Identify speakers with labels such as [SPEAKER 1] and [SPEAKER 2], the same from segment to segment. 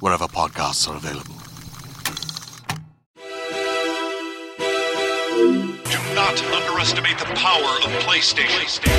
[SPEAKER 1] wherever podcasts are available.
[SPEAKER 2] Do not underestimate the power of PlayStation.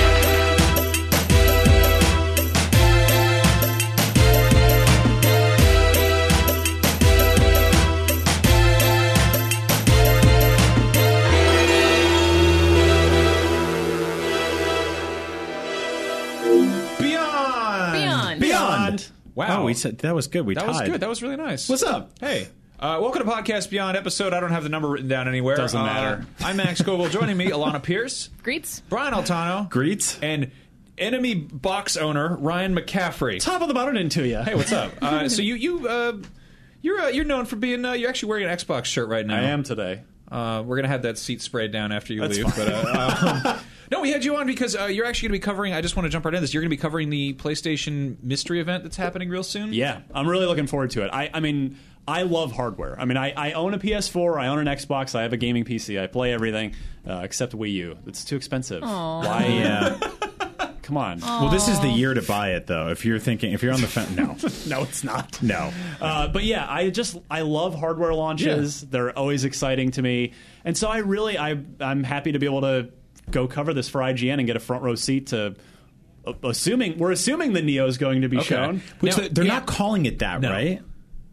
[SPEAKER 3] Beyond.
[SPEAKER 4] Beyond.
[SPEAKER 3] Beyond.
[SPEAKER 5] Wow.
[SPEAKER 3] Oh, we said that was good. We
[SPEAKER 5] That
[SPEAKER 3] tied.
[SPEAKER 5] was good. That was really nice.
[SPEAKER 3] What's up?
[SPEAKER 5] Hey. Uh, welcome to Podcast Beyond episode. I don't have the number written down anywhere.
[SPEAKER 3] Doesn't
[SPEAKER 5] Uh,
[SPEAKER 3] matter.
[SPEAKER 5] I'm Max Goble. Joining me, Alana Pierce,
[SPEAKER 4] Greets.
[SPEAKER 5] Brian Altano,
[SPEAKER 3] Greets.
[SPEAKER 5] and enemy box owner Ryan McCaffrey.
[SPEAKER 3] Top of the mountain into you.
[SPEAKER 5] Hey, what's up? Uh, so you you uh, you're uh, you're known for being uh, you're actually wearing an Xbox shirt right now.
[SPEAKER 3] I am today.
[SPEAKER 5] Uh, we're gonna have that seat sprayed down after you
[SPEAKER 3] That's
[SPEAKER 5] leave.
[SPEAKER 3] fine.
[SPEAKER 5] But uh, um, no, we had you on because uh, you're actually gonna be covering. I just want to jump right into this. You're gonna be covering the PlayStation Mystery event that's happening real soon.
[SPEAKER 3] Yeah, I'm really looking forward to it. I, I mean, I love hardware. I mean, I, I own a PS4, I own an Xbox, I have a gaming PC, I play everything uh, except Wii U. It's too expensive. Why?
[SPEAKER 6] Yeah.
[SPEAKER 3] Come on.
[SPEAKER 6] Well, this is the year to buy it, though. If you're thinking, if you're on the fence, no,
[SPEAKER 3] No, it's not.
[SPEAKER 6] no.
[SPEAKER 3] Uh, but yeah, I just I love hardware launches. They're always exciting to me, and so I really I I'm happy to be able to go cover this for IGN and get a front row seat to. uh, Assuming we're assuming the Neo is going to be shown,
[SPEAKER 6] Which
[SPEAKER 5] Now-
[SPEAKER 6] they- they're
[SPEAKER 5] yeah.
[SPEAKER 6] not calling it that, right?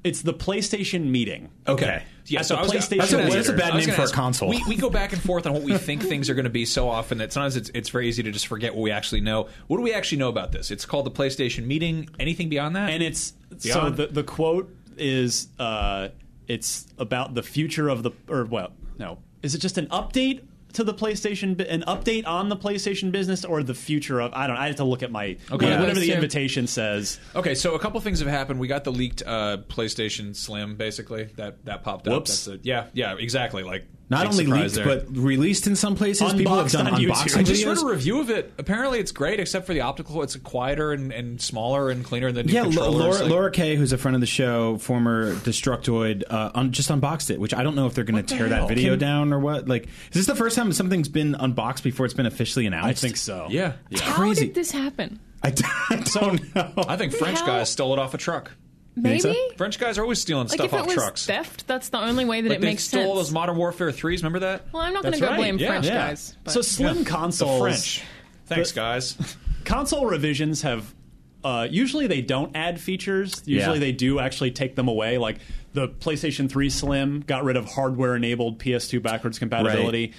[SPEAKER 3] it's the PlayStation meeting.
[SPEAKER 6] Okay.
[SPEAKER 5] Yeah,
[SPEAKER 3] At
[SPEAKER 5] so
[SPEAKER 3] the
[SPEAKER 5] I was
[SPEAKER 3] PlayStation
[SPEAKER 5] I was gonna ask-
[SPEAKER 3] That's a
[SPEAKER 6] bad
[SPEAKER 5] I was gonna
[SPEAKER 6] name for a
[SPEAKER 5] ask-
[SPEAKER 6] console.
[SPEAKER 5] We, we go back and forth on what we think things are going to be so often that sometimes it's, it's very easy to just forget what we actually know. What do we actually know about this? It's called the PlayStation Meeting. Anything beyond that?
[SPEAKER 3] and it's so
[SPEAKER 5] Beyond.
[SPEAKER 3] the the quote is uh, it's about the future of the or well no is it just an update to the PlayStation bu- an update on the PlayStation business or the future of I don't I have to look at my
[SPEAKER 5] Okay.
[SPEAKER 3] whatever
[SPEAKER 4] Yeah.
[SPEAKER 3] the
[SPEAKER 4] Yeah.
[SPEAKER 3] invitation says
[SPEAKER 5] okay, so a couple things have happened. We got the leaked uh, PlayStation Slim, basically that that popped
[SPEAKER 3] Whoops.
[SPEAKER 5] up. That's a, yeah, yeah, exactly. Like
[SPEAKER 6] Not
[SPEAKER 5] big
[SPEAKER 6] only
[SPEAKER 5] surprise
[SPEAKER 6] leaked,
[SPEAKER 5] there.
[SPEAKER 6] but released in some places. People have
[SPEAKER 3] Unboxed
[SPEAKER 6] done
[SPEAKER 3] on YouTube.
[SPEAKER 6] unboxing
[SPEAKER 5] I just read
[SPEAKER 6] videos.
[SPEAKER 5] a review of it. Apparently, it's great, except for the optical. It's quieter and, and smaller and cleaner than the new
[SPEAKER 6] yeah, Lo-
[SPEAKER 5] controllers.
[SPEAKER 6] Laura,
[SPEAKER 5] Like-
[SPEAKER 6] Laura Kay, who's a friend of the show, former Destructoid, uh, un- just unboxed it. Which I don't know if they're going to tear that video down or what. Like, is this the first time something's been unboxed before it's been officially announced?
[SPEAKER 3] I think so
[SPEAKER 5] Yeah,
[SPEAKER 4] How
[SPEAKER 6] Crazy.
[SPEAKER 4] did this happen?
[SPEAKER 6] I d- I don't know.
[SPEAKER 5] I think French
[SPEAKER 4] hell?
[SPEAKER 5] guys stole it off a truck.
[SPEAKER 4] Maybe.
[SPEAKER 6] so?
[SPEAKER 5] French guys are always stealing
[SPEAKER 4] Like
[SPEAKER 5] stuff
[SPEAKER 4] if it
[SPEAKER 5] off
[SPEAKER 4] was
[SPEAKER 5] trucks.
[SPEAKER 4] theft, that's the only way that
[SPEAKER 5] Like
[SPEAKER 4] it
[SPEAKER 5] they
[SPEAKER 4] makes
[SPEAKER 5] stole
[SPEAKER 4] sense.
[SPEAKER 5] all those Modern Warfare threes. Remember that?
[SPEAKER 4] well, I'm not going
[SPEAKER 3] That's
[SPEAKER 4] to go
[SPEAKER 3] right,
[SPEAKER 4] blame
[SPEAKER 5] yeah.
[SPEAKER 4] French
[SPEAKER 6] Yeah.
[SPEAKER 4] guys. But
[SPEAKER 3] so slim
[SPEAKER 5] The
[SPEAKER 3] consoles
[SPEAKER 5] French. Thanks, guys.
[SPEAKER 3] console revisions have uh, usually they don't add features. Usually
[SPEAKER 6] Yeah.
[SPEAKER 3] they do actually take them away. Like the PlayStation 3 Slim got rid of hardware-enabled PS2 backwards compatibility.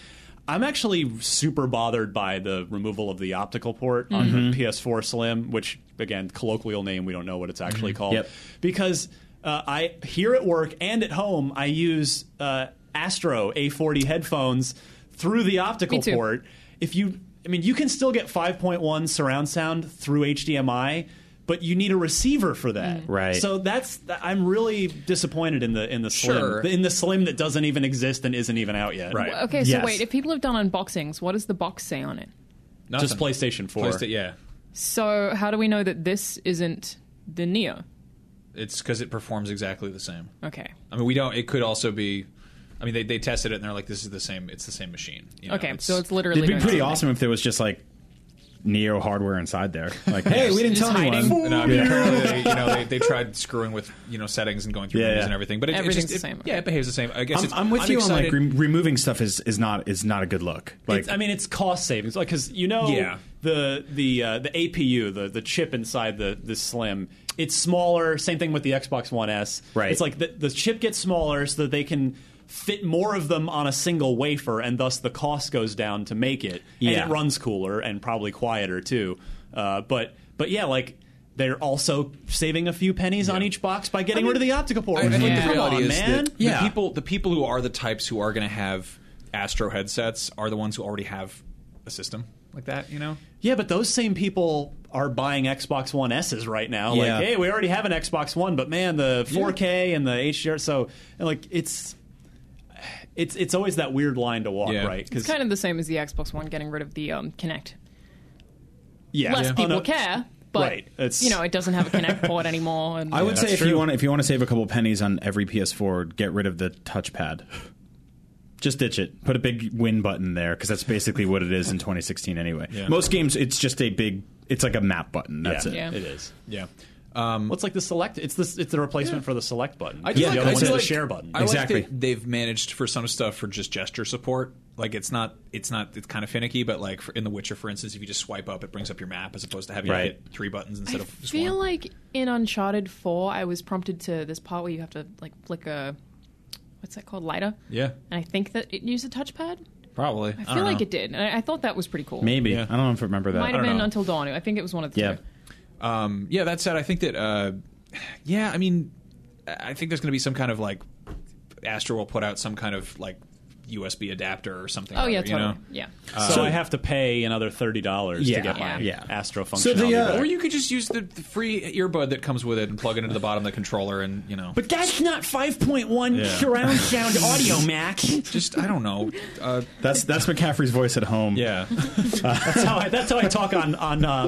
[SPEAKER 3] I'm actually super bothered by the removal of the optical port on
[SPEAKER 6] Mm-hmm.
[SPEAKER 3] the PS4 Slim, which again, colloquial name, we don't know what it's actually called,
[SPEAKER 6] Mm-hmm. Yep.
[SPEAKER 3] because uh, I here at work and at home I use uh, Astro A40 headphones through the optical
[SPEAKER 4] Me too.
[SPEAKER 3] port if you i mean you can still get 5.1 surround sound through hdmi but you need a receiver for that
[SPEAKER 6] Right.
[SPEAKER 3] so that's th- i'm really disappointed in the in the slim
[SPEAKER 5] Sure.
[SPEAKER 3] in the slim that doesn't even exist and isn't even out yet
[SPEAKER 5] Right.
[SPEAKER 4] okay, so
[SPEAKER 6] Yes.
[SPEAKER 4] wait. If people have done unboxings, what does the box say on it?
[SPEAKER 5] Nothing.
[SPEAKER 3] just playstation 4
[SPEAKER 5] Placed it, yeah.
[SPEAKER 4] So how do we know that this isn't the Neo?
[SPEAKER 5] It's because it performs exactly the same.
[SPEAKER 4] Okay.
[SPEAKER 5] I mean, we don't. It could also be. I mean, they, they tested it and they're like, this is the same. It's the same machine. You know,
[SPEAKER 4] Okay, so it's literally.
[SPEAKER 6] It'd be
[SPEAKER 4] doing
[SPEAKER 6] pretty
[SPEAKER 4] something.
[SPEAKER 6] awesome if there was just like Neo hardware inside there. Like, hey, we didn't
[SPEAKER 4] Just
[SPEAKER 6] tell
[SPEAKER 4] hiding.
[SPEAKER 6] anyone.
[SPEAKER 5] And, uh, I mean, apparently, they, you know, they, they tried screwing with you know settings and going through
[SPEAKER 6] Yeah,
[SPEAKER 5] menus
[SPEAKER 6] yeah.
[SPEAKER 5] and everything, but it, it
[SPEAKER 4] Everything's
[SPEAKER 5] just,
[SPEAKER 4] the
[SPEAKER 5] it-
[SPEAKER 4] same, okay.
[SPEAKER 5] Yeah, it behaves the same. I guess
[SPEAKER 6] I'm,
[SPEAKER 5] it's,
[SPEAKER 6] I'm with you
[SPEAKER 5] excited.
[SPEAKER 6] on like re- removing stuff is, is not is not a good look. Like,
[SPEAKER 3] It's- I mean, it's cost savings, like because you know
[SPEAKER 5] Yeah.
[SPEAKER 3] the the uh, the APU, the the chip inside the the Slim it's smaller. Same thing with the Xbox One S.
[SPEAKER 6] Right.
[SPEAKER 3] It's like the, the chip gets smaller so that they can fit more of them on a single wafer, and thus the cost goes down to make it.
[SPEAKER 6] Yeah.
[SPEAKER 3] And it runs cooler and probably quieter too. Uh, but but yeah, like they're also saving a few pennies on each box by getting rid of the optical port.
[SPEAKER 5] I, I
[SPEAKER 3] Like,
[SPEAKER 5] think
[SPEAKER 4] Yeah.
[SPEAKER 5] the
[SPEAKER 3] Come
[SPEAKER 5] reality
[SPEAKER 3] on,
[SPEAKER 5] is
[SPEAKER 3] man.
[SPEAKER 5] that
[SPEAKER 6] Yeah.
[SPEAKER 5] the people the people who are the types who are going to have Astro headsets are the ones who already have a system like that. You know,
[SPEAKER 3] Yeah, but those same people are buying Xbox One S's right now.
[SPEAKER 6] Yeah.
[SPEAKER 3] Like, hey, we already have an Xbox One, but man, the 4K and the HDR. So, and like, it's it's it's always that weird line to walk,
[SPEAKER 5] Yeah.
[SPEAKER 3] right?
[SPEAKER 4] It's kind of the same as the Xbox One getting rid of the um, Kinect.
[SPEAKER 3] yeah,
[SPEAKER 4] Less
[SPEAKER 3] Oh,
[SPEAKER 4] people
[SPEAKER 3] no.
[SPEAKER 4] care, but
[SPEAKER 3] Right, it's-
[SPEAKER 4] you know it doesn't have a Kinect port anymore. And
[SPEAKER 6] I would say
[SPEAKER 3] that's
[SPEAKER 6] if you
[SPEAKER 3] true.
[SPEAKER 6] want if you want to save a couple pennies on every PS4, get rid of the touchpad. Just ditch it. Put a big win button there because that's basically what it is in 2016 anyway. Most games, it's just a big. It's like a map button. That's
[SPEAKER 3] Yeah,
[SPEAKER 6] it.
[SPEAKER 4] Yeah.
[SPEAKER 3] it is.
[SPEAKER 5] yeah.
[SPEAKER 6] Mm.
[SPEAKER 3] What's like the select? It's this. It's the replacement for the select button.
[SPEAKER 5] I do
[SPEAKER 3] the
[SPEAKER 5] like,
[SPEAKER 3] other
[SPEAKER 5] I
[SPEAKER 3] one's
[SPEAKER 5] do
[SPEAKER 3] the
[SPEAKER 5] like-
[SPEAKER 3] share button.
[SPEAKER 5] I
[SPEAKER 6] Exactly.
[SPEAKER 5] like that they've managed for some stuff for just gesture support. Like it's not, it's not, it's kind of finicky. But like for, in The Witcher, for instance, if you just swipe up, it brings up your map as opposed to having to
[SPEAKER 6] Right.
[SPEAKER 5] hit three buttons instead
[SPEAKER 4] I
[SPEAKER 5] of just
[SPEAKER 4] feel
[SPEAKER 5] one.
[SPEAKER 4] like in Uncharted Four, I was prompted to this part where you have to like flick a what's that called lighter,
[SPEAKER 5] yeah,
[SPEAKER 4] and I think that it used a touchpad.
[SPEAKER 5] probably.
[SPEAKER 4] I feel like it did, and I, I thought that was pretty cool.
[SPEAKER 6] Maybe
[SPEAKER 5] Yeah.
[SPEAKER 6] I don't know if I remember that.
[SPEAKER 4] might have
[SPEAKER 6] I don't
[SPEAKER 4] been
[SPEAKER 6] know.
[SPEAKER 4] Until Dawn. I think it was one of the
[SPEAKER 6] Yeah.
[SPEAKER 4] two.
[SPEAKER 5] Um, yeah, that said, I think that uh, yeah, I mean, I think there's going to be some kind of like Astro will put out some kind of like USB adapter or something.
[SPEAKER 4] Oh
[SPEAKER 5] or
[SPEAKER 4] yeah,
[SPEAKER 5] other,
[SPEAKER 4] totally.
[SPEAKER 5] You know?
[SPEAKER 4] Yeah.
[SPEAKER 6] Uh,
[SPEAKER 3] so I have to pay another thirty dollars
[SPEAKER 6] Yeah.
[SPEAKER 3] to get my
[SPEAKER 6] Yeah.
[SPEAKER 3] Astro functionality.
[SPEAKER 6] So the, uh,
[SPEAKER 3] back.
[SPEAKER 5] Or you could just use the, the free earbud that comes with it and plug it into the bottom of the controller, and you know,
[SPEAKER 3] but that's not five point one surround sound audio, Mac.
[SPEAKER 5] just I don't know. Uh,
[SPEAKER 6] That's that's McCaffrey's voice at home.
[SPEAKER 5] yeah,
[SPEAKER 3] That's how I, that's how I talk on on uh,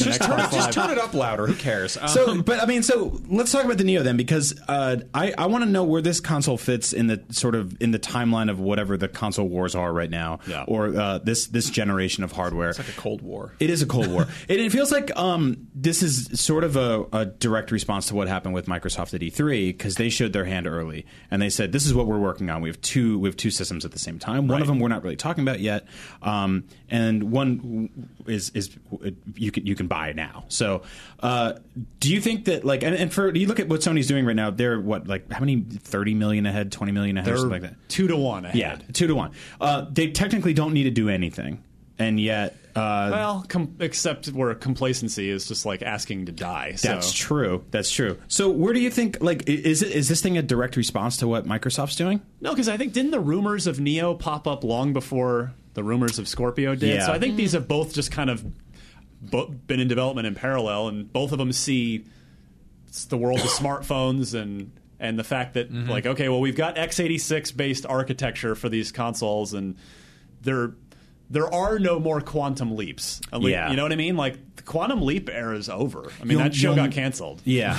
[SPEAKER 5] just,
[SPEAKER 3] and
[SPEAKER 5] turn
[SPEAKER 3] Xbox
[SPEAKER 5] it, just
[SPEAKER 3] Live.
[SPEAKER 5] turn it up louder. Who cares? Um,
[SPEAKER 6] So, but I mean, so let's talk about the Neo then, because uh, I I want to know where this console fits in the sort of in the timeline of whatever the console wars are right now,
[SPEAKER 3] Yeah.
[SPEAKER 6] or uh, this this generation of hardware.
[SPEAKER 5] it's like a Cold War.
[SPEAKER 6] It is a Cold War. and it feels like um, this is sort of a, a direct response to what happened with Microsoft at E3 because they showed their hand early and they said, "This is what we're working on. We have two we have two systems at the same time. One of them we're not really talking about yet, um, and one is is you can you can buy now." So, uh, do you think that like and, and for you look at what Sony's doing right now? They're what like how many thirty million ahead, twenty million ahead, or something like that.
[SPEAKER 3] two to one ahead.
[SPEAKER 6] Yeah, two to one. Uh, they technically don't need to do anything, and yet. Uh,
[SPEAKER 3] Well, com- except where complacency is just like asking to die. So.
[SPEAKER 6] That's true. That's true. So where do you think like i- is it is this thing a direct response to what Microsoft's doing?
[SPEAKER 3] No, because I think didn't the rumors of Neo pop up long before the rumors of Scorpio did.
[SPEAKER 6] Yeah.
[SPEAKER 3] So I think these have both just kind of bo- been in development in parallel, and both of them see s- the world of smartphones and and the fact that
[SPEAKER 6] Mm-hmm.
[SPEAKER 3] like okay, well we've got x86 based architecture for these consoles, and there there are no more quantum leaps. I mean,
[SPEAKER 6] Yeah.
[SPEAKER 3] you know what I mean. Like the quantum leap era is over. I mean
[SPEAKER 6] You'll-
[SPEAKER 3] that show
[SPEAKER 6] you'll-
[SPEAKER 3] got canceled.
[SPEAKER 6] Yeah.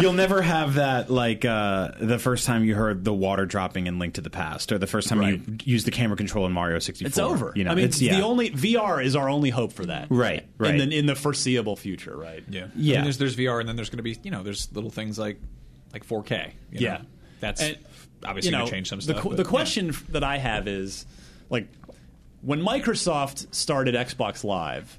[SPEAKER 6] You'll never have that like uh, the first time you heard the water dropping in Link to the Past or the first time you used the camera control in Mario 64.
[SPEAKER 3] It's over.
[SPEAKER 6] You know,
[SPEAKER 3] I mean,
[SPEAKER 6] it's yeah.
[SPEAKER 3] the only VR is our only hope for that,
[SPEAKER 6] Right, right.
[SPEAKER 3] And then in the foreseeable future, right?
[SPEAKER 5] Yeah,
[SPEAKER 6] Yeah.
[SPEAKER 5] I mean, there's there's VR, and then there's going to be you know there's little things like like 4K. you know?
[SPEAKER 3] Yeah.
[SPEAKER 5] that's
[SPEAKER 3] And,
[SPEAKER 5] obviously
[SPEAKER 3] you know,
[SPEAKER 5] going to change some
[SPEAKER 3] the
[SPEAKER 5] stuff.
[SPEAKER 3] qu- The,
[SPEAKER 5] but, yeah.
[SPEAKER 3] question f- that I have is, like, when Microsoft started Xbox Live,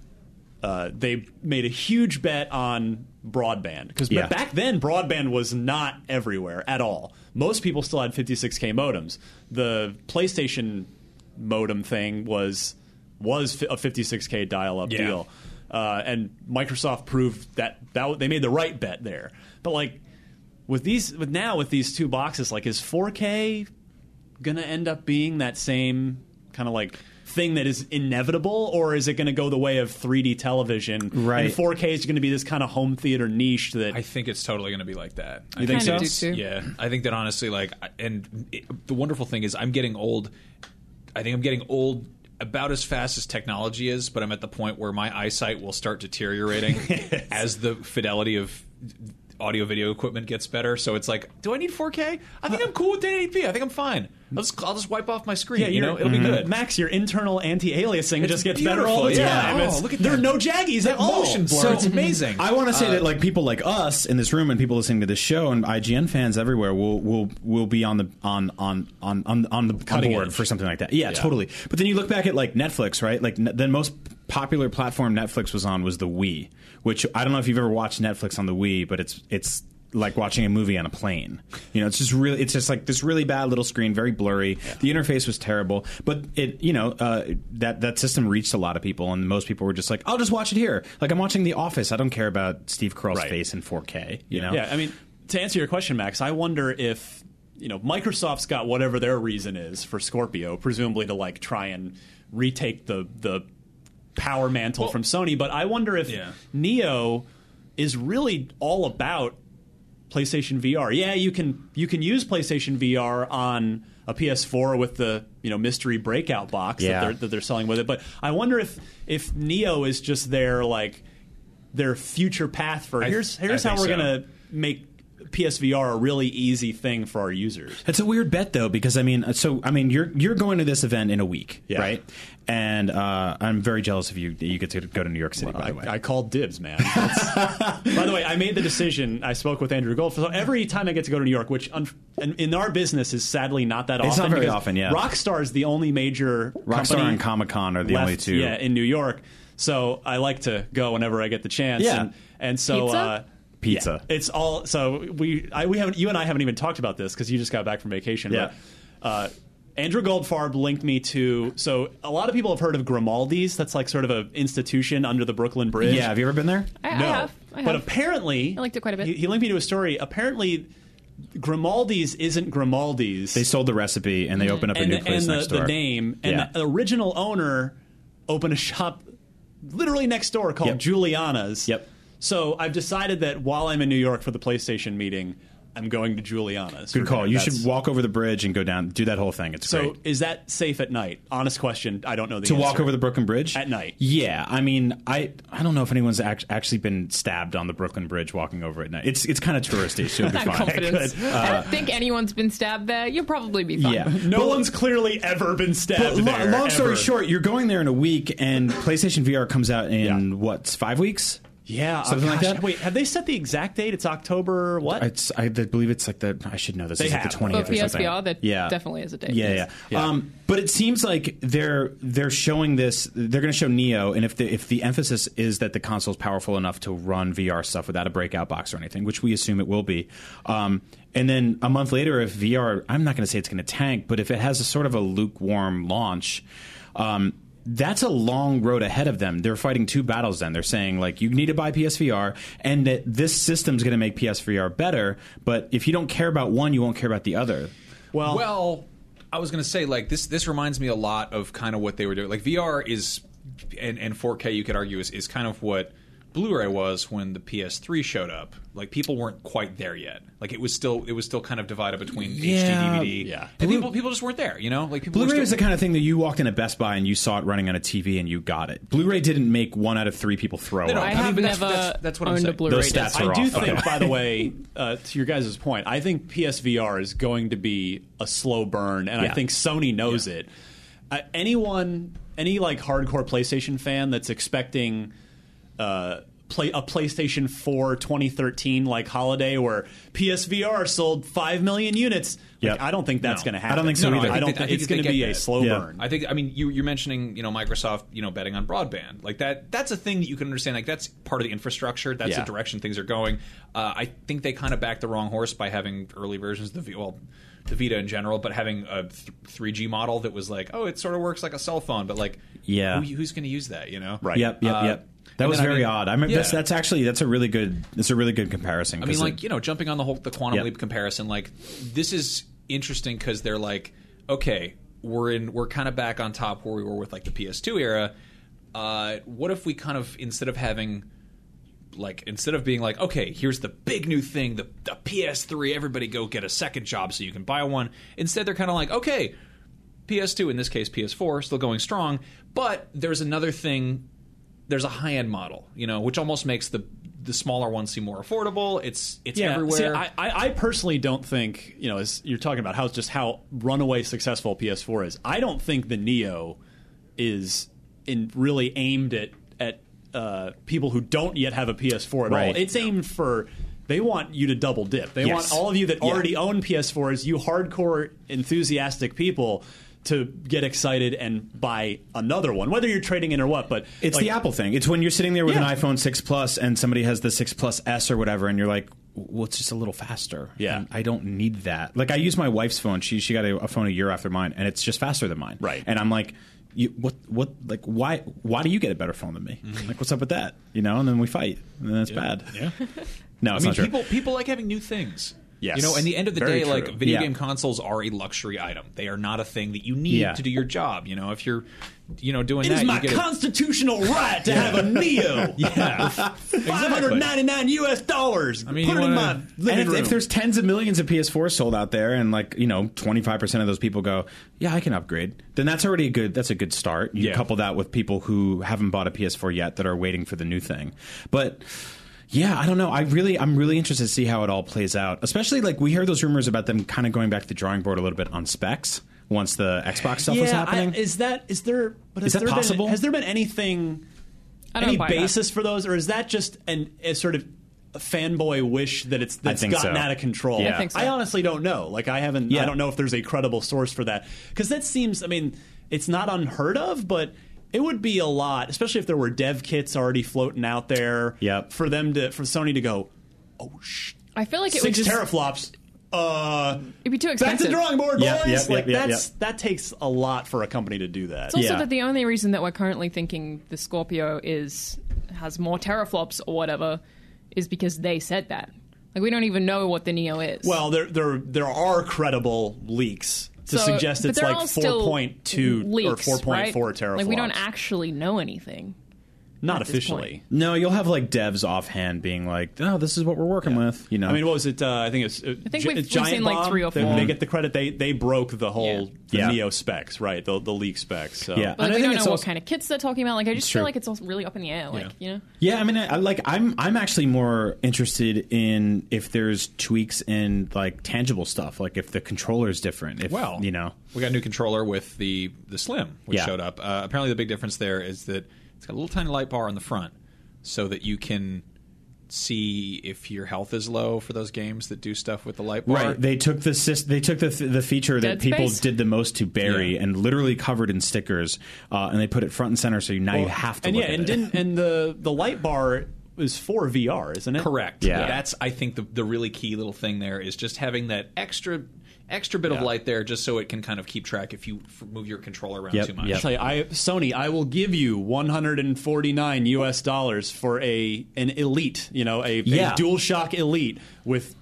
[SPEAKER 3] uh, they made a huge bet on broadband because
[SPEAKER 6] Yeah.
[SPEAKER 3] back then broadband was not everywhere at all. Most people still had 56k modems. The PlayStation modem thing was was fi- a 56k dial-up
[SPEAKER 5] Yeah.
[SPEAKER 3] deal, uh, and Microsoft proved that that w- they made the right bet there. But like with these with now with these two boxes, like is 4K gonna end up being that same kind of like thing that is inevitable, or is it gonna go the way of 3D television?
[SPEAKER 6] Right.
[SPEAKER 3] And 4K is gonna be this kind of home theater niche that
[SPEAKER 5] I think it's totally going to be like that. I
[SPEAKER 6] You
[SPEAKER 4] I
[SPEAKER 6] think
[SPEAKER 4] kind
[SPEAKER 6] so?
[SPEAKER 4] of do too.
[SPEAKER 5] Yeah, I think that honestly, like, I- and it, the wonderful thing is, I'm getting old. I think I'm getting old about as fast as technology is, but I'm at the point where my eyesight will start deteriorating as the fidelity of audio video equipment gets better. So it's like, do I need 4K? I think I'm cool with 1080p. I think I'm fine. I'll just, I'll just wipe off my screen. you
[SPEAKER 3] your-
[SPEAKER 5] know, it'll be
[SPEAKER 3] Mhm.
[SPEAKER 5] good.
[SPEAKER 3] Max, your internal anti-aliasing just gets better
[SPEAKER 5] beautiful,
[SPEAKER 3] all the
[SPEAKER 5] yeah.
[SPEAKER 3] time.
[SPEAKER 5] Oh,
[SPEAKER 3] It's-
[SPEAKER 5] look at
[SPEAKER 3] there are
[SPEAKER 5] that.
[SPEAKER 3] no jaggies at all.
[SPEAKER 5] motion blur.
[SPEAKER 6] So-
[SPEAKER 5] it's amazing.
[SPEAKER 6] I want to say that like people like us in this room and people listening to this show and IGN fans everywhere will will will be on the on on on on, on the on
[SPEAKER 3] Cutting
[SPEAKER 6] board
[SPEAKER 3] edge.
[SPEAKER 6] for something like that. Yeah, totally. But then you look back at like Netflix, right? Like ne- the most popular platform Netflix was on was the Wii, which I don't know if you've ever watched Netflix on the Wii, but it's it's like watching a movie on a plane. You know, it's just really it's just like this really bad little screen, very blurry. The interface was terrible, but it you know, uh, that that system reached a lot of people and most people were just like, "I'll just watch it here." Like I'm watching The Office. I don't care about Steve Carell's
[SPEAKER 3] Right.
[SPEAKER 6] face in 4K, you know.
[SPEAKER 3] Yeah, I mean, to answer your question, Max, I wonder if you know Microsoft's got whatever their reason is for Scorpio, presumably to like try and retake the the power mantle from Sony. But I wonder if
[SPEAKER 5] Yeah.
[SPEAKER 3] Neo is really all about PlayStation VR. Yeah, you can you can use PlayStation VR on a PS4 with the you know mystery breakout box
[SPEAKER 6] Yeah.
[SPEAKER 3] that, they're, that they're selling with it. But I wonder if if Neo is just their like their future path for here's here's
[SPEAKER 5] I
[SPEAKER 3] how
[SPEAKER 5] think
[SPEAKER 3] we're
[SPEAKER 5] so.
[SPEAKER 3] gonna make PSVR a really easy thing for our users.
[SPEAKER 6] It's a weird bet though because I mean, uh, so I mean, you're you're going to this event in a week,
[SPEAKER 3] Yeah.
[SPEAKER 6] right? And uh, I'm very jealous of you. that You get to go to New York City, by the way.
[SPEAKER 3] I, I called dibs, man. It's- by the way, I made the decision. I spoke with Andrew Gold. So every time I get to go to New York, which un- in, in our business is sadly not that often.
[SPEAKER 6] It's not very
[SPEAKER 3] because
[SPEAKER 6] often, yeah.
[SPEAKER 3] Rockstar is the only major
[SPEAKER 6] Rockstar
[SPEAKER 3] company
[SPEAKER 6] and Comic Con are the
[SPEAKER 3] left,
[SPEAKER 6] only two.
[SPEAKER 3] Yeah, in New York. So I like to go whenever I get the chance.
[SPEAKER 6] Yeah.
[SPEAKER 3] And, and so
[SPEAKER 4] Pizza?
[SPEAKER 3] Uh,
[SPEAKER 6] Pizza.
[SPEAKER 3] yeah, it's all so we I, we haven't you and I haven't even talked about this because you just got back from vacation.
[SPEAKER 6] Yeah.
[SPEAKER 3] But, uh, Andrew Goldfarb linked me to so a lot of people have heard of Grimaldi's. That's like sort of an institution under the Brooklyn Bridge.
[SPEAKER 6] Yeah, have you ever been there?
[SPEAKER 4] I, I
[SPEAKER 3] No.
[SPEAKER 4] have. I
[SPEAKER 3] But
[SPEAKER 4] have.
[SPEAKER 3] apparently,
[SPEAKER 4] I liked it quite a bit.
[SPEAKER 3] He, he linked me to a story. Apparently, Grimaldi's isn't Grimaldi's.
[SPEAKER 6] They sold the recipe and they opened up a
[SPEAKER 3] and,
[SPEAKER 6] new
[SPEAKER 3] the-
[SPEAKER 6] place
[SPEAKER 3] and the,
[SPEAKER 6] next
[SPEAKER 3] the
[SPEAKER 6] door.
[SPEAKER 3] name and
[SPEAKER 6] Yeah.
[SPEAKER 3] the original owner opened a shop literally next door called
[SPEAKER 6] Yep.
[SPEAKER 3] Juliana's.
[SPEAKER 6] Yep.
[SPEAKER 3] So I've decided that while I'm in New York for the PlayStation meeting, I'm going to Juliana's.
[SPEAKER 6] Good call. You
[SPEAKER 3] That's-
[SPEAKER 6] should walk over the bridge and go down. Do that whole thing. It's
[SPEAKER 3] So
[SPEAKER 6] great.
[SPEAKER 3] is that safe at night? Honest question. I don't know the
[SPEAKER 6] to walk
[SPEAKER 3] answer.
[SPEAKER 6] over the Brooklyn Bridge
[SPEAKER 3] At night.
[SPEAKER 6] Yeah, I mean, I I don't know if anyone's act- actually been stabbed on the Brooklyn Bridge walking over at night. It's it's kind of touristy, so it'll be
[SPEAKER 4] That
[SPEAKER 6] fine.
[SPEAKER 4] confidence. I don't think anyone's been stabbed there. You'll probably be fine.
[SPEAKER 6] Uh, Yeah.
[SPEAKER 3] No one's clearly ever been stabbed.
[SPEAKER 6] But lo-
[SPEAKER 3] there,
[SPEAKER 6] long story
[SPEAKER 3] ever.
[SPEAKER 6] short, you're going there in a week, and PlayStation VR comes out in
[SPEAKER 3] Yeah.
[SPEAKER 6] what five weeks?
[SPEAKER 3] yeah,
[SPEAKER 6] Something
[SPEAKER 3] oh,
[SPEAKER 6] like
[SPEAKER 3] gosh.
[SPEAKER 6] that?
[SPEAKER 3] Wait, have they set the exact date? It's October what?
[SPEAKER 6] It's, I th- believe it's like the I should know this.
[SPEAKER 3] They
[SPEAKER 6] It's like
[SPEAKER 3] have.
[SPEAKER 6] the twentieth
[SPEAKER 4] For
[SPEAKER 6] or something.
[SPEAKER 4] PSVR, that definitely is a date,
[SPEAKER 6] Yeah, yeah.
[SPEAKER 4] yes.
[SPEAKER 3] Yeah.
[SPEAKER 6] Um, but it seems like they're they're showing this. They're going to show Neo, and if the if the emphasis is that the console's powerful enough to run VR stuff without a breakout box or anything, which we assume it will be. Um, and then a month later, if VR, I'm not going to say it's going to tank, but if it has a sort of a lukewarm launch. Um, that's a long road ahead of them. They're fighting two battles then. They're saying like you need to buy PSVR and that this system's going to make PSVR better, but if you don't care about one, you won't care about the other.
[SPEAKER 3] well,
[SPEAKER 5] Well, I was going to say like this. This reminds me a lot of kind of what they were doing. Like VR is and and 4K. You could argue is is kind of what Blu-ray was when the PS3 showed up. Like people weren't quite there yet. Like it was still it was still kind of divided between
[SPEAKER 6] Yeah.
[SPEAKER 5] HD DVD.
[SPEAKER 3] Yeah.
[SPEAKER 5] and people people just weren't there. You know, like people were
[SPEAKER 6] Blu-ray
[SPEAKER 5] still-
[SPEAKER 6] was the kind of thing that you walked in a Best Buy and you saw it running on a TV and you got it. Blueray didn't make one out of three people throw
[SPEAKER 5] No, no,
[SPEAKER 6] up.
[SPEAKER 5] I
[SPEAKER 4] I
[SPEAKER 5] mean,
[SPEAKER 4] have
[SPEAKER 5] but that's-
[SPEAKER 4] never
[SPEAKER 5] that's- that's what I'm
[SPEAKER 4] owned a
[SPEAKER 5] saying.
[SPEAKER 4] Blu-ray.
[SPEAKER 6] Those stats
[SPEAKER 4] disc.
[SPEAKER 6] are
[SPEAKER 3] I do
[SPEAKER 6] off. Okay.
[SPEAKER 3] think, by the way, uh, to your guys' point, I think PSVR is going to be a slow burn, and
[SPEAKER 6] Yeah.
[SPEAKER 3] I think Sony knows it. Uh, anyone, any like hardcore PlayStation fan that's expecting uh, play a PlayStation 4 2013 like holiday where PSVR sold five million units, like,
[SPEAKER 6] Yep.
[SPEAKER 3] I don't think that's
[SPEAKER 6] No.
[SPEAKER 3] going to
[SPEAKER 6] I
[SPEAKER 3] happen.
[SPEAKER 6] don't think so No, no, either. I
[SPEAKER 3] I, don't
[SPEAKER 5] think-
[SPEAKER 3] think,
[SPEAKER 5] I think
[SPEAKER 3] it's
[SPEAKER 5] they
[SPEAKER 3] going to
[SPEAKER 5] get
[SPEAKER 3] be a
[SPEAKER 5] that.
[SPEAKER 3] slow
[SPEAKER 6] Yeah.
[SPEAKER 3] burn.
[SPEAKER 5] I think. I mean, you, you're mentioning you know Microsoft you know betting on broadband like that. That's a thing that you can understand. Like that's part of the infrastructure. That's
[SPEAKER 3] Yeah.
[SPEAKER 5] the direction things are going. Uh, I think they kind of backed the wrong horse by having early versions of the V- well, the Vita in general, but having a th- 3G model that was like, oh, it sort of works like a cell phone, but like,
[SPEAKER 6] Yeah.
[SPEAKER 5] who, who's going to use that? You know,
[SPEAKER 3] Right.
[SPEAKER 6] Yep, yep,
[SPEAKER 5] Uh,
[SPEAKER 6] yep. That
[SPEAKER 5] and
[SPEAKER 6] was
[SPEAKER 5] then, I
[SPEAKER 6] very
[SPEAKER 5] mean-
[SPEAKER 6] odd. I mean,
[SPEAKER 5] Yeah.
[SPEAKER 6] that's, that's actually that's a really good. It's a really good comparison.
[SPEAKER 5] I mean, like you know, jumping on the whole the quantum
[SPEAKER 6] Yeah.
[SPEAKER 5] leap comparison, like this is interesting because they're like, okay, we're in, we're kind of back on top where we were with like the PS2 era. Uh, what if we kind of instead of having like instead of being like, okay, here's the big new thing, the, the PS3, everybody go get a second job so you can buy one. Instead, they're kind of like, okay, PS2 in this case, PS4 still going strong, but there's another thing. There's a high end model, you know, which almost makes the the smaller ones seem more affordable. It's it's
[SPEAKER 3] yeah,
[SPEAKER 5] everywhere.
[SPEAKER 3] see, I, I, I personally don't think you know as you're talking about how just how runaway successful PS4 is. I don't think the Neo is in really aimed at at uh, people who don't yet have a PS4 at
[SPEAKER 6] Right.
[SPEAKER 3] all. It's aimed for they want you to double dip. They
[SPEAKER 6] Yes.
[SPEAKER 3] want all of you that
[SPEAKER 6] Yeah.
[SPEAKER 3] already own PS4s, you hardcore enthusiastic people. To get excited and buy another one, whether you're trading in or what, but
[SPEAKER 6] It's
[SPEAKER 3] like,
[SPEAKER 6] the Apple thing. It's when you're sitting there with
[SPEAKER 3] Yeah.
[SPEAKER 6] an iPhone 6 Plus and somebody has the 6 Plus S or whatever, and you're like, well, it's just a little faster.
[SPEAKER 3] Yeah.
[SPEAKER 6] And I don't need that. Like, I use my wife's phone. She she got a, a phone a year after mine, and it's just faster than mine.
[SPEAKER 3] Right.
[SPEAKER 6] And I'm like, you, what, what, like, why, why do you get a better phone than me? Like, what's up with that? You know, and then we fight, and then it's bad. Yeah. No,
[SPEAKER 5] I
[SPEAKER 6] it's
[SPEAKER 5] mean,
[SPEAKER 6] not true.
[SPEAKER 5] people people like having new things.
[SPEAKER 3] Yes.
[SPEAKER 5] You know, in the end of the
[SPEAKER 3] Very
[SPEAKER 5] day,
[SPEAKER 3] true.
[SPEAKER 5] like video
[SPEAKER 6] Yeah.
[SPEAKER 5] game consoles are a luxury item. They are not a thing that you need
[SPEAKER 6] Yeah.
[SPEAKER 5] to do your job. You know, if you're, you know, doing
[SPEAKER 3] It
[SPEAKER 5] that,
[SPEAKER 3] is my
[SPEAKER 5] you get a-
[SPEAKER 3] constitutional right to have a Neo. yeah, five hundred ninety nine U.S. dollars.
[SPEAKER 5] mean,
[SPEAKER 3] put
[SPEAKER 5] you
[SPEAKER 3] it
[SPEAKER 5] wanna-
[SPEAKER 3] in my living
[SPEAKER 6] and if,
[SPEAKER 3] room.
[SPEAKER 6] if there's tens of millions of PS4 sold out there, and like you know, 25 percent of those people go, "Yeah, I can upgrade," then that's already a good that's a good start. You
[SPEAKER 5] Yeah.
[SPEAKER 6] couple that with people who haven't bought a PS4 yet that are waiting for the new thing, but. Yeah, I don't know. I really, I'm really interested to see how it all plays out. Especially like we hear those rumors about them kind of going back to the drawing board a little bit on specs once the Xbox stuff
[SPEAKER 3] yeah,
[SPEAKER 6] was
[SPEAKER 3] I-
[SPEAKER 6] happening.
[SPEAKER 3] is that is there? But
[SPEAKER 6] Is
[SPEAKER 3] has
[SPEAKER 6] that
[SPEAKER 3] there
[SPEAKER 6] possible?
[SPEAKER 3] Been, has there been anything?
[SPEAKER 4] I don't
[SPEAKER 3] any
[SPEAKER 4] buy that.
[SPEAKER 3] basis for those, or is that just an a sort of a fanboy wish that it's that's
[SPEAKER 6] think
[SPEAKER 3] gotten
[SPEAKER 6] so.
[SPEAKER 3] out of control?
[SPEAKER 6] Yeah. I think
[SPEAKER 4] so.
[SPEAKER 3] honestly don't know. Like I haven't.
[SPEAKER 6] Yeah.
[SPEAKER 3] I don't know if there's a credible source for that because that seems. I mean, it's not unheard of, but. It would be a lot, especially if there were dev kits already floating out there.
[SPEAKER 6] Yep.
[SPEAKER 3] For them to, for Sony to go, oh sh,
[SPEAKER 4] I feel like it would
[SPEAKER 3] six
[SPEAKER 4] just
[SPEAKER 3] teraflops. Uh,
[SPEAKER 4] it'd be too
[SPEAKER 3] back
[SPEAKER 4] expensive.
[SPEAKER 3] to drawing board, boys.
[SPEAKER 6] Yep, yep,
[SPEAKER 3] like
[SPEAKER 6] yep, yep,
[SPEAKER 3] that's
[SPEAKER 6] yep.
[SPEAKER 3] that takes a lot for a company to do that.
[SPEAKER 4] It's also
[SPEAKER 6] Yeah.
[SPEAKER 4] that the only reason that we're currently thinking the Scorpio is has more teraflops or whatever is because they said that. Like we don't even know what the Neo is.
[SPEAKER 3] Well, there there there are credible leaks to
[SPEAKER 4] So-
[SPEAKER 3] suggest
[SPEAKER 4] but
[SPEAKER 3] it's
[SPEAKER 4] they're
[SPEAKER 3] like
[SPEAKER 4] all still
[SPEAKER 3] 4.2
[SPEAKER 4] leaks,
[SPEAKER 3] or 4.4
[SPEAKER 4] right?
[SPEAKER 3] teraflops.
[SPEAKER 4] Like we don't actually know anything.
[SPEAKER 3] not
[SPEAKER 4] at this
[SPEAKER 3] officially.
[SPEAKER 6] no, you'll have like devs offhand being like, "Oh, this is what we're working with." You know,
[SPEAKER 3] I mean, what was it? Uh, I think it's. Uh, I
[SPEAKER 4] think we've- we've
[SPEAKER 3] Giant
[SPEAKER 4] seen, like,
[SPEAKER 3] Bomb,
[SPEAKER 4] three or
[SPEAKER 3] they-
[SPEAKER 4] four.
[SPEAKER 3] They, get the credit. They they broke the whole
[SPEAKER 4] Yeah.
[SPEAKER 3] the
[SPEAKER 6] Yeah.
[SPEAKER 3] Neo specs, right? The the leak specs. So.
[SPEAKER 6] Yeah.
[SPEAKER 4] But like,
[SPEAKER 6] And I
[SPEAKER 4] we
[SPEAKER 6] think
[SPEAKER 4] don't know
[SPEAKER 6] it's
[SPEAKER 4] what
[SPEAKER 6] also-
[SPEAKER 4] kind of kits they're talking about. Like I just
[SPEAKER 6] True.
[SPEAKER 4] feel like it's all really up in the air. Like
[SPEAKER 5] Yeah.
[SPEAKER 4] you know,
[SPEAKER 6] Yeah, I mean, I, I like I'm I'm actually more interested in if there's tweaks in like tangible stuff, like if the controller's different. If
[SPEAKER 5] Well,
[SPEAKER 6] you know,
[SPEAKER 5] we got a new controller with the the Slim, which
[SPEAKER 6] Yeah.
[SPEAKER 5] showed up. Uh, apparently, the big difference there is that it's got a little tiny light bar on the front, so that you can see if your health is low for those games that do stuff with the light bar.
[SPEAKER 6] right? They took the sys- they took the the feature that
[SPEAKER 4] Dead
[SPEAKER 6] people
[SPEAKER 4] Space.
[SPEAKER 6] did the most to bury
[SPEAKER 5] Yeah.
[SPEAKER 6] and literally covered in stickers, uh, and they put it front and center. So you, now you have to
[SPEAKER 3] and
[SPEAKER 6] look
[SPEAKER 3] yeah,
[SPEAKER 6] at
[SPEAKER 3] and
[SPEAKER 6] it.
[SPEAKER 3] didn't and the the light bar is for VR, isn't it?
[SPEAKER 5] Correct.
[SPEAKER 6] Yeah.
[SPEAKER 5] That's I think the the really key little thing there is just having that extra extra bit of light there, just so it can kind of keep track if you f- move your controller around
[SPEAKER 6] Yep,
[SPEAKER 5] too much.
[SPEAKER 6] yep.
[SPEAKER 3] I tell you, I Sony, I will give you 149 US dollars for a an elite, you know, a,
[SPEAKER 6] Yeah.
[SPEAKER 3] a DualShock Elite with,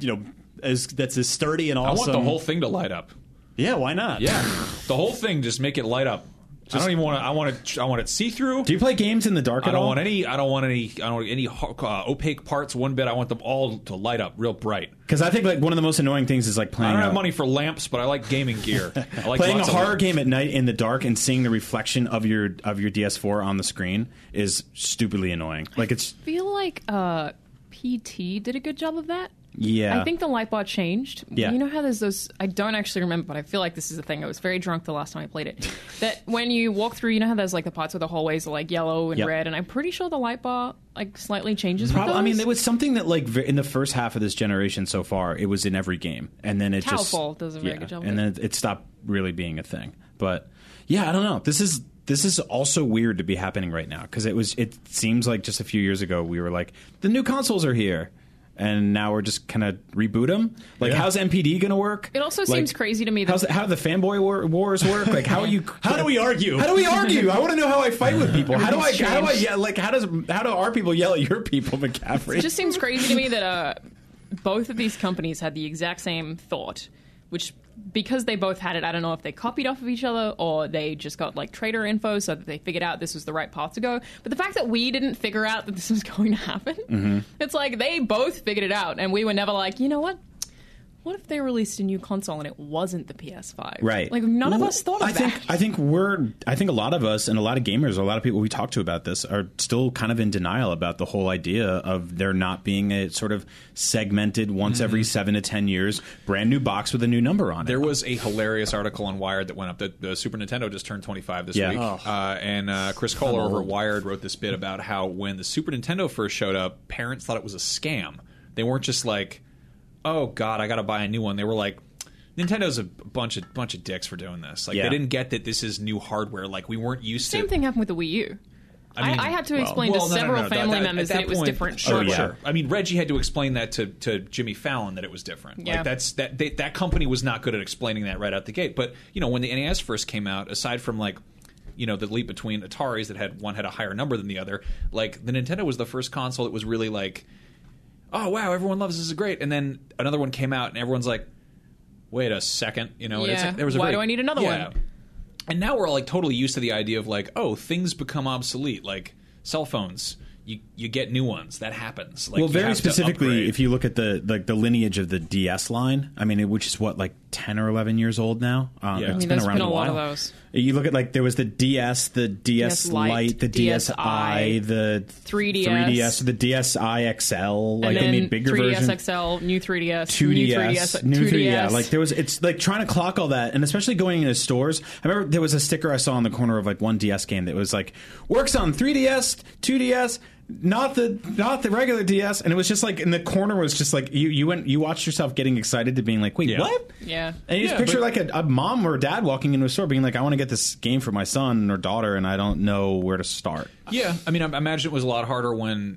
[SPEAKER 3] you know, as that's as sturdy and
[SPEAKER 5] I want
[SPEAKER 3] awesome.
[SPEAKER 5] the whole thing to light up.
[SPEAKER 3] yeah, why not?
[SPEAKER 5] Yeah, the whole thing just make it light up. I don't even want to. I want it. I want it see through.
[SPEAKER 6] Do you play games in the dark
[SPEAKER 5] I
[SPEAKER 6] at
[SPEAKER 5] don't
[SPEAKER 6] all?
[SPEAKER 5] want any. I don't want any. I don't want any ho- uh, opaque parts one bit. I want them all to light up real bright.
[SPEAKER 6] Because I think like one of the most annoying things is like
[SPEAKER 5] I
[SPEAKER 6] playing.
[SPEAKER 5] don't
[SPEAKER 6] a-
[SPEAKER 5] have money for lamps, but I like gaming gear. I like
[SPEAKER 6] Playing a
[SPEAKER 5] lots of
[SPEAKER 6] horror
[SPEAKER 5] lamps.
[SPEAKER 6] game at night in the dark and seeing the reflection of your of your DS4 on the screen is stupidly annoying. Like it's
[SPEAKER 4] I feel like uh, PT did a good job of that.
[SPEAKER 6] yeah.
[SPEAKER 4] I think the light bar changed.
[SPEAKER 6] Yeah.
[SPEAKER 4] You know how there's those I don't actually remember, but I feel like this is a thing. I was very drunk the last time I played it. that when you walk through, you know how there's like the parts where the hallways are like yellow and
[SPEAKER 6] Yep.
[SPEAKER 4] red, and I'm pretty sure the light bar like slightly changes. with
[SPEAKER 6] Prob- I mean,
[SPEAKER 4] those.
[SPEAKER 6] it was something that like v- in the first half of this generation so far, it was in every game, and then it
[SPEAKER 4] Titanfall
[SPEAKER 6] just
[SPEAKER 4] does a very good job of
[SPEAKER 6] and
[SPEAKER 4] it.
[SPEAKER 6] then it, it stopped really being a thing. But yeah, I don't know. This is this is also weird to be happening right now because it was. It seems like just a few years ago we were like the new consoles are here, and now we're just kind of reboot them. Like, how's MPD going to work?
[SPEAKER 4] It also
[SPEAKER 6] Like,
[SPEAKER 4] seems crazy to me that-
[SPEAKER 6] how's- how do the fanboy war- wars work? Like, how are you?
[SPEAKER 3] How do we argue?
[SPEAKER 6] How do we argue? I want to know how I fight with people. How do I?
[SPEAKER 4] Everything's
[SPEAKER 6] How do I?
[SPEAKER 4] changed.
[SPEAKER 6] Yeah, like how does how do our people yell at your people, McCaffrey?
[SPEAKER 4] It just seems crazy to me that uh, both of these companies had the exact same thought, which because they both had it, I don't know if they copied off of each other or they just got like trader info so that they figured out this was the right path to go. But the fact that we didn't figure out that this
[SPEAKER 6] Mm-hmm.
[SPEAKER 4] was going to happen, it's like they both figured it out and we were never like, you know what? what if they released a new console and it wasn't the PS5?
[SPEAKER 6] Right.
[SPEAKER 4] Like none of
[SPEAKER 6] Well,
[SPEAKER 4] us thought of
[SPEAKER 6] I
[SPEAKER 4] that.
[SPEAKER 6] think I think we're I think a lot of us and a lot of gamers, a lot of people we talk to about this are still kind of in denial about the whole idea of there not being a sort of segmented once every 7 to 10 years brand new box with a new number on
[SPEAKER 5] There
[SPEAKER 6] it.
[SPEAKER 5] was a hilarious article on Wired that went up that the Super Nintendo just turned 25 this
[SPEAKER 6] Yeah.
[SPEAKER 5] week,
[SPEAKER 6] Oh.
[SPEAKER 5] uh, and uh, Chris Kohler over at Wired wrote this bit about how when the Super Nintendo first showed up, parents thought it was a scam. They weren't just like, "Oh God, I got to buy a new one." They were like. Nintendo's a bunch of bunch of dicks for doing this. Like
[SPEAKER 6] Yeah.
[SPEAKER 5] they didn't get that this is new hardware. Like we weren't used
[SPEAKER 4] Same
[SPEAKER 5] to.
[SPEAKER 4] thing happened with the Wii U. I,
[SPEAKER 5] mean,
[SPEAKER 4] I had to
[SPEAKER 5] well-
[SPEAKER 4] explain
[SPEAKER 5] well,
[SPEAKER 4] to
[SPEAKER 5] no, no,
[SPEAKER 4] several
[SPEAKER 5] no, that-
[SPEAKER 4] family
[SPEAKER 5] that-
[SPEAKER 4] members
[SPEAKER 5] at
[SPEAKER 4] that, it was
[SPEAKER 5] point-
[SPEAKER 4] different.
[SPEAKER 5] Sure,
[SPEAKER 6] Oh, yeah.
[SPEAKER 5] sure. I mean, Reggie had to explain that to, to Jimmy Fallon that it was different.
[SPEAKER 4] Yeah.
[SPEAKER 5] Like that's that they, that company was not good at explaining that right out the gate. But you know, when the NES first came out, aside from like you know the leap between Ataris that had one had a higher number than the other, like the Nintendo was the first console that was really like, oh wow, everyone loves this, this is great. And then another one came out, and everyone's like, wait a second, you know, and it's
[SPEAKER 4] Yeah.
[SPEAKER 5] like, there was a
[SPEAKER 4] Why
[SPEAKER 5] very-
[SPEAKER 4] do I need another
[SPEAKER 5] Yeah.
[SPEAKER 4] one?
[SPEAKER 5] And now we're like totally used to the idea of like, oh, things become obsolete, like cell phones. You you get new ones. That happens. Like,
[SPEAKER 6] well,
[SPEAKER 5] you
[SPEAKER 6] very
[SPEAKER 5] have to
[SPEAKER 6] specifically,
[SPEAKER 5] upgrade.
[SPEAKER 6] if you look at the like the lineage of the DS line, I mean, it- which is what like ten or eleven years old now. Um,
[SPEAKER 5] Yeah. I mean,
[SPEAKER 6] it's been
[SPEAKER 4] there's
[SPEAKER 6] around
[SPEAKER 4] been
[SPEAKER 6] a,
[SPEAKER 4] a lot
[SPEAKER 6] while.
[SPEAKER 4] of those.
[SPEAKER 6] You look at like there was the DS, the DS,
[SPEAKER 4] DS Lite,
[SPEAKER 6] Lite, the DSi, the
[SPEAKER 4] 3DS.
[SPEAKER 6] 3DS, the DSi XL, like
[SPEAKER 4] and
[SPEAKER 6] I
[SPEAKER 4] then
[SPEAKER 6] mean, bigger
[SPEAKER 4] 3DS
[SPEAKER 6] version.
[SPEAKER 4] XL, new 3DS,
[SPEAKER 6] 2DS,
[SPEAKER 4] new 3DS,
[SPEAKER 6] new 3DS.
[SPEAKER 4] 2DS.
[SPEAKER 6] Yeah, like there was, it's like trying to clock all that, and especially going into stores. I remember there was a sticker I saw on the corner of like one DS game that was like works on 3DS, 2DS, not the not the regular DS, and it was just like in the corner was just like you you went you watched yourself getting excited to being like wait
[SPEAKER 5] Yeah.
[SPEAKER 6] what
[SPEAKER 4] Yeah.
[SPEAKER 6] and you just
[SPEAKER 5] Yeah,
[SPEAKER 6] picture
[SPEAKER 5] but-
[SPEAKER 6] like a, a mom or a dad walking into a store being like I want to get this game for my son or daughter and I don't know where to start.
[SPEAKER 5] yeah, I mean, I I imagine it was a lot harder when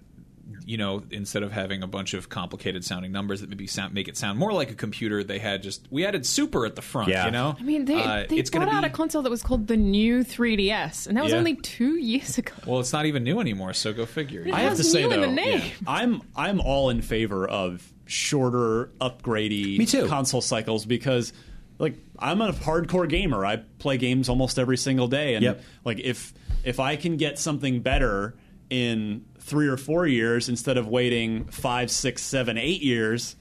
[SPEAKER 5] you know instead of having a bunch of complicated sounding numbers that maybe sound make it sound more like a computer, they had just we added super at the front.
[SPEAKER 6] Yeah.
[SPEAKER 5] You know,
[SPEAKER 4] I mean, they,
[SPEAKER 5] Uh,
[SPEAKER 4] they
[SPEAKER 5] it's
[SPEAKER 4] brought
[SPEAKER 5] gonna
[SPEAKER 4] out
[SPEAKER 5] be,
[SPEAKER 4] a console that was called the new 3DS, and that was
[SPEAKER 5] Yeah.
[SPEAKER 4] only two years ago.
[SPEAKER 5] well, it's not even new anymore. So go figure.
[SPEAKER 4] It
[SPEAKER 3] I have
[SPEAKER 4] has
[SPEAKER 3] to say
[SPEAKER 4] new
[SPEAKER 3] though,
[SPEAKER 4] in the name.
[SPEAKER 3] I'm I'm all in favor of shorter upgradey
[SPEAKER 6] Me too.
[SPEAKER 3] console cycles because like I'm a hardcore gamer. I play games almost every single day and
[SPEAKER 6] Yep.
[SPEAKER 3] like if if I can get something better in three or four years instead of waiting five, six, seven, eight years,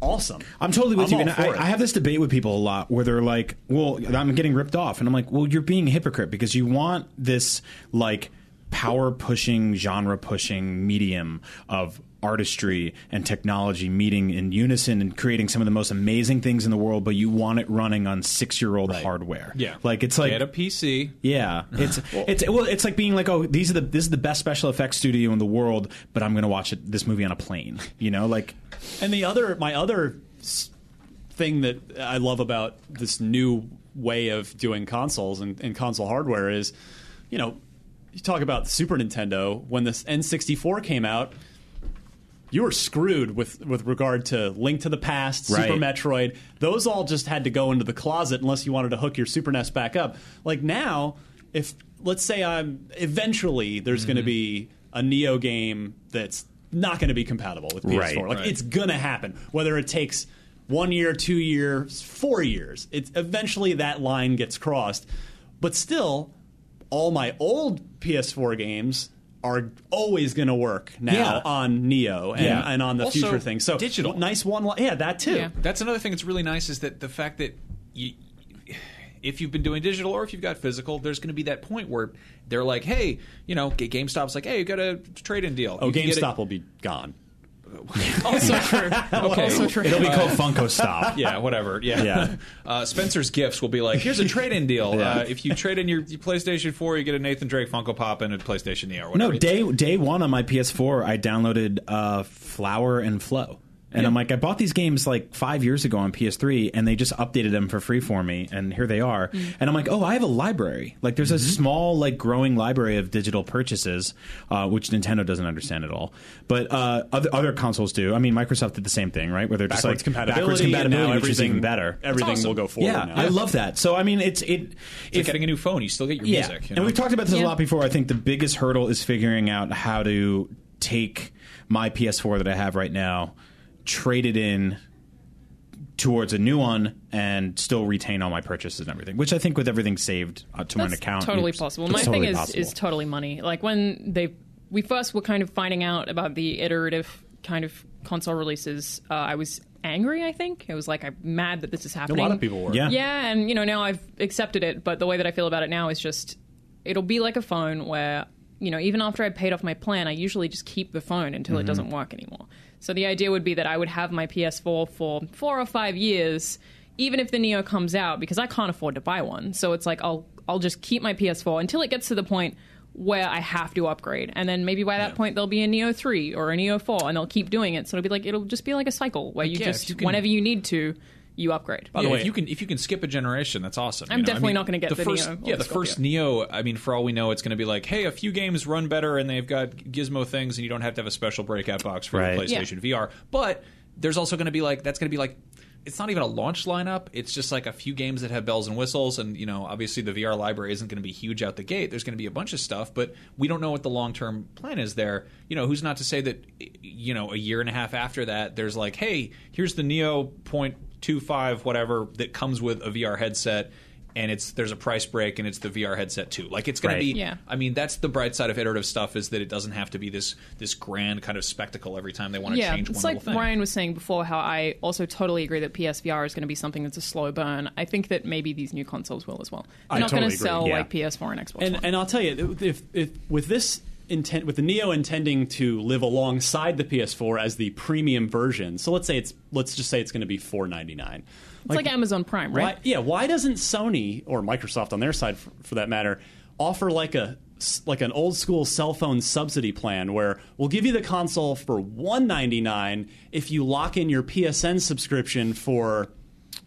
[SPEAKER 3] awesome.
[SPEAKER 6] I'm totally with
[SPEAKER 3] I'm
[SPEAKER 6] you. And
[SPEAKER 3] all for
[SPEAKER 6] I,
[SPEAKER 3] it.
[SPEAKER 6] I have this debate with people a lot where they're like, well, I'm getting ripped off. And I'm like, well, you're being a hypocrite because you want this like power pushing, genre pushing medium of artistry and technology meeting in unison and creating some of the most amazing things in the world, but you want it running on six year old hardware.
[SPEAKER 5] Yeah,
[SPEAKER 6] Like it's like
[SPEAKER 5] get a PC.
[SPEAKER 6] yeah, it's it's well, it's like being like, oh, these are the this is the best special effects studio in the world, but I'm gonna watch it, this movie on a plane. You know, like
[SPEAKER 3] And the other, my other s- thing that I love about this new way of doing consoles and, and console hardware is, you know, you talk about the Super Nintendo when this N64 came out. You were screwed with, with regard to Link to the Past,
[SPEAKER 6] Right.
[SPEAKER 3] Super Metroid. Those all just had to go into the closet unless you wanted to hook your Super NES back up. Like now, if let's say I'm eventually there's going to
[SPEAKER 6] Mm-hmm.
[SPEAKER 3] be a Neo game that's not going to be compatible with PS4.
[SPEAKER 6] Right.
[SPEAKER 3] Like
[SPEAKER 5] Right.
[SPEAKER 3] it's gonna happen. Whether it takes one year, two years, four years, it's eventually that line gets crossed. But still, all my old PS4 games are always gonna work now
[SPEAKER 6] Yeah.
[SPEAKER 3] on Neo and,
[SPEAKER 6] Yeah.
[SPEAKER 3] and on the
[SPEAKER 5] Also,
[SPEAKER 3] future things. So
[SPEAKER 5] digital.
[SPEAKER 3] nice one. Li- yeah, that too.
[SPEAKER 4] Yeah.
[SPEAKER 5] That's another thing that's really nice is that the fact that you, if you've been doing digital or if you've got physical, there's going to be that point where they're like, hey, you know, G- GameStop's like, hey, you got a trade in deal.
[SPEAKER 3] Oh,
[SPEAKER 5] You can get
[SPEAKER 3] GameStop will be gone.
[SPEAKER 5] It. Also true. Okay.
[SPEAKER 4] Also true.
[SPEAKER 6] it'll be called Funko Stop.
[SPEAKER 5] Yeah, whatever. Yeah.
[SPEAKER 6] Yeah.
[SPEAKER 5] Uh, Spencer's Gifts will be like, here's a trade in deal. uh, if you trade in your, your PlayStation 4, you get a Nathan Drake Funko Pop and a PlayStation Neo or whatever.
[SPEAKER 6] No, day day one on my PS4, I downloaded uh, Flower and Flow, and I'm like, I bought these games like five years ago on PS3, and they just updated them for free for me, and here they are.
[SPEAKER 3] Mm.
[SPEAKER 6] And I'm like, oh, I have a library. Like, there's a
[SPEAKER 3] Mm-hmm.
[SPEAKER 6] small, like, growing library of digital purchases, uh, which Nintendo doesn't understand at all, but uh, other other consoles do. I mean, Microsoft did the same thing, right? Where they're just
[SPEAKER 3] Backwards
[SPEAKER 6] like
[SPEAKER 3] compatibility.
[SPEAKER 6] backwards
[SPEAKER 3] and
[SPEAKER 6] compatibility,
[SPEAKER 3] now
[SPEAKER 6] which is
[SPEAKER 3] everything
[SPEAKER 6] even better.
[SPEAKER 3] Everything
[SPEAKER 5] awesome.
[SPEAKER 3] will go forward.
[SPEAKER 6] Yeah,
[SPEAKER 3] now.
[SPEAKER 6] I love that. So I mean, it's it.
[SPEAKER 5] It's like getting a new phone. You still get your music. you
[SPEAKER 6] And
[SPEAKER 5] know?
[SPEAKER 6] we've talked about this
[SPEAKER 4] Yeah.
[SPEAKER 6] a lot before. I think the biggest hurdle is figuring out how to take my PS4 that I have right now, trade it in towards a new one, and still retain all my purchases and everything. Which I think with everything saved uh, to an
[SPEAKER 4] That's
[SPEAKER 6] account,
[SPEAKER 4] totally
[SPEAKER 6] it's-
[SPEAKER 4] possible.
[SPEAKER 6] it's
[SPEAKER 4] My
[SPEAKER 6] totally
[SPEAKER 4] thing is
[SPEAKER 6] possible.
[SPEAKER 4] is totally money. Like when they we first were kind of finding out about the iterative kind of console releases, uh, I was angry. I think it was like I'm mad that this is
[SPEAKER 3] A
[SPEAKER 4] happening.
[SPEAKER 3] lot of people were.
[SPEAKER 6] Yeah.
[SPEAKER 4] Yeah, and you know now I've accepted it, but the way that I feel about it now is just it'll be like a phone where you know even after I paid off my plan, I usually just keep the phone until
[SPEAKER 5] Mm-hmm.
[SPEAKER 4] it doesn't work anymore. So the idea would be that I would have my PS4 for four or five years, even if the Neo comes out, because I can't afford to buy one. So it's like I'll I'll just keep my PS4 until it gets to the point where I have to upgrade, and then maybe by that point there'll be a Neo three or a Neo four, and they'll keep doing it. So it'll be like it'll just be like a cycle where you
[SPEAKER 5] yeah,
[SPEAKER 4] just
[SPEAKER 5] if you can-
[SPEAKER 4] whenever you need to, you upgrade.
[SPEAKER 5] By the way, if you can if you can skip a generation, that's awesome.
[SPEAKER 4] I'm
[SPEAKER 5] you know?
[SPEAKER 4] definitely
[SPEAKER 5] I mean,
[SPEAKER 4] not gonna get the
[SPEAKER 5] first.
[SPEAKER 4] Neo or
[SPEAKER 5] yeah,
[SPEAKER 4] the
[SPEAKER 5] the first Neo. I mean, for all we know, it's going to be like, hey, a few games run better, and they've got gizmo things, and you don't have to have a special breakout box for
[SPEAKER 6] Right.
[SPEAKER 5] your
[SPEAKER 4] Yeah.
[SPEAKER 5] PlayStation VR. But there's also going to be like that's going to be like. It's not even a launch lineup. It's just like a few games that have bells and whistles, and you know, obviously the VR library isn't going to be huge out the gate. There's going to be a bunch of stuff, but we don't know what the long term plan is there. You know, who's not to say that you know a year and a half after that, there's like, hey, here's the Neo Point two five whatever that comes with a VR headset, and it's there's a price break and it's the VR headset too. Like it's going
[SPEAKER 6] Right.
[SPEAKER 5] to be.
[SPEAKER 4] Yeah.
[SPEAKER 5] I mean, that's the bright side of iterative stuff is that it doesn't have to be this this grand kind of spectacle every time they want to
[SPEAKER 4] yeah,
[SPEAKER 5] change one
[SPEAKER 4] it's like
[SPEAKER 5] little thing.
[SPEAKER 4] Ryan was saying before how I also totally agree that PSVR is going to be something that's a slow burn. I think that maybe these new consoles will as well. They're
[SPEAKER 3] I
[SPEAKER 4] not
[SPEAKER 3] totally
[SPEAKER 4] going to
[SPEAKER 3] agree,
[SPEAKER 4] sell
[SPEAKER 6] yeah.
[SPEAKER 4] like PS4 and Xbox.
[SPEAKER 3] And
[SPEAKER 4] One.
[SPEAKER 3] and I'll tell you, if, if with this intent, with the Neo intending to live alongside the PS4 as the premium version, so let's say it's let's just say it's going to be four ninety nine.
[SPEAKER 4] it's like Amazon Prime, right?
[SPEAKER 3] Why, yeah, why doesn't Sony or Microsoft, on their side for, for that matter, offer like a like an old school cell phone subsidy plan where we'll give you the console for 199 if you lock in your PSN subscription for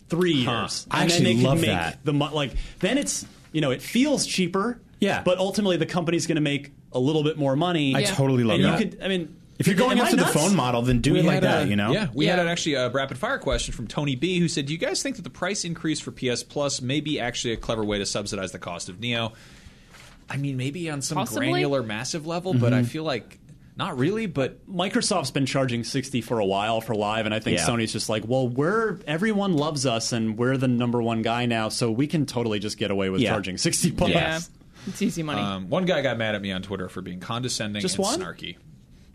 [SPEAKER 3] 3 years.
[SPEAKER 6] I
[SPEAKER 3] And then
[SPEAKER 6] actually
[SPEAKER 3] they can
[SPEAKER 6] love
[SPEAKER 3] make
[SPEAKER 6] that.
[SPEAKER 3] the mo- like then it's, you know, it feels cheaper,
[SPEAKER 6] Yeah.
[SPEAKER 3] but ultimately the company's going to make a little bit more money.
[SPEAKER 6] I
[SPEAKER 4] Yeah.
[SPEAKER 6] totally love
[SPEAKER 3] and
[SPEAKER 6] that.
[SPEAKER 3] you could I mean
[SPEAKER 6] if you're going
[SPEAKER 3] am I
[SPEAKER 6] after the
[SPEAKER 3] nuts?
[SPEAKER 6] phone model, then do it like
[SPEAKER 5] had
[SPEAKER 6] that.
[SPEAKER 5] a-
[SPEAKER 6] you know,
[SPEAKER 5] Yeah, we had
[SPEAKER 4] Yeah.
[SPEAKER 5] an, actually a rapid fire question from Tony B, who said, "Do you guys think that the price increase for PS Plus may be actually a clever way to subsidize the cost of Neo?" I mean, maybe on some
[SPEAKER 4] Possibly.
[SPEAKER 5] granular, massive level, but I feel like not really. But
[SPEAKER 3] Microsoft's been charging 60 for a while for live and I think
[SPEAKER 6] Yeah.
[SPEAKER 3] Sony's just like, "Well, we're everyone loves us and we're the number one guy now, so we can totally just get away with
[SPEAKER 6] Yeah.
[SPEAKER 3] charging 60 bucks."
[SPEAKER 4] Yeah, it's easy money.
[SPEAKER 5] Um, one guy got mad at me on Twitter for being condescending
[SPEAKER 3] Just
[SPEAKER 5] and
[SPEAKER 3] one?
[SPEAKER 5] snarky.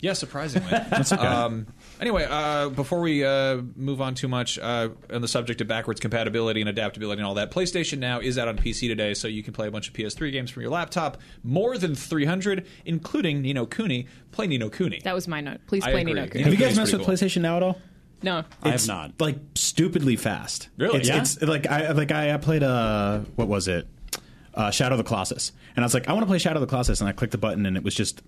[SPEAKER 5] Yeah, surprisingly. um, anyway, uh, before we uh, move on too much uh, on the subject of backwards compatibility and adaptability and all that, PlayStation Now is out on PC today, so you can play a bunch of PS3 games from your laptop, more than 300, including Nino Cooney. Play Nino Cooney.
[SPEAKER 4] that was my note. Please
[SPEAKER 5] I
[SPEAKER 4] play
[SPEAKER 5] agree.
[SPEAKER 4] Nino Kuni.
[SPEAKER 5] Yeah.
[SPEAKER 6] Have you guys
[SPEAKER 5] It's
[SPEAKER 6] messed with
[SPEAKER 5] pretty
[SPEAKER 6] PlayStation Now at all?
[SPEAKER 4] No,
[SPEAKER 3] I have
[SPEAKER 6] It's,
[SPEAKER 3] not.
[SPEAKER 6] Like stupidly fast.
[SPEAKER 5] Really?
[SPEAKER 6] It's,
[SPEAKER 5] Yeah?
[SPEAKER 6] it's like I like I, I played uh what was it? Uh, Shadow of the Colossus, and I was like, I want to play Shadow of the Colossus, and I clicked the button, and it was just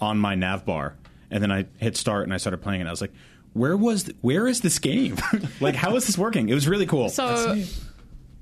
[SPEAKER 6] on my nav bar, and then I hit start, and I started playing, it. and I was like, where was th- where is this game? like, how is this working? It was really cool.
[SPEAKER 4] so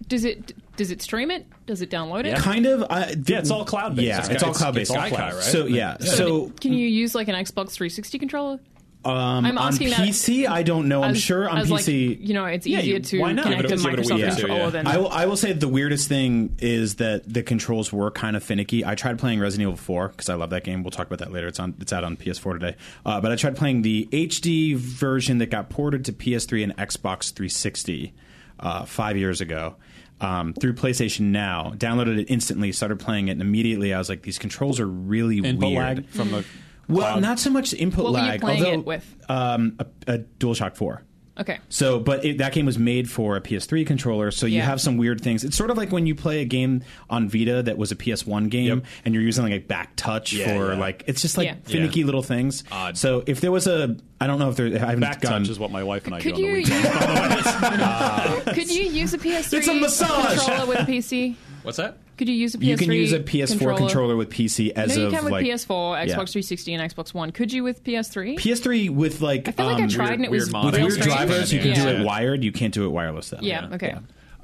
[SPEAKER 4] does it does it stream it? Does it download it?
[SPEAKER 6] kind of. I,
[SPEAKER 3] Yeah, it's all cloud-based.
[SPEAKER 6] Yeah,
[SPEAKER 3] It's
[SPEAKER 6] it's,
[SPEAKER 3] got-
[SPEAKER 6] all
[SPEAKER 3] it's-
[SPEAKER 6] cloud based.
[SPEAKER 5] it's Gaikai, right?
[SPEAKER 6] So yeah.
[SPEAKER 4] So,
[SPEAKER 6] So
[SPEAKER 4] can you use like an Xbox 360 controller?
[SPEAKER 6] um,
[SPEAKER 4] I'm
[SPEAKER 6] on
[SPEAKER 4] asking that
[SPEAKER 6] PC, I don't know. I'm
[SPEAKER 4] As-
[SPEAKER 6] sure on
[SPEAKER 4] as, like,
[SPEAKER 6] PC.
[SPEAKER 4] you know, it's
[SPEAKER 6] Yeah,
[SPEAKER 4] easier
[SPEAKER 6] you-
[SPEAKER 4] to
[SPEAKER 6] why not?
[SPEAKER 4] connect
[SPEAKER 6] Give
[SPEAKER 4] to
[SPEAKER 6] it a- give it
[SPEAKER 4] Microsoft
[SPEAKER 6] a
[SPEAKER 4] Oh,
[SPEAKER 5] week or two,
[SPEAKER 4] controller
[SPEAKER 5] yeah.
[SPEAKER 4] than
[SPEAKER 6] I will, I will say the weirdest thing is that the controls were kind of finicky. I tried playing Resident Evil 4 because I love that game. We'll talk about that later. It's on it's out on PS4 today. Uh, but I tried playing the HD version that got ported to PS3 and Xbox 360 uh, five years ago um, through PlayStation Now. Downloaded it instantly, started playing it, and immediately I was like, these controls are really
[SPEAKER 3] Input
[SPEAKER 6] weird.
[SPEAKER 3] lag from the
[SPEAKER 6] Well,
[SPEAKER 3] cloud.
[SPEAKER 6] not so much input
[SPEAKER 4] What were you
[SPEAKER 6] lag.
[SPEAKER 4] playing
[SPEAKER 6] although,
[SPEAKER 4] it with?
[SPEAKER 6] Um, a, a DualShock 4.
[SPEAKER 4] okay.
[SPEAKER 6] So, but it, that game was made for a PS3 controller, so you
[SPEAKER 4] Yeah.
[SPEAKER 6] have some weird things. It's sort of like when you play a game on Vita that was a PS1 game, and you're using like a back touch for
[SPEAKER 3] yeah.
[SPEAKER 6] like it's just like
[SPEAKER 4] Yeah.
[SPEAKER 6] finicky little things. So, if there was a, I don't know if there, I haven't
[SPEAKER 3] back
[SPEAKER 6] gone.
[SPEAKER 3] touch is what my wife and I
[SPEAKER 4] Could
[SPEAKER 3] do on the
[SPEAKER 4] you
[SPEAKER 3] weekend.
[SPEAKER 4] use, could you use a PS3
[SPEAKER 6] It's a massage.
[SPEAKER 4] controller with a PC?
[SPEAKER 5] What's that?
[SPEAKER 4] Could you use a PS3?
[SPEAKER 6] you can use a PS4 controller,
[SPEAKER 4] controller
[SPEAKER 6] with PC
[SPEAKER 4] No,
[SPEAKER 6] as
[SPEAKER 4] you
[SPEAKER 6] of
[SPEAKER 4] can with
[SPEAKER 6] like
[SPEAKER 4] PS4, Xbox
[SPEAKER 6] yeah.
[SPEAKER 4] 360, and Xbox One. Could you with PS3?
[SPEAKER 6] PS3 with like
[SPEAKER 4] I feel like
[SPEAKER 6] um,
[SPEAKER 4] I tried and it
[SPEAKER 5] weird
[SPEAKER 4] was
[SPEAKER 5] model.
[SPEAKER 6] with
[SPEAKER 4] real
[SPEAKER 6] weird
[SPEAKER 4] strange.
[SPEAKER 6] drivers. You can
[SPEAKER 4] yeah.
[SPEAKER 6] do it wired. You can't do it wireless though.
[SPEAKER 4] Yeah. Okay.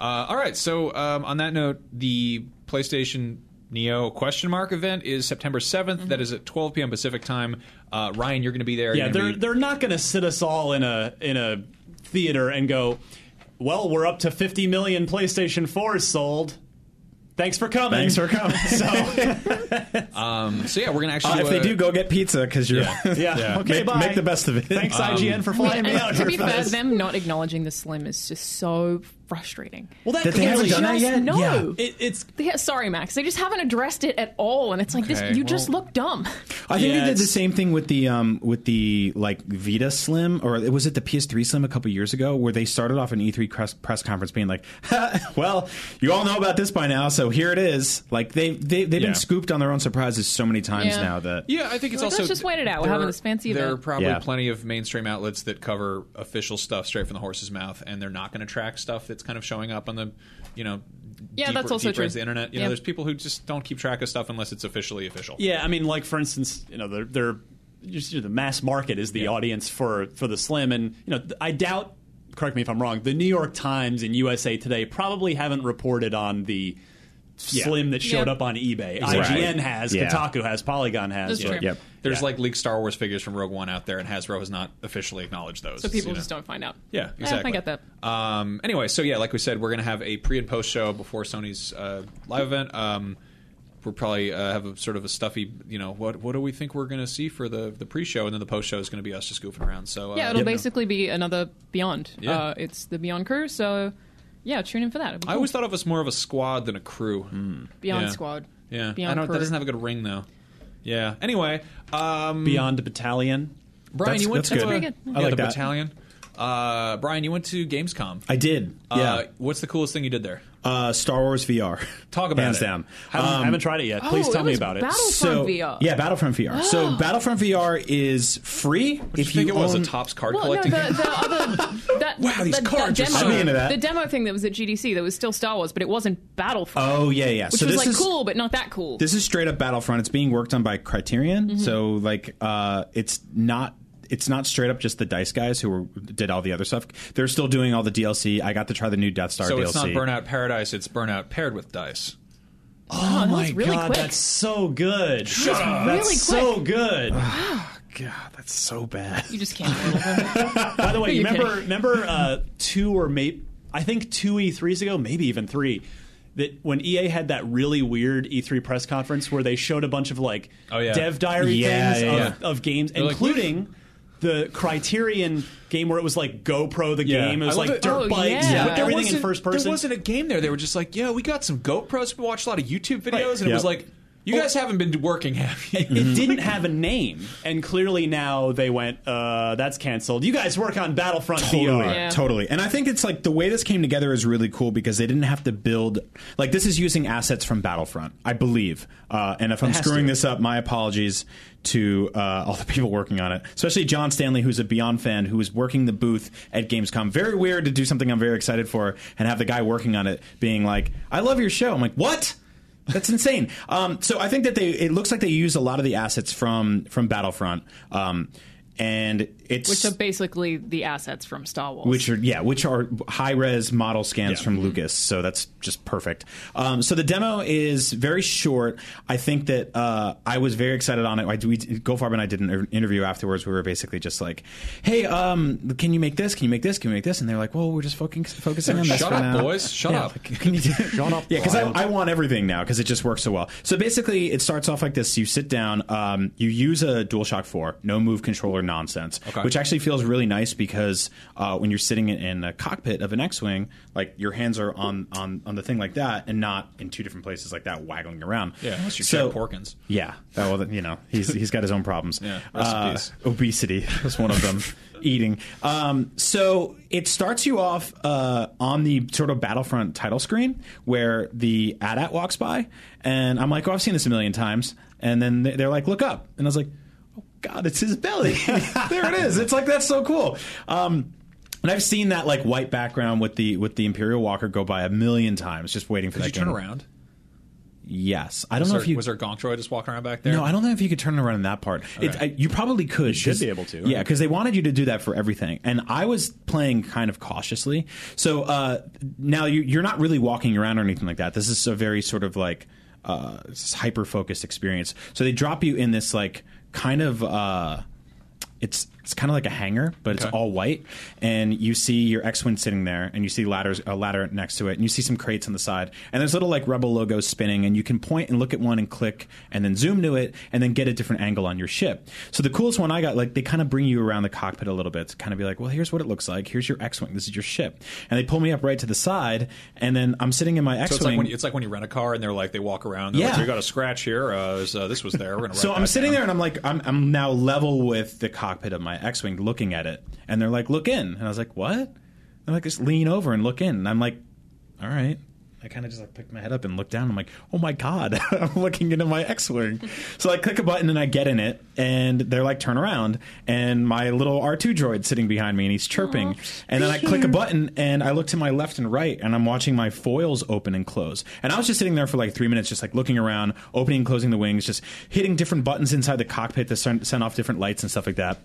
[SPEAKER 5] Uh, all right. So um, on that note, the PlayStation Neo question mark event is September 7th. That is at 12 p.m. Pacific time. Uh, Ryan, you're going to be there.
[SPEAKER 3] Yeah,
[SPEAKER 5] You're gonna
[SPEAKER 3] they're
[SPEAKER 5] be-
[SPEAKER 3] they're not going to sit us all in a in a theater and go, "Well, we're up to 50 million PlayStation 4s sold. Thanks for coming."
[SPEAKER 6] Thanks for coming.
[SPEAKER 3] So,
[SPEAKER 5] So yeah, we're going to actually.
[SPEAKER 6] Uh, if they
[SPEAKER 5] uh,
[SPEAKER 6] do, go get pizza because you're.
[SPEAKER 3] yeah. Okay,
[SPEAKER 6] make,
[SPEAKER 3] bye.
[SPEAKER 6] make the best of it.
[SPEAKER 3] Thanks IGN for
[SPEAKER 4] I mean,
[SPEAKER 3] flying me
[SPEAKER 4] and
[SPEAKER 3] out
[SPEAKER 4] to
[SPEAKER 3] here
[SPEAKER 4] be
[SPEAKER 3] for
[SPEAKER 4] fair,
[SPEAKER 3] this.
[SPEAKER 4] them not acknowledging the Slim is just so frustrating.
[SPEAKER 3] Well, that
[SPEAKER 6] That they haven't
[SPEAKER 3] clearly-
[SPEAKER 6] done that
[SPEAKER 4] Just
[SPEAKER 6] yet.
[SPEAKER 4] no.
[SPEAKER 6] Yeah.
[SPEAKER 3] It, it's
[SPEAKER 4] They ha- sorry, Max. They just haven't addressed it at all, and it's like
[SPEAKER 5] Okay,
[SPEAKER 4] this. You just
[SPEAKER 5] well-
[SPEAKER 4] look dumb.
[SPEAKER 6] I think they
[SPEAKER 3] Yeah,
[SPEAKER 6] did the
[SPEAKER 3] it's-
[SPEAKER 6] same thing with the um with the like Vita Slim or was it the PS3 Slim a couple years ago where they started off an E3 press, press conference being like, "Ha, well, you all know about this by now, so here it is. Like they they they've
[SPEAKER 3] Yeah.
[SPEAKER 6] been scooped on their own surprises so many times
[SPEAKER 4] Yeah.
[SPEAKER 6] now that
[SPEAKER 5] Yeah, I think it's
[SPEAKER 4] Like,
[SPEAKER 5] also
[SPEAKER 4] let's just wait it out. We're
[SPEAKER 5] there
[SPEAKER 4] having
[SPEAKER 5] are-
[SPEAKER 4] this fancy
[SPEAKER 5] There are
[SPEAKER 4] event.
[SPEAKER 5] probably
[SPEAKER 6] Yeah.
[SPEAKER 5] plenty of mainstream outlets that cover official stuff straight from the horse's mouth, and they're not going to track stuff that's kind of showing up on the, you know,
[SPEAKER 4] Yeah,
[SPEAKER 5] deeper,
[SPEAKER 4] that's also
[SPEAKER 5] deeper
[SPEAKER 4] true.
[SPEAKER 5] as the internet. You
[SPEAKER 4] Yeah.
[SPEAKER 5] know, there's people who just don't keep track of stuff unless it's officially official.
[SPEAKER 3] Yeah, I mean, like for instance, you know, they're, they're just, you know, the mass market is the
[SPEAKER 5] Yeah.
[SPEAKER 3] audience for for the slim, and you know, th- I doubt. Correct me if I'm wrong. The New York Times and USA Today probably haven't reported on the slim that showed
[SPEAKER 4] Yeah.
[SPEAKER 3] up on eBay.
[SPEAKER 6] Exactly.
[SPEAKER 3] IGN has,
[SPEAKER 6] Yeah.
[SPEAKER 3] Kotaku has, Polygon has.
[SPEAKER 4] That's
[SPEAKER 3] but-
[SPEAKER 4] true.
[SPEAKER 6] yep.
[SPEAKER 5] There's
[SPEAKER 3] Yeah.
[SPEAKER 5] like leaked Star Wars figures from Rogue One out there, and Hasbro has not officially acknowledged those.
[SPEAKER 4] So people
[SPEAKER 5] you know.
[SPEAKER 4] just don't find out. Eh,
[SPEAKER 5] Yeah, exactly.
[SPEAKER 4] I get that.
[SPEAKER 5] Um, anyway, so yeah, like we said, we're gonna have a pre and post show before Sony's uh, live event. Um, we'll probably uh, have a sort of a stuffy, you know, what what do we think we're gonna see for the the pre show, and then the post show is gonna be us just goofing around. So uh,
[SPEAKER 4] Yeah, it'll
[SPEAKER 5] you know.
[SPEAKER 4] basically be another Beyond.
[SPEAKER 5] Yeah.
[SPEAKER 4] Uh, it's the Beyond crew, so yeah, tune in for that. It'll be
[SPEAKER 5] I
[SPEAKER 4] cool.
[SPEAKER 5] always thought of us more of a squad than a crew.
[SPEAKER 6] Hmm.
[SPEAKER 4] Beyond
[SPEAKER 5] yeah.
[SPEAKER 4] Squad.
[SPEAKER 5] Yeah,
[SPEAKER 4] Beyond
[SPEAKER 5] I don't.
[SPEAKER 4] crew.
[SPEAKER 5] That doesn't have a good ring though. Yeah. Anyway, um,
[SPEAKER 3] Beyond Battalion.
[SPEAKER 5] Brian,
[SPEAKER 6] That's-
[SPEAKER 5] you went
[SPEAKER 6] that's
[SPEAKER 5] to
[SPEAKER 6] good.
[SPEAKER 5] uh,
[SPEAKER 4] That's pretty good.
[SPEAKER 5] yeah,
[SPEAKER 6] I like
[SPEAKER 5] the
[SPEAKER 6] that.
[SPEAKER 5] battalion. Uh, Brian, you went to Gamescom.
[SPEAKER 6] I did.
[SPEAKER 5] Uh,
[SPEAKER 6] Yeah.
[SPEAKER 5] what's the coolest thing you did there?
[SPEAKER 6] Uh, Star Wars VR.
[SPEAKER 5] Talk about
[SPEAKER 6] Hands
[SPEAKER 5] it.
[SPEAKER 6] down.
[SPEAKER 3] Haven't, haven't tried it yet. Please
[SPEAKER 4] Oh,
[SPEAKER 3] tell
[SPEAKER 4] it
[SPEAKER 3] me
[SPEAKER 4] was
[SPEAKER 3] about it.
[SPEAKER 4] Battlefront
[SPEAKER 6] so
[SPEAKER 4] VR.
[SPEAKER 6] yeah, Battlefront VR. So Battlefront VR is free
[SPEAKER 5] Did
[SPEAKER 6] if
[SPEAKER 5] you think
[SPEAKER 6] you
[SPEAKER 5] it was
[SPEAKER 6] own
[SPEAKER 5] a tops card
[SPEAKER 4] Well, no, the,
[SPEAKER 5] collecting thing?
[SPEAKER 4] the other that
[SPEAKER 5] Wow, these
[SPEAKER 4] that- that
[SPEAKER 5] cards are
[SPEAKER 4] demo,
[SPEAKER 5] so-
[SPEAKER 6] I'm into that.
[SPEAKER 4] the demo thing that was at GDC that was still Star Wars, but it wasn't Battlefront,
[SPEAKER 6] Oh yeah, yeah.
[SPEAKER 4] which
[SPEAKER 6] so
[SPEAKER 4] was
[SPEAKER 6] this
[SPEAKER 4] like
[SPEAKER 6] is
[SPEAKER 4] cool, but not that cool.
[SPEAKER 6] this is straight up Battlefront. It's being worked on by Criterion, so like uh, it's not it's not straight up just the Dice guys who were, did all the other stuff. They're still doing all the DLC. I got to try the new Death Star
[SPEAKER 5] So
[SPEAKER 6] DLC.
[SPEAKER 5] it's not Burnout Paradise; it's Burnout paired with dice.
[SPEAKER 4] oh, that was
[SPEAKER 3] My
[SPEAKER 4] really
[SPEAKER 3] God,
[SPEAKER 4] quick.
[SPEAKER 3] that's so good. Shut up. That's
[SPEAKER 4] really
[SPEAKER 3] so
[SPEAKER 4] quick.
[SPEAKER 3] good.
[SPEAKER 5] Ah,
[SPEAKER 6] God, that's so bad.
[SPEAKER 4] You just can't. handle it.
[SPEAKER 3] By the way, you
[SPEAKER 4] You're
[SPEAKER 3] remember
[SPEAKER 4] kidding.
[SPEAKER 3] remember uh, two or maybe I think two E3s ago, maybe even three, that when EA had that really weird E3 press conference where they showed a bunch of like
[SPEAKER 5] Oh, yeah.
[SPEAKER 3] dev diary
[SPEAKER 6] Yeah,
[SPEAKER 3] things
[SPEAKER 6] yeah,
[SPEAKER 3] of, of games,
[SPEAKER 5] like,
[SPEAKER 3] including. the Criterion game where it was like GoPro the
[SPEAKER 5] Yeah.
[SPEAKER 3] game, it was
[SPEAKER 5] I love
[SPEAKER 3] like
[SPEAKER 5] it.
[SPEAKER 3] dirt
[SPEAKER 4] Oh, yeah.
[SPEAKER 3] bikes, you
[SPEAKER 4] But
[SPEAKER 3] put
[SPEAKER 4] there
[SPEAKER 3] everything in first person.
[SPEAKER 5] There wasn't a game there. They were just like, "Yeah, we got some GoPros. We watched a lot of YouTube videos, and it
[SPEAKER 6] Yep.
[SPEAKER 5] was like, you guys haven't been working, have you?"
[SPEAKER 3] it didn't have a name, and clearly now they went, uh, "That's canceled." You guys work on Battlefront
[SPEAKER 6] Totally,
[SPEAKER 3] VR.
[SPEAKER 4] Yeah.
[SPEAKER 6] totally. And I think it's like the way this came together is really cool because they didn't have to build. Like this is using assets from Battlefront, I believe. Uh, and if I'm
[SPEAKER 3] has
[SPEAKER 6] screwing
[SPEAKER 3] to.
[SPEAKER 6] this up, my apologies to uh, all the people working on it, especially John Stanley, who's a Beyond fan, who was working the booth at Gamescom. Very weird to do something I'm very excited for and have the guy working on it being like, "I love your show." I'm like, "What?" That's insane. Um, so I think that they it looks like they use a lot of the assets from from Battlefront. Um, and it's
[SPEAKER 4] which are basically the assets from Star Wars.
[SPEAKER 6] which are yeah, which are high res model scans
[SPEAKER 3] Yeah.
[SPEAKER 6] from Lucas. So that's just perfect. Um, so the demo is very short. I think that uh, I was very excited on it. I, we, Gofarb and I did an er- interview afterwards. We were basically just like, "Hey, um, can you make this? Can you make this? Can you make this?" And they're like, "Well, we're just focusing focusing on this
[SPEAKER 5] Shut
[SPEAKER 6] for
[SPEAKER 5] up,
[SPEAKER 6] now."
[SPEAKER 5] boys. Shut
[SPEAKER 6] Yeah,
[SPEAKER 5] up.
[SPEAKER 6] like, can you do Shut up. Yeah, because I, I want everything now because it just works so well. So basically, it starts off like this: you sit down, um, you use a DualShock Four, no move controller nonsense,
[SPEAKER 5] Okay.
[SPEAKER 6] which actually feels really nice because uh, when you're sitting in, in a cockpit of an X-wing, like your hands are on on on the thing like that, and not in two different places like that, waggling around.
[SPEAKER 5] Yeah, unless you're
[SPEAKER 6] So-
[SPEAKER 5] Jack Porkins.
[SPEAKER 6] Yeah, Oh, well, then, you know, he's he's got his own problems.
[SPEAKER 5] Yeah, rest in
[SPEAKER 6] uh,
[SPEAKER 5] peace.
[SPEAKER 6] obesity is one of them. Eating. Um, so it starts you off uh, on the sort of Battlefront title screen where the AT-AT walks by, and I'm like, "Oh, I've seen this a million times." And then they- they're like, "Look up," and I was like, "Oh God, it's his belly! there it is! It's like that's so cool." Um, and I've seen that like white background with the with the Imperial Walker go by a million times, just waiting for
[SPEAKER 5] Did
[SPEAKER 6] that
[SPEAKER 5] you turn
[SPEAKER 6] game.
[SPEAKER 5] around?
[SPEAKER 6] Yes, I don't
[SPEAKER 5] Was
[SPEAKER 6] know
[SPEAKER 5] there,
[SPEAKER 6] if you
[SPEAKER 5] was there Gonk Troy just walking around back there?
[SPEAKER 6] no, I don't know if you could turn it around in that part. It,
[SPEAKER 5] Okay.
[SPEAKER 6] I, you probably could. You
[SPEAKER 3] should be able to, right?
[SPEAKER 6] Yeah, because they wanted you to do that for everything, and I was playing kind of cautiously. So uh, now you, you're not really walking around or anything like that. This is a very sort of like uh, hyper focused experience. So they drop you in this like kind of. Uh, it's
[SPEAKER 3] It's kind of like a hangar, but it's
[SPEAKER 5] Okay.
[SPEAKER 3] all white. And you see your X-wing sitting there, and you see ladders a ladder next to it, and you see some crates on the side. And there's little like rebel logos spinning, and you can point and look at one and click, and then zoom to it, and then get a different angle on your ship. So the coolest one I got, like they kind of bring you around the cockpit a little bit to kind of be like, well, here's what it looks like. Here's your X-wing. This is your ship. And they pull me up right to the side, and then I'm sitting in my
[SPEAKER 5] So
[SPEAKER 3] X-wing.
[SPEAKER 5] it's like, when you, it's like when you rent a car and they're like they walk around. They're
[SPEAKER 3] Yeah.
[SPEAKER 5] like, we got a scratch here. Uh, this, uh, this was there. We're gonna.
[SPEAKER 3] So
[SPEAKER 5] write
[SPEAKER 3] I'm
[SPEAKER 5] that
[SPEAKER 3] sitting
[SPEAKER 5] down."
[SPEAKER 3] there and I'm like, I'm, I'm now level with the cockpit of my X-wing, looking at it, and they're like, "Look in," and I was like, "What?" I'm like, just lean over and look in, and I'm like, "All right." I kind of just like picked my head up and looked down. I'm like, "Oh my god, I'm looking into my X-wing." so I click a button and I get in it, and they're like, "Turn around," and my little R2 droid sitting behind me and he's chirping, and then I click a button and I look to my left and right and I'm watching my foils open and close, and I was just sitting there for like three minutes, just like looking around, opening and closing the wings, just hitting different buttons inside the cockpit to send send off different lights and stuff like that.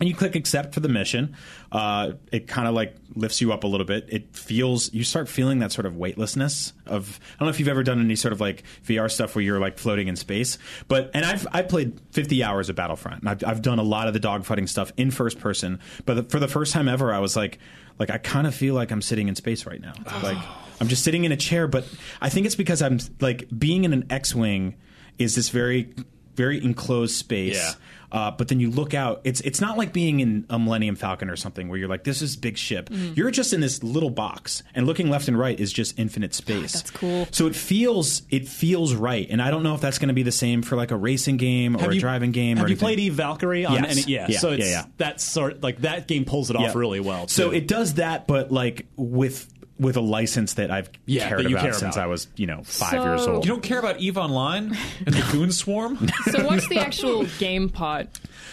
[SPEAKER 3] And you click accept for the mission. Uh, it kind of like lifts you up a little bit. It feels you start feeling that sort of weightlessness of. I don't know if you've ever done any sort of like VR stuff where you're like floating in space, but and I've I played 50 hours of Battlefront. And I've I've done a lot of the dogfighting stuff in first person, but the, for the first time ever, I was like, like I kind of feel like I'm sitting in space right now. Like I'm just sitting in a chair, but I think it's because I'm like being in an X-wing is this very very enclosed space.
[SPEAKER 5] Yeah.
[SPEAKER 3] Uh, but then you look out. It's it's not like being in a Millennium Falcon or something where you're like, this is big ship.
[SPEAKER 4] Mm-hmm.
[SPEAKER 3] You're just in this little box, and looking left and right is just infinite space.
[SPEAKER 4] that's cool.
[SPEAKER 3] So it feels it feels right, and I don't know if that's going to be the same for like a racing game or a driving game.
[SPEAKER 7] Have
[SPEAKER 3] or
[SPEAKER 7] you
[SPEAKER 3] anything.
[SPEAKER 7] played Eve Valkyrie? On
[SPEAKER 3] Yes.
[SPEAKER 7] any, yeah,
[SPEAKER 3] Yeah,
[SPEAKER 7] So it's
[SPEAKER 3] yeah, yeah.
[SPEAKER 7] that sort like that game pulls it off
[SPEAKER 3] Yeah.
[SPEAKER 7] really well.
[SPEAKER 3] So
[SPEAKER 7] too.
[SPEAKER 3] it does that, but like with with a license that I've
[SPEAKER 7] Yeah,
[SPEAKER 3] cared
[SPEAKER 7] that you
[SPEAKER 3] about
[SPEAKER 7] care
[SPEAKER 3] since
[SPEAKER 7] about.
[SPEAKER 3] I was you know five
[SPEAKER 4] So-
[SPEAKER 3] years old.
[SPEAKER 5] You don't care about Eve Online and the Goon Swarm.
[SPEAKER 4] So what's the actual game part?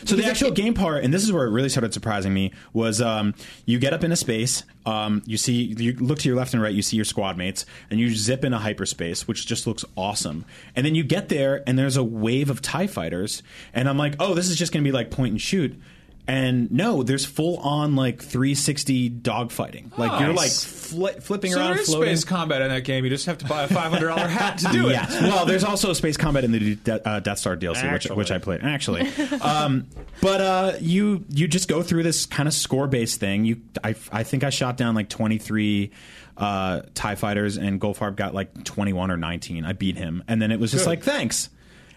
[SPEAKER 3] So
[SPEAKER 4] Because
[SPEAKER 3] the
[SPEAKER 4] it-
[SPEAKER 3] actual game part, and this is where it really started surprising me, was um, you get up into space, um, you see, you look to your left and right, you see your squad mates, and you zip into hyperspace, which just looks awesome. And then you get there, and there's a wave of Tie fighters, and I'm like, oh, this is just going to be like point and shoot. And no, there's full on like 360 dogfighting. Like you're like fli- flipping
[SPEAKER 5] so
[SPEAKER 3] around,
[SPEAKER 5] there is
[SPEAKER 3] floating.
[SPEAKER 5] space combat in that game. You just have to buy a five hundred dollar hat to do it.
[SPEAKER 3] Yeah. Well, there's also space combat in the De- uh, Death Star DLC, which,
[SPEAKER 5] Actually.
[SPEAKER 3] which I played actually. Um, but uh, you you just go through this kind of score based thing. You I, I think I shot down like 23 uh, Tie fighters, and Goldfarb got like 21 or 19. I beat him, and then it was just like thanks,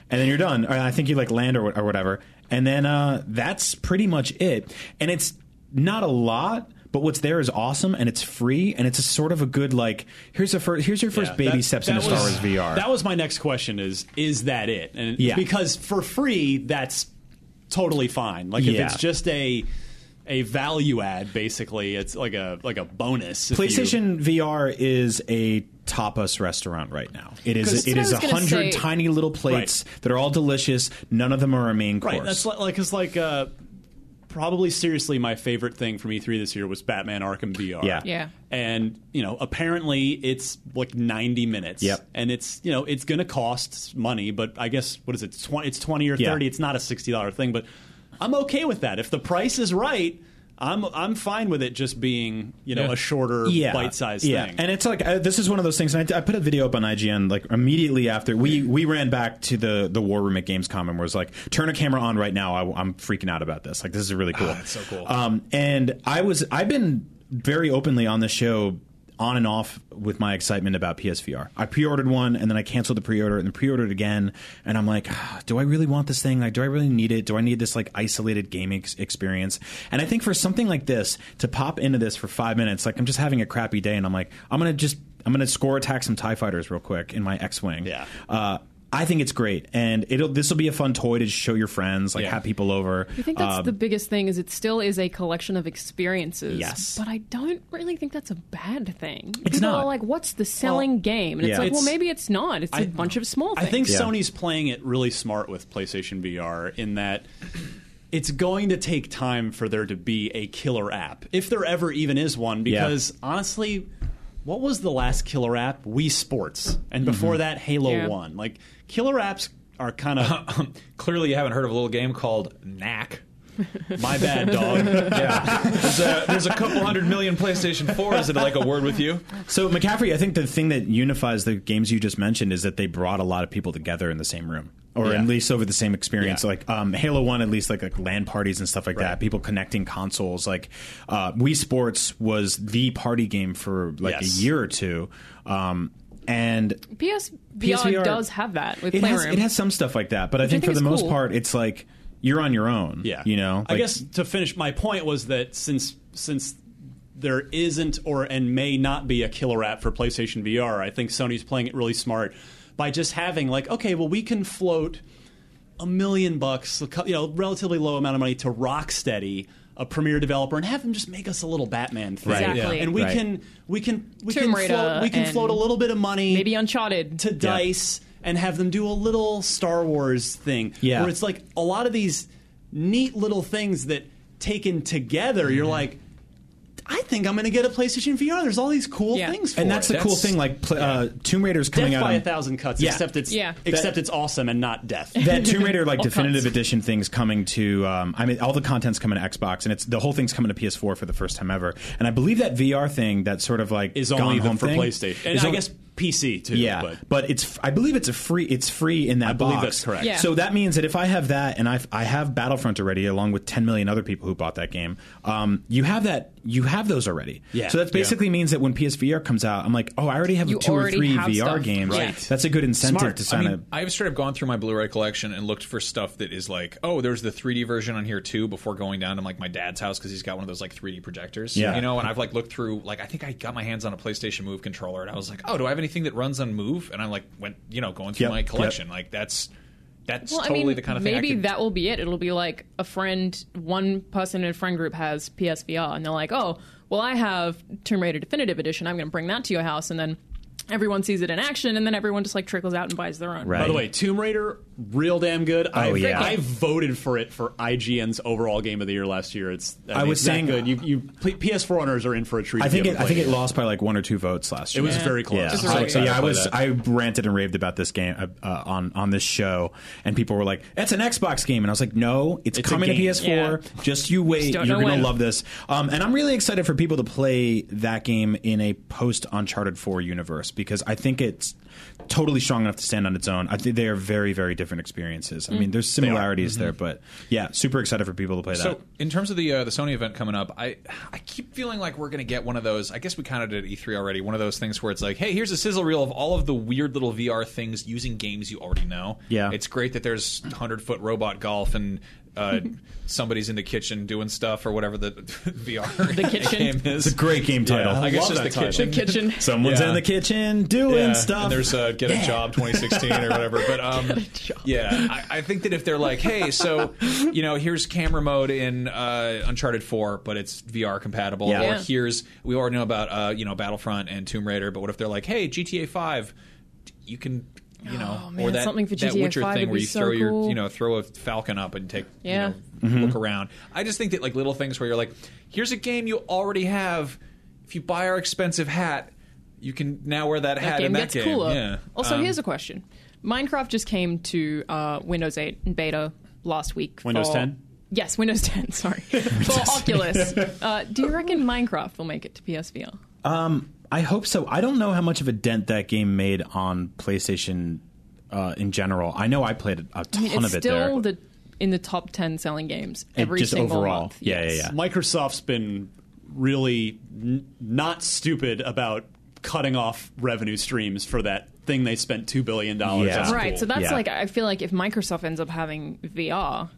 [SPEAKER 3] and then you're done. Or I think you like land or, wha- or whatever, and then uh, that's pretty much it. And it's not a lot. But what's there is awesome, and it's free, and it's a sort of a good like. Here's a fir- here's your first
[SPEAKER 7] Yeah,
[SPEAKER 3] baby
[SPEAKER 7] that-
[SPEAKER 3] steps
[SPEAKER 7] that
[SPEAKER 3] into Star
[SPEAKER 7] was-
[SPEAKER 3] Wars VR.
[SPEAKER 7] That was my next question: is is that it? And
[SPEAKER 3] Yeah.
[SPEAKER 7] because for free, that's totally fine. Like if
[SPEAKER 3] Yeah.
[SPEAKER 7] it's just a a value add, basically, it's like a like a bonus. if you-
[SPEAKER 3] PlayStation VR is a tapas restaurant right now. It
[SPEAKER 4] That's
[SPEAKER 3] is it
[SPEAKER 4] what I
[SPEAKER 3] is a
[SPEAKER 4] was gonna
[SPEAKER 3] hundred
[SPEAKER 4] say.
[SPEAKER 3] tiny little plates that are all delicious. None of them are a main course.
[SPEAKER 7] right? That's like like it's like uh, probably seriously my favorite thing from E3 this year was Batman Arkham VR.
[SPEAKER 3] Yeah.
[SPEAKER 4] Yeah.
[SPEAKER 7] and you know apparently it's like 90 minutes
[SPEAKER 3] Yep.
[SPEAKER 7] and it's you know it's going to cost money but i guess what is it 20 it's 20 or
[SPEAKER 3] Yeah.
[SPEAKER 7] 30 it's not a $60 thing but i'm okay with that if the price is right i'm i'm fine with it just being you know
[SPEAKER 5] Yeah.
[SPEAKER 7] a shorter bite-sized
[SPEAKER 3] yeah.
[SPEAKER 7] thing
[SPEAKER 3] And it's like uh, this is one of those things. And I, I put a video up on IGN like immediately after we we ran back to the the war room at Gamescom and was like, turn a camera on right now. I, am freaking out about this. Like this is really cool.
[SPEAKER 5] Ah, that's so cool.
[SPEAKER 3] Um, and I was I've been very openly on the show. On and off with my excitement about PSVR. I pre-ordered one and then I canceled the pre-order and then pre-ordered again. And I'm like, "Ah, do I really want this thing? Like, do I really need it? Do I need this like isolated gaming ex- experience? And I think for something like this to pop into this for five minutes, like I'm just having a crappy day and I'm like, I'm gonna just I'm gonna score attack some Tie Fighters real quick in my X-wing.
[SPEAKER 7] Yeah.
[SPEAKER 3] Uh, I think it's great, and it'll this will be a fun toy to show your friends, like
[SPEAKER 5] Yeah.
[SPEAKER 3] have people over.
[SPEAKER 4] I think that's the biggest thing is it still is a collection of experiences.
[SPEAKER 3] Yes.
[SPEAKER 4] But I don't really think that's a bad thing.
[SPEAKER 3] It's
[SPEAKER 4] People
[SPEAKER 3] not.
[SPEAKER 4] are like, what's the selling game? And
[SPEAKER 3] yeah.
[SPEAKER 4] it's like, well,
[SPEAKER 7] It's-
[SPEAKER 4] maybe it's not. It's a
[SPEAKER 7] I-
[SPEAKER 4] bunch of small things.
[SPEAKER 7] I think
[SPEAKER 3] Yeah.
[SPEAKER 7] Sony's playing it really smart with PlayStation VR in that it's going to take time for there to be a killer app, if there ever even is one. Because honestly, what was the last killer app? Wii Sports, and before that, Halo
[SPEAKER 4] Yeah.
[SPEAKER 7] One. Like killer apps are kind of
[SPEAKER 5] Clearly, you haven't heard of a little game called Knack.
[SPEAKER 7] My bad, dog.
[SPEAKER 5] Yeah, there's a, there's a couple hundred million PlayStation 4s that like a word with you.
[SPEAKER 6] So McCaffrey, I think the thing that unifies the games you just mentioned is that they brought a lot of people together in the same room, or
[SPEAKER 7] Yeah.
[SPEAKER 6] at least over the same experience.
[SPEAKER 7] Yeah.
[SPEAKER 6] Like um, Halo One, at least like like LAN parties and stuff like that. People connecting consoles. Like uh, Wii Sports was the party game for like
[SPEAKER 7] Yes.
[SPEAKER 6] a year or two. Um, and
[SPEAKER 4] PS
[SPEAKER 6] PSVR
[SPEAKER 4] VR does have that with
[SPEAKER 6] it has,
[SPEAKER 4] Playroom.
[SPEAKER 6] it has some stuff like that, but I think,
[SPEAKER 4] think
[SPEAKER 6] for the
[SPEAKER 4] is
[SPEAKER 6] most
[SPEAKER 4] cool.
[SPEAKER 6] part, it's like you're on your own.
[SPEAKER 7] Yeah,
[SPEAKER 6] you know.
[SPEAKER 7] I
[SPEAKER 6] Like,
[SPEAKER 7] guess to finish, my point was that since since there isn't or and may not be a killer app for PlayStation VR, I think Sony's playing it really smart by just having like, okay, well, we can float a million bucks, a cou- you know, relatively low amount of money to Rocksteady. A premier developer and have them just make us a little Batman thing,
[SPEAKER 6] Right,
[SPEAKER 4] Exactly. yeah.
[SPEAKER 7] and we
[SPEAKER 6] Right.
[SPEAKER 7] can we can we
[SPEAKER 4] Tomb
[SPEAKER 7] can
[SPEAKER 4] Raider
[SPEAKER 7] float, we can
[SPEAKER 4] and
[SPEAKER 7] float a little bit of money,
[SPEAKER 4] Maybe Uncharted.
[SPEAKER 7] to dice and have them do a little Star Wars thing.
[SPEAKER 6] Yeah.
[SPEAKER 7] Where it's like a lot of these neat little things that taken together, you're
[SPEAKER 6] Mm-hmm.
[SPEAKER 7] like, I think I'm going to get a PlayStation VR. There's all these cool
[SPEAKER 4] Yeah.
[SPEAKER 7] things for
[SPEAKER 6] and that's
[SPEAKER 7] it.
[SPEAKER 6] the cool thing. Like pl- uh, Tomb Raider's
[SPEAKER 7] Death
[SPEAKER 6] coming out
[SPEAKER 7] by
[SPEAKER 6] on,
[SPEAKER 7] a thousand cuts,
[SPEAKER 6] Yeah.
[SPEAKER 7] except it's
[SPEAKER 4] Yeah.
[SPEAKER 7] except it's awesome and not death.
[SPEAKER 6] that Tomb Raider like
[SPEAKER 4] All
[SPEAKER 6] definitive
[SPEAKER 4] kinds.
[SPEAKER 6] edition things coming to um, I mean all the content's coming to Xbox and it's the whole thing's coming to PS4 for the first time ever and I believe that VR thing that sort of like
[SPEAKER 7] is
[SPEAKER 6] gone
[SPEAKER 7] only the,
[SPEAKER 6] home
[SPEAKER 7] for
[SPEAKER 6] thing
[SPEAKER 7] PlayStation. And
[SPEAKER 6] is
[SPEAKER 7] I
[SPEAKER 6] only-
[SPEAKER 7] guess PC too.
[SPEAKER 6] yeah
[SPEAKER 7] but-
[SPEAKER 6] but, it's I believe it's a free it's free in that I
[SPEAKER 7] believe that's correct.
[SPEAKER 4] Yeah.
[SPEAKER 6] so that means that if I have that and I I have Battlefront already along with 10 million other people who bought that game um, you have that you have those already
[SPEAKER 7] Yeah.
[SPEAKER 6] so that basically means that when PSVR comes out I'm like oh I already have
[SPEAKER 4] You
[SPEAKER 6] two or
[SPEAKER 4] already
[SPEAKER 6] three
[SPEAKER 4] have
[SPEAKER 6] VR
[SPEAKER 4] stuff.
[SPEAKER 6] games
[SPEAKER 4] Right.
[SPEAKER 6] that's a good incentive
[SPEAKER 7] Smart.
[SPEAKER 6] to
[SPEAKER 7] I
[SPEAKER 6] sign
[SPEAKER 5] I
[SPEAKER 6] up.
[SPEAKER 5] mean, I've straight up gone through my Blu-ray collection and looked for stuff that is like, oh, there's the 3D version on here too. Before going down to like my dad's house because he's got one of those like 3D projectors,
[SPEAKER 6] Yeah.
[SPEAKER 5] you know. And I've like looked through, like I think I got my hands on a PlayStation Move controller, and I was like, oh, do I have anything that runs on Move? And I like went, you know, going through
[SPEAKER 6] Yep,
[SPEAKER 5] my
[SPEAKER 6] yep.
[SPEAKER 5] collection. Like that's that's
[SPEAKER 4] well,
[SPEAKER 5] totally
[SPEAKER 4] I mean,
[SPEAKER 5] the kind of thing.
[SPEAKER 4] maybe
[SPEAKER 5] I could,
[SPEAKER 4] that will be it. It'll be like a friend, one person in a friend group has PSVR, and they're like, "Oh, well, I have Tomb Raider Definitive Edition. I'm going to bring that to your house," and then everyone sees it in action, and then everyone just like trickles out and buys their own.
[SPEAKER 7] By the way, Tomb Raider, real damn good. I,
[SPEAKER 6] Oh, yeah.
[SPEAKER 7] I voted for it for IGN's overall game of the year last year. It's I, mean,
[SPEAKER 6] was
[SPEAKER 7] it's that
[SPEAKER 6] saying-
[SPEAKER 7] good. You, you P- PS4 owners are in for a treat.
[SPEAKER 6] I
[SPEAKER 7] if
[SPEAKER 6] think
[SPEAKER 7] you
[SPEAKER 6] it,
[SPEAKER 7] haven't
[SPEAKER 6] I think
[SPEAKER 7] played
[SPEAKER 6] it lost by like one or two votes last
[SPEAKER 7] It
[SPEAKER 6] year.
[SPEAKER 7] was very close.
[SPEAKER 6] Yeah,
[SPEAKER 4] Just
[SPEAKER 6] I,
[SPEAKER 4] really excited
[SPEAKER 6] yeah, I
[SPEAKER 7] to play
[SPEAKER 6] was.
[SPEAKER 7] that.
[SPEAKER 6] I ranted and raved about this game uh, uh, on on this show, and people were like, "That's an Xbox game," and I was like, "No, it's,
[SPEAKER 7] It's a
[SPEAKER 6] coming to
[SPEAKER 7] game.
[SPEAKER 6] PS4. Just you wait.
[SPEAKER 4] don't
[SPEAKER 6] You're
[SPEAKER 4] know
[SPEAKER 6] gonna
[SPEAKER 4] when."
[SPEAKER 6] love this." Um, and I'm really excited for people to play that game in a post Uncharted 4 universe because I think it's totally strong enough to stand on its own. I think they are very very different experiences. I mean, there's
[SPEAKER 7] Mm.
[SPEAKER 6] similarities
[SPEAKER 7] Mm-hmm.
[SPEAKER 6] there, but yeah, super excited for people to play that.
[SPEAKER 5] So, in terms of the uh, the Sony event coming up, I I keep feeling like we're going to get one of those. I guess we kind of did at E3 already. One of those things where it's like, hey, here's a sizzle reel of all of the weird little VR things using games you already know.
[SPEAKER 6] Yeah.
[SPEAKER 5] it's great that there's hundred foot robot golf and uh, somebody's in the kitchen doing stuff or whatever the VR
[SPEAKER 4] The kitchen.
[SPEAKER 5] game is.
[SPEAKER 6] It's a great game title.
[SPEAKER 5] I guess
[SPEAKER 7] love
[SPEAKER 5] just
[SPEAKER 7] that
[SPEAKER 5] the
[SPEAKER 7] title.
[SPEAKER 5] kitchen.
[SPEAKER 4] Kitchen.
[SPEAKER 6] Someone's
[SPEAKER 5] Yeah.
[SPEAKER 6] in the kitchen doing
[SPEAKER 5] Yeah,
[SPEAKER 6] stuff.
[SPEAKER 5] And there's a get a job 2016 or whatever. But um, yeah, I, I think that if they're like, hey, so you know, here's camera mode in uh, Uncharted 4, but it's VR compatible,
[SPEAKER 6] Yeah.
[SPEAKER 5] or
[SPEAKER 4] Yeah.
[SPEAKER 5] here's we already know about uh, you know Battlefront and Tomb Raider. But what if they're like, hey, GTA 5, you can. You know,
[SPEAKER 4] Oh, man,
[SPEAKER 5] or that,
[SPEAKER 4] something for
[SPEAKER 5] that
[SPEAKER 4] GTA
[SPEAKER 5] Witcher
[SPEAKER 4] 5
[SPEAKER 5] thing
[SPEAKER 4] would
[SPEAKER 5] where
[SPEAKER 4] be
[SPEAKER 5] you
[SPEAKER 4] so
[SPEAKER 5] throw your
[SPEAKER 4] cool.
[SPEAKER 5] you know throw a falcon up and take
[SPEAKER 4] Yeah. Mm-hmm.
[SPEAKER 5] you know look around. I just think that like little things where you're like, here's a game you already have. If you buy our expensive hat, you can now wear that, hat
[SPEAKER 4] that game
[SPEAKER 5] in that
[SPEAKER 4] gets
[SPEAKER 5] game.
[SPEAKER 4] cooler.
[SPEAKER 5] Yeah.
[SPEAKER 4] Also, here's a question: Minecraft just came to uh, Windows 8 in beta last week.
[SPEAKER 7] Windows
[SPEAKER 4] for-
[SPEAKER 7] 10?
[SPEAKER 4] Yes, Windows 10. Sorry, for Oculus. Uh, do you reckon Minecraft will make it to PSVR?
[SPEAKER 6] I hope so. I don't know how much of a dent that game made on PlayStation uh, in general. I know I played a ton
[SPEAKER 4] It's
[SPEAKER 6] of it
[SPEAKER 4] still
[SPEAKER 6] there.
[SPEAKER 4] the in the top 10 selling games
[SPEAKER 6] It
[SPEAKER 4] every
[SPEAKER 6] just
[SPEAKER 4] single
[SPEAKER 6] overall,
[SPEAKER 4] month.
[SPEAKER 6] yeah, yeah, yeah.
[SPEAKER 7] Microsoft's been really n- not stupid about cutting off revenue streams for that thing they spent two billion dollars
[SPEAKER 6] Yeah.
[SPEAKER 7] on.
[SPEAKER 4] Right. So that's
[SPEAKER 6] Yeah.
[SPEAKER 4] like I feel like if Microsoft ends up having VR,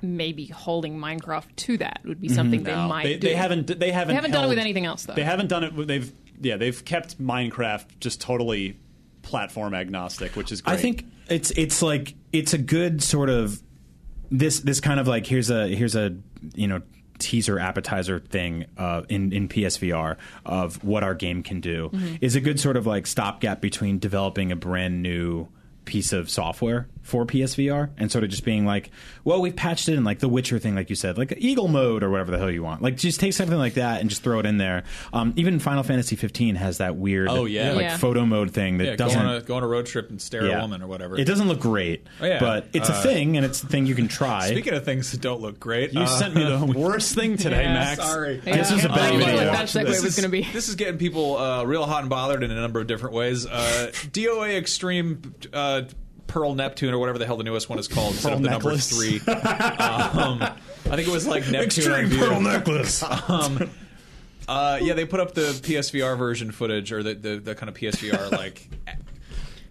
[SPEAKER 4] maybe holding Minecraft to that would be something they might
[SPEAKER 7] They,
[SPEAKER 4] do.
[SPEAKER 7] they haven't. They haven't.
[SPEAKER 4] They haven't done it
[SPEAKER 7] held-
[SPEAKER 4] with anything else, though.
[SPEAKER 7] They haven't done it. with- They've yeah. They've kept Minecraft just totally platform agnostic, which is great.
[SPEAKER 6] I think it's it's like it's a good sort of this this kind of like here's a here's a you know teaser appetizer thing uh, in in PSVR of what our game can do is a good sort of like stopgap between developing a brand new piece of software for PSVR and sort of just being like, well, we've patched it in like the Witcher thing, like you said, like Eagle Mode or whatever the hell you want. Like just take something like that and just throw it in there. Um, even Final Fantasy 15 has that weird,
[SPEAKER 5] Oh, yeah.
[SPEAKER 6] like
[SPEAKER 4] Yeah.
[SPEAKER 6] photo mode thing that
[SPEAKER 5] Yeah, go
[SPEAKER 6] doesn't
[SPEAKER 5] on, a, go on a road trip and stare at a woman or whatever.
[SPEAKER 6] It doesn't look great,
[SPEAKER 5] Oh, yeah.
[SPEAKER 6] but it's a
[SPEAKER 5] Uh,
[SPEAKER 6] thing and it's a thing you can try.
[SPEAKER 5] Speaking of things that don't look great,
[SPEAKER 3] You
[SPEAKER 5] uh,
[SPEAKER 3] sent me the worst thing today,
[SPEAKER 4] Yeah.
[SPEAKER 3] Max.
[SPEAKER 5] Sorry.
[SPEAKER 6] This is a
[SPEAKER 4] I
[SPEAKER 6] bad
[SPEAKER 4] knew
[SPEAKER 6] video.
[SPEAKER 4] That segue
[SPEAKER 5] This is-
[SPEAKER 4] was going to be.
[SPEAKER 5] This is getting people uh, real hot and bothered in a number of different ways. Uh, DOA Extreme uh, Pearl Neptune, or whatever the hell the newest one is called, instead
[SPEAKER 3] Pearl
[SPEAKER 5] of the number
[SPEAKER 3] necklace.
[SPEAKER 5] three. um, I think it was like Neptune. on Vita.
[SPEAKER 6] necklace.
[SPEAKER 5] Um, uh, yeah, they put up the PSVR version footage, or the the, the kind of PSVR like. a-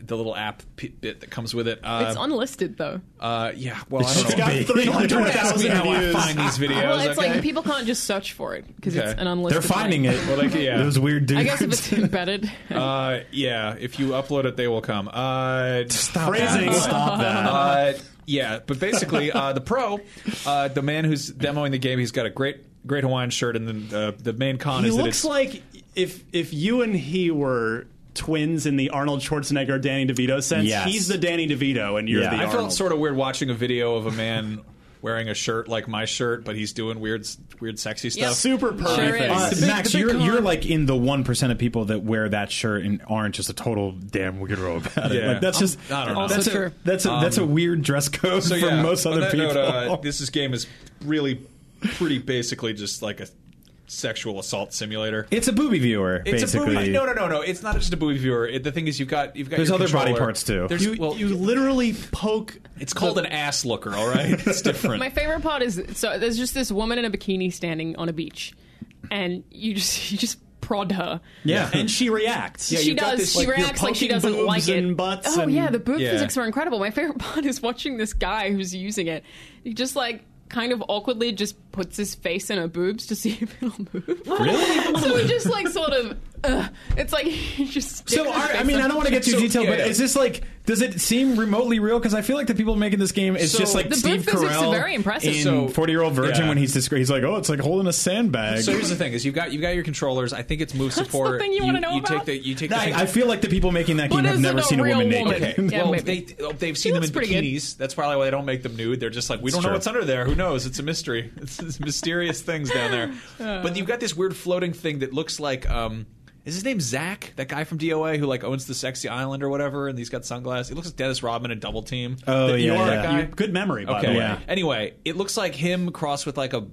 [SPEAKER 5] The little app p- bit that comes with it. Uh,
[SPEAKER 4] It's unlisted though.
[SPEAKER 5] uh, yeah, well, I
[SPEAKER 6] It's
[SPEAKER 5] don't
[SPEAKER 6] just
[SPEAKER 5] know.
[SPEAKER 6] big.
[SPEAKER 5] Don't ask me how I find these videos.
[SPEAKER 4] well, it's
[SPEAKER 5] okay?
[SPEAKER 4] like people can't just search for it because it's
[SPEAKER 5] Okay.
[SPEAKER 4] an
[SPEAKER 6] They're
[SPEAKER 4] unlisted.
[SPEAKER 6] finding
[SPEAKER 4] link.
[SPEAKER 6] it.
[SPEAKER 5] Well, like, yeah.
[SPEAKER 6] Those weird dudes.
[SPEAKER 4] I guess if it's embedded.
[SPEAKER 5] Uh, yeah, if you upload it, they will come. Uh,
[SPEAKER 6] Stop that.
[SPEAKER 3] Phrasing.
[SPEAKER 6] Stop that.
[SPEAKER 5] uh, yeah, but basically, uh, the pro, uh, the man who's demoing the game, he's got a great, great Hawaiian shirt, and then uh, the main con
[SPEAKER 3] He
[SPEAKER 5] is that
[SPEAKER 3] looks
[SPEAKER 5] it's
[SPEAKER 3] like if if you and he were twins in the Arnold Schwarzenegger Danny DeVito sense.
[SPEAKER 6] Yes.
[SPEAKER 3] He's the Danny DeVito, and you're
[SPEAKER 6] Yeah.
[SPEAKER 3] the.
[SPEAKER 5] I
[SPEAKER 3] Arnold.
[SPEAKER 5] felt sort of weird watching a video of a man wearing a shirt like my shirt, but he's doing weird, weird, sexy stuff.
[SPEAKER 3] super pervy
[SPEAKER 4] Sure is.
[SPEAKER 3] thing.
[SPEAKER 6] Uh,
[SPEAKER 4] The
[SPEAKER 6] Max,
[SPEAKER 5] the big
[SPEAKER 6] you're
[SPEAKER 5] con-
[SPEAKER 6] you're like in the one percent of people that wear that shirt and aren't just a total damn weirdo about it.
[SPEAKER 5] Yeah.
[SPEAKER 6] Like that's
[SPEAKER 5] I'm-
[SPEAKER 6] just
[SPEAKER 5] I don't know. Um,
[SPEAKER 6] That's
[SPEAKER 4] Also
[SPEAKER 6] a,
[SPEAKER 4] true.
[SPEAKER 6] that's a, that's a weird dress code for
[SPEAKER 5] yeah,
[SPEAKER 6] most
[SPEAKER 5] on
[SPEAKER 6] other
[SPEAKER 5] that
[SPEAKER 6] people.
[SPEAKER 5] note, uh, this is game is really, pretty basically just like a sexual assault simulator.
[SPEAKER 6] it's a booby viewer.
[SPEAKER 5] It's
[SPEAKER 6] basically.
[SPEAKER 5] a booby. No, no, no, no. It's not just a booby viewer. It, the thing is, you've got you've got
[SPEAKER 6] There's
[SPEAKER 5] your
[SPEAKER 6] other body
[SPEAKER 5] controller.
[SPEAKER 6] parts, too.
[SPEAKER 5] There's,
[SPEAKER 3] You,
[SPEAKER 5] well,
[SPEAKER 3] you literally poke.
[SPEAKER 5] it's called an ass looker. All right, it's different.
[SPEAKER 4] My favorite part is so there's just this woman in a bikini standing on a beach, and you just you just prod her.
[SPEAKER 6] Yeah.
[SPEAKER 3] and she reacts.
[SPEAKER 4] she
[SPEAKER 5] you've got
[SPEAKER 4] does.
[SPEAKER 5] this,
[SPEAKER 4] she
[SPEAKER 5] like, you're
[SPEAKER 4] reacts like she
[SPEAKER 3] poking
[SPEAKER 4] doesn't
[SPEAKER 3] boobs
[SPEAKER 4] like it.
[SPEAKER 3] and butts
[SPEAKER 4] oh
[SPEAKER 3] and-
[SPEAKER 4] yeah, the boob
[SPEAKER 5] Yeah.
[SPEAKER 4] physics are incredible. My favorite part is watching this guy who's using it. He just like kind of awkwardly just puts his face in her boobs to see if it'll move. Really? so he just like sort of. Uh, it's like he just. sticks
[SPEAKER 6] So
[SPEAKER 4] his
[SPEAKER 6] I, I
[SPEAKER 4] face
[SPEAKER 6] mean,
[SPEAKER 4] in-
[SPEAKER 6] I don't want to get too
[SPEAKER 5] So,
[SPEAKER 6] detailed, but
[SPEAKER 5] yeah.
[SPEAKER 6] is this like? Does it seem remotely real? Because I feel like the people making this game is
[SPEAKER 5] So-
[SPEAKER 6] just like
[SPEAKER 5] The
[SPEAKER 4] booth
[SPEAKER 6] Steve
[SPEAKER 4] physics are
[SPEAKER 6] Carell
[SPEAKER 4] very impressive.
[SPEAKER 6] in
[SPEAKER 5] So-
[SPEAKER 6] Forty Year Old Virgin
[SPEAKER 5] Yeah.
[SPEAKER 6] when he's descri- he's like, oh, it's like holding a sandbag.
[SPEAKER 5] so here's the thing: is you've got you've got your controllers. I think it's move support.
[SPEAKER 4] thing you wanna know
[SPEAKER 5] you take
[SPEAKER 4] about?
[SPEAKER 5] the you take the thing-
[SPEAKER 6] I, I feel like the people making that
[SPEAKER 4] But
[SPEAKER 6] game have
[SPEAKER 4] is it
[SPEAKER 6] never
[SPEAKER 4] a
[SPEAKER 6] seen a
[SPEAKER 4] real
[SPEAKER 6] woman
[SPEAKER 4] woman?
[SPEAKER 6] naked.
[SPEAKER 4] Okay. Yeah,
[SPEAKER 5] well,
[SPEAKER 4] maybe.
[SPEAKER 5] they, oh, they've seen them
[SPEAKER 4] looks
[SPEAKER 5] in
[SPEAKER 4] pretty good.
[SPEAKER 5] bikinis. That's probably why they don't make them nude. They're just like, we don't know
[SPEAKER 6] true.
[SPEAKER 5] what's under there. Who knows? It's a mystery. It's, it's mysterious things down there.
[SPEAKER 4] Uh.
[SPEAKER 5] But you've got this weird floating thing that looks like. Um, is his name Zach? That guy from DOA who like owns the sexy island or whatever, and he's got sunglasses. It looks like Dennis Rodman in Double Team.
[SPEAKER 6] Oh,
[SPEAKER 5] That- you
[SPEAKER 6] yeah,
[SPEAKER 5] are
[SPEAKER 6] yeah.
[SPEAKER 5] that guy.
[SPEAKER 3] You- good memory, by
[SPEAKER 5] Okay.
[SPEAKER 3] the way.
[SPEAKER 6] Yeah.
[SPEAKER 5] Anyway, it looks like him crossed with like a,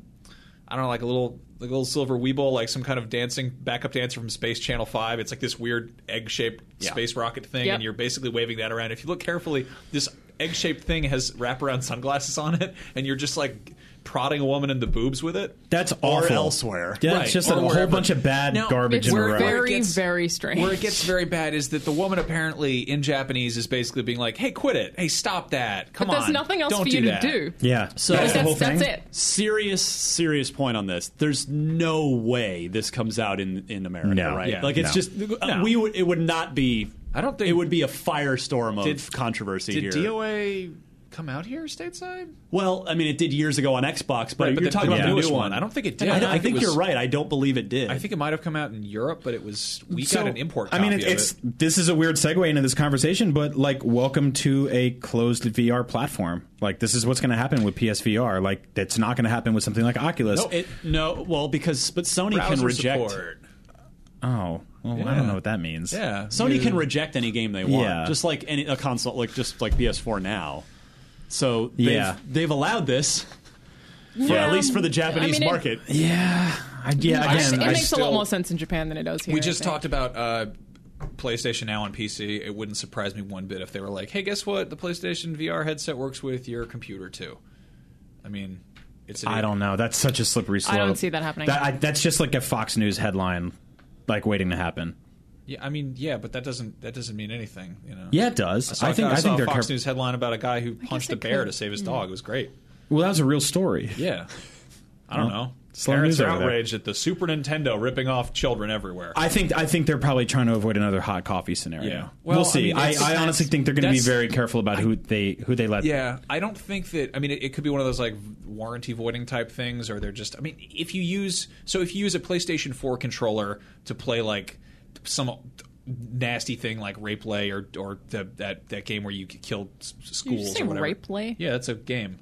[SPEAKER 5] I don't know, like a little like a little silver weeble, like some kind of dancing backup dancer from Space Channel Five. It's like this weird egg shaped space rocket thing,
[SPEAKER 4] Yep.
[SPEAKER 5] and you're basically waving that around. If you look carefully, this egg shaped thing has wraparound sunglasses on it, and you're just like prodding a woman in the boobs with it.
[SPEAKER 6] That's
[SPEAKER 3] Or
[SPEAKER 6] awful.
[SPEAKER 3] elsewhere.
[SPEAKER 6] Yeah,
[SPEAKER 5] Right,
[SPEAKER 6] it's just
[SPEAKER 5] or
[SPEAKER 6] a whole
[SPEAKER 5] wherever.
[SPEAKER 6] bunch of bad
[SPEAKER 5] Now,
[SPEAKER 6] garbage
[SPEAKER 4] It's
[SPEAKER 6] in a
[SPEAKER 5] Where it
[SPEAKER 6] row.
[SPEAKER 4] very
[SPEAKER 5] gets-
[SPEAKER 4] very strange.
[SPEAKER 5] Where it gets very bad is that the woman apparently in Japanese is basically being like, "Hey, quit it! Hey, stop that! Come
[SPEAKER 4] but there's
[SPEAKER 5] on!
[SPEAKER 4] nothing else
[SPEAKER 5] Don't
[SPEAKER 4] for
[SPEAKER 5] do
[SPEAKER 4] you to
[SPEAKER 5] that."
[SPEAKER 4] do.
[SPEAKER 6] Yeah.
[SPEAKER 3] So-
[SPEAKER 4] That's,
[SPEAKER 6] that's the whole thing.
[SPEAKER 4] that's it.
[SPEAKER 3] serious serious point on this there's no way this comes out in in america
[SPEAKER 6] No.
[SPEAKER 3] right
[SPEAKER 6] Yeah.
[SPEAKER 3] like it's
[SPEAKER 6] No.
[SPEAKER 3] just uh,
[SPEAKER 5] No.
[SPEAKER 3] we would it would not be
[SPEAKER 5] I don't think-
[SPEAKER 3] it would be a firestorm of
[SPEAKER 5] Did-
[SPEAKER 3] controversy
[SPEAKER 5] Did
[SPEAKER 3] here
[SPEAKER 5] DOA come out here stateside?
[SPEAKER 3] well i mean it did years ago on xbox but
[SPEAKER 5] Right, but
[SPEAKER 3] you're
[SPEAKER 5] the-
[SPEAKER 3] talking
[SPEAKER 5] the
[SPEAKER 3] about the
[SPEAKER 5] newest
[SPEAKER 3] new
[SPEAKER 5] one.
[SPEAKER 3] one
[SPEAKER 5] I don't think it did.
[SPEAKER 3] I,
[SPEAKER 5] I
[SPEAKER 3] don't- I
[SPEAKER 5] think it
[SPEAKER 3] think
[SPEAKER 5] was-
[SPEAKER 3] you're right i don't believe it did
[SPEAKER 5] I think it might have come out in Europe, but it was we
[SPEAKER 6] So,
[SPEAKER 5] got an import.
[SPEAKER 6] I mean,
[SPEAKER 5] copy
[SPEAKER 6] it,
[SPEAKER 5] of
[SPEAKER 6] it's
[SPEAKER 5] it.
[SPEAKER 6] this is a weird segue into this conversation, but like, welcome to a closed VR platform. Like, this is what's going to happen with PSVR. Like, that's not going to happen with something like Oculus.
[SPEAKER 3] no, it, no well because but sony can
[SPEAKER 5] Browser
[SPEAKER 3] reject
[SPEAKER 5] support.
[SPEAKER 6] Oh, well, I
[SPEAKER 5] Yeah.
[SPEAKER 6] don't know what that means.
[SPEAKER 5] Yeah,
[SPEAKER 3] Sony
[SPEAKER 5] You-
[SPEAKER 3] can reject any game they want,
[SPEAKER 6] Yeah.
[SPEAKER 3] just like any a console, like just like PS4 now. So they've,
[SPEAKER 6] Yeah.
[SPEAKER 3] they've allowed this, for, at least for the Japanese
[SPEAKER 4] mean, it-
[SPEAKER 3] market.
[SPEAKER 6] yeah, I, yeah.
[SPEAKER 4] It
[SPEAKER 6] Again, I,
[SPEAKER 4] makes a
[SPEAKER 5] still-
[SPEAKER 4] lot more sense in Japan than it does here.
[SPEAKER 5] We
[SPEAKER 4] I
[SPEAKER 5] just
[SPEAKER 4] think.
[SPEAKER 5] talked about uh, PlayStation Now and PC. It wouldn't surprise me one bit if they were like, "Hey, guess what? The PlayStation VR headset works with your computer too." I mean, it's an
[SPEAKER 6] I don't know. That's such a slippery slope.
[SPEAKER 4] don't see that happening.
[SPEAKER 6] I, that's just like a Fox News headline, like waiting to happen.
[SPEAKER 5] Yeah, I mean, yeah, but that doesn't that doesn't mean anything, you know.
[SPEAKER 6] Yeah, it does.
[SPEAKER 5] I, saw,
[SPEAKER 6] I think-
[SPEAKER 5] I
[SPEAKER 6] I
[SPEAKER 5] saw
[SPEAKER 6] think
[SPEAKER 5] a
[SPEAKER 6] they're
[SPEAKER 5] Fox
[SPEAKER 6] carp-
[SPEAKER 5] News headline about a guy who punched
[SPEAKER 4] they
[SPEAKER 5] a bear
[SPEAKER 4] could.
[SPEAKER 5] to save his dog. It was great.
[SPEAKER 6] Well, that was a real story.
[SPEAKER 5] Yeah. I don't know.
[SPEAKER 6] slow
[SPEAKER 5] Parents
[SPEAKER 6] news
[SPEAKER 5] are
[SPEAKER 6] over there.
[SPEAKER 5] outraged at the Super Nintendo ripping off children everywhere.
[SPEAKER 6] I think I think they're probably trying to avoid another hot coffee scenario.
[SPEAKER 5] Yeah.
[SPEAKER 6] We'll,
[SPEAKER 5] Well, I
[SPEAKER 6] see.
[SPEAKER 5] mean,
[SPEAKER 6] I,
[SPEAKER 5] that's-
[SPEAKER 6] I, honestly think they're going to be
[SPEAKER 5] that's-
[SPEAKER 6] very careful about who they who they let.
[SPEAKER 5] Yeah, I don't think that. I mean, it, it could be one of those like warranty voiding type things, or they're just. I mean, if you use so if you use a PlayStation 4 controller to play like some nasty thing like Rayplay or or the, that that game where you could kill s- schools
[SPEAKER 4] say
[SPEAKER 5] or whatever.
[SPEAKER 4] Rayplay?
[SPEAKER 5] Yeah, that's a game.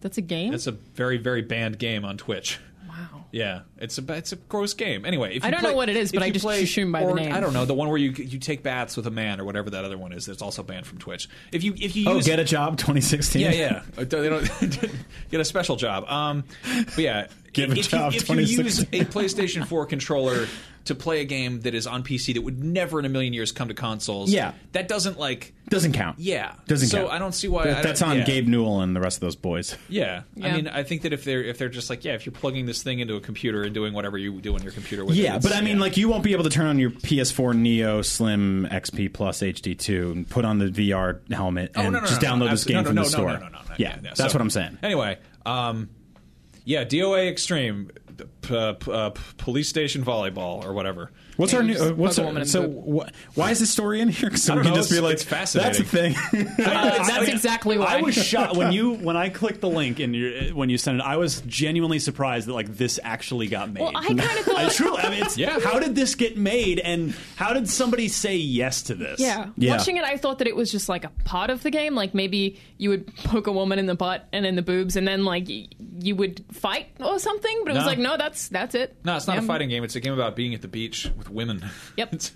[SPEAKER 4] That's a game.
[SPEAKER 5] That's a very very banned game on Twitch.
[SPEAKER 4] wow.
[SPEAKER 5] Yeah, it's a it's a gross game. Anyway, if
[SPEAKER 4] I
[SPEAKER 5] you
[SPEAKER 4] don't
[SPEAKER 5] play-
[SPEAKER 4] know what it is,
[SPEAKER 5] if
[SPEAKER 4] but I
[SPEAKER 5] you
[SPEAKER 4] just
[SPEAKER 5] play
[SPEAKER 4] assume by the
[SPEAKER 5] Orange-
[SPEAKER 4] name.
[SPEAKER 5] I don't know the one where you you take baths with a man or whatever that other one is. That's also banned from Twitch. If you if you
[SPEAKER 6] Oh,
[SPEAKER 5] use
[SPEAKER 6] get a job 2016.
[SPEAKER 5] yeah yeah Uh, they don't get a special job. Um, but yeah,
[SPEAKER 6] Give a
[SPEAKER 5] if, you-
[SPEAKER 6] job
[SPEAKER 5] if you use a
[SPEAKER 6] 2016.
[SPEAKER 5] PlayStation 4 controller to play a game that is on PC that would never in a million years come to consoles,
[SPEAKER 6] Yeah.
[SPEAKER 5] that doesn't like
[SPEAKER 6] Doesn't count.
[SPEAKER 5] yeah
[SPEAKER 6] Doesn't
[SPEAKER 5] so
[SPEAKER 6] count.
[SPEAKER 5] I don't see why I
[SPEAKER 6] That-
[SPEAKER 5] don't-
[SPEAKER 6] That's on
[SPEAKER 5] yeah.
[SPEAKER 6] Gabe Newell and the rest of those boys.
[SPEAKER 5] Yeah. I
[SPEAKER 4] Yeah.
[SPEAKER 5] mean, I think that if they're if they're just like, yeah, if you're plugging this thing into a computer and doing whatever you do on your computer with it,
[SPEAKER 6] Yeah,
[SPEAKER 5] it's-
[SPEAKER 6] but I mean, like, you won't be able to turn on your PS4 Neo Slim XP Plus HD2 and put on the VR helmet
[SPEAKER 5] Oh,
[SPEAKER 6] and
[SPEAKER 5] no, no,
[SPEAKER 6] just
[SPEAKER 5] no, no,
[SPEAKER 6] download this
[SPEAKER 5] absolutely.
[SPEAKER 6] game
[SPEAKER 5] no,
[SPEAKER 6] from
[SPEAKER 5] no, no, no,
[SPEAKER 6] the store.
[SPEAKER 5] No, no, no, no,
[SPEAKER 6] yeah,
[SPEAKER 5] no.
[SPEAKER 6] that's
[SPEAKER 5] So,
[SPEAKER 6] what I'm saying.
[SPEAKER 5] Anyway, um, yeah, DOA Extreme, p- p- p- uh, p- police station volleyball or whatever.
[SPEAKER 6] What's our new?
[SPEAKER 4] just
[SPEAKER 6] Uh, what's
[SPEAKER 4] poke a
[SPEAKER 6] our,
[SPEAKER 4] woman in the
[SPEAKER 6] so?
[SPEAKER 4] boob.
[SPEAKER 6] Wh- why is this story in here? So
[SPEAKER 5] I
[SPEAKER 6] we
[SPEAKER 5] don't
[SPEAKER 6] can
[SPEAKER 5] know,
[SPEAKER 6] just be
[SPEAKER 5] it's-
[SPEAKER 6] like,
[SPEAKER 5] it's fascinating.
[SPEAKER 6] That's a thing.
[SPEAKER 4] that's exactly why.
[SPEAKER 3] I was shocked when you when I clicked the link and you when you sent it. I was genuinely surprised that like this actually got made.
[SPEAKER 4] Well, I kind of
[SPEAKER 3] I
[SPEAKER 4] thought.
[SPEAKER 3] truly, I mean, it's,
[SPEAKER 5] Yeah.
[SPEAKER 3] How did this get made, and how did somebody say yes to this?
[SPEAKER 4] Yeah.
[SPEAKER 6] Yeah.
[SPEAKER 4] Watching it, I thought that it was just like a part of the game. Like maybe you would poke a woman in the butt and in the boobs, and then like y- you would fight or something. But it was
[SPEAKER 5] No.
[SPEAKER 4] like, no, that's that's it.
[SPEAKER 5] No, it's not
[SPEAKER 4] Yeah.
[SPEAKER 5] a fighting game. It's a game about being at the beach with women.
[SPEAKER 4] Yep.
[SPEAKER 5] it's,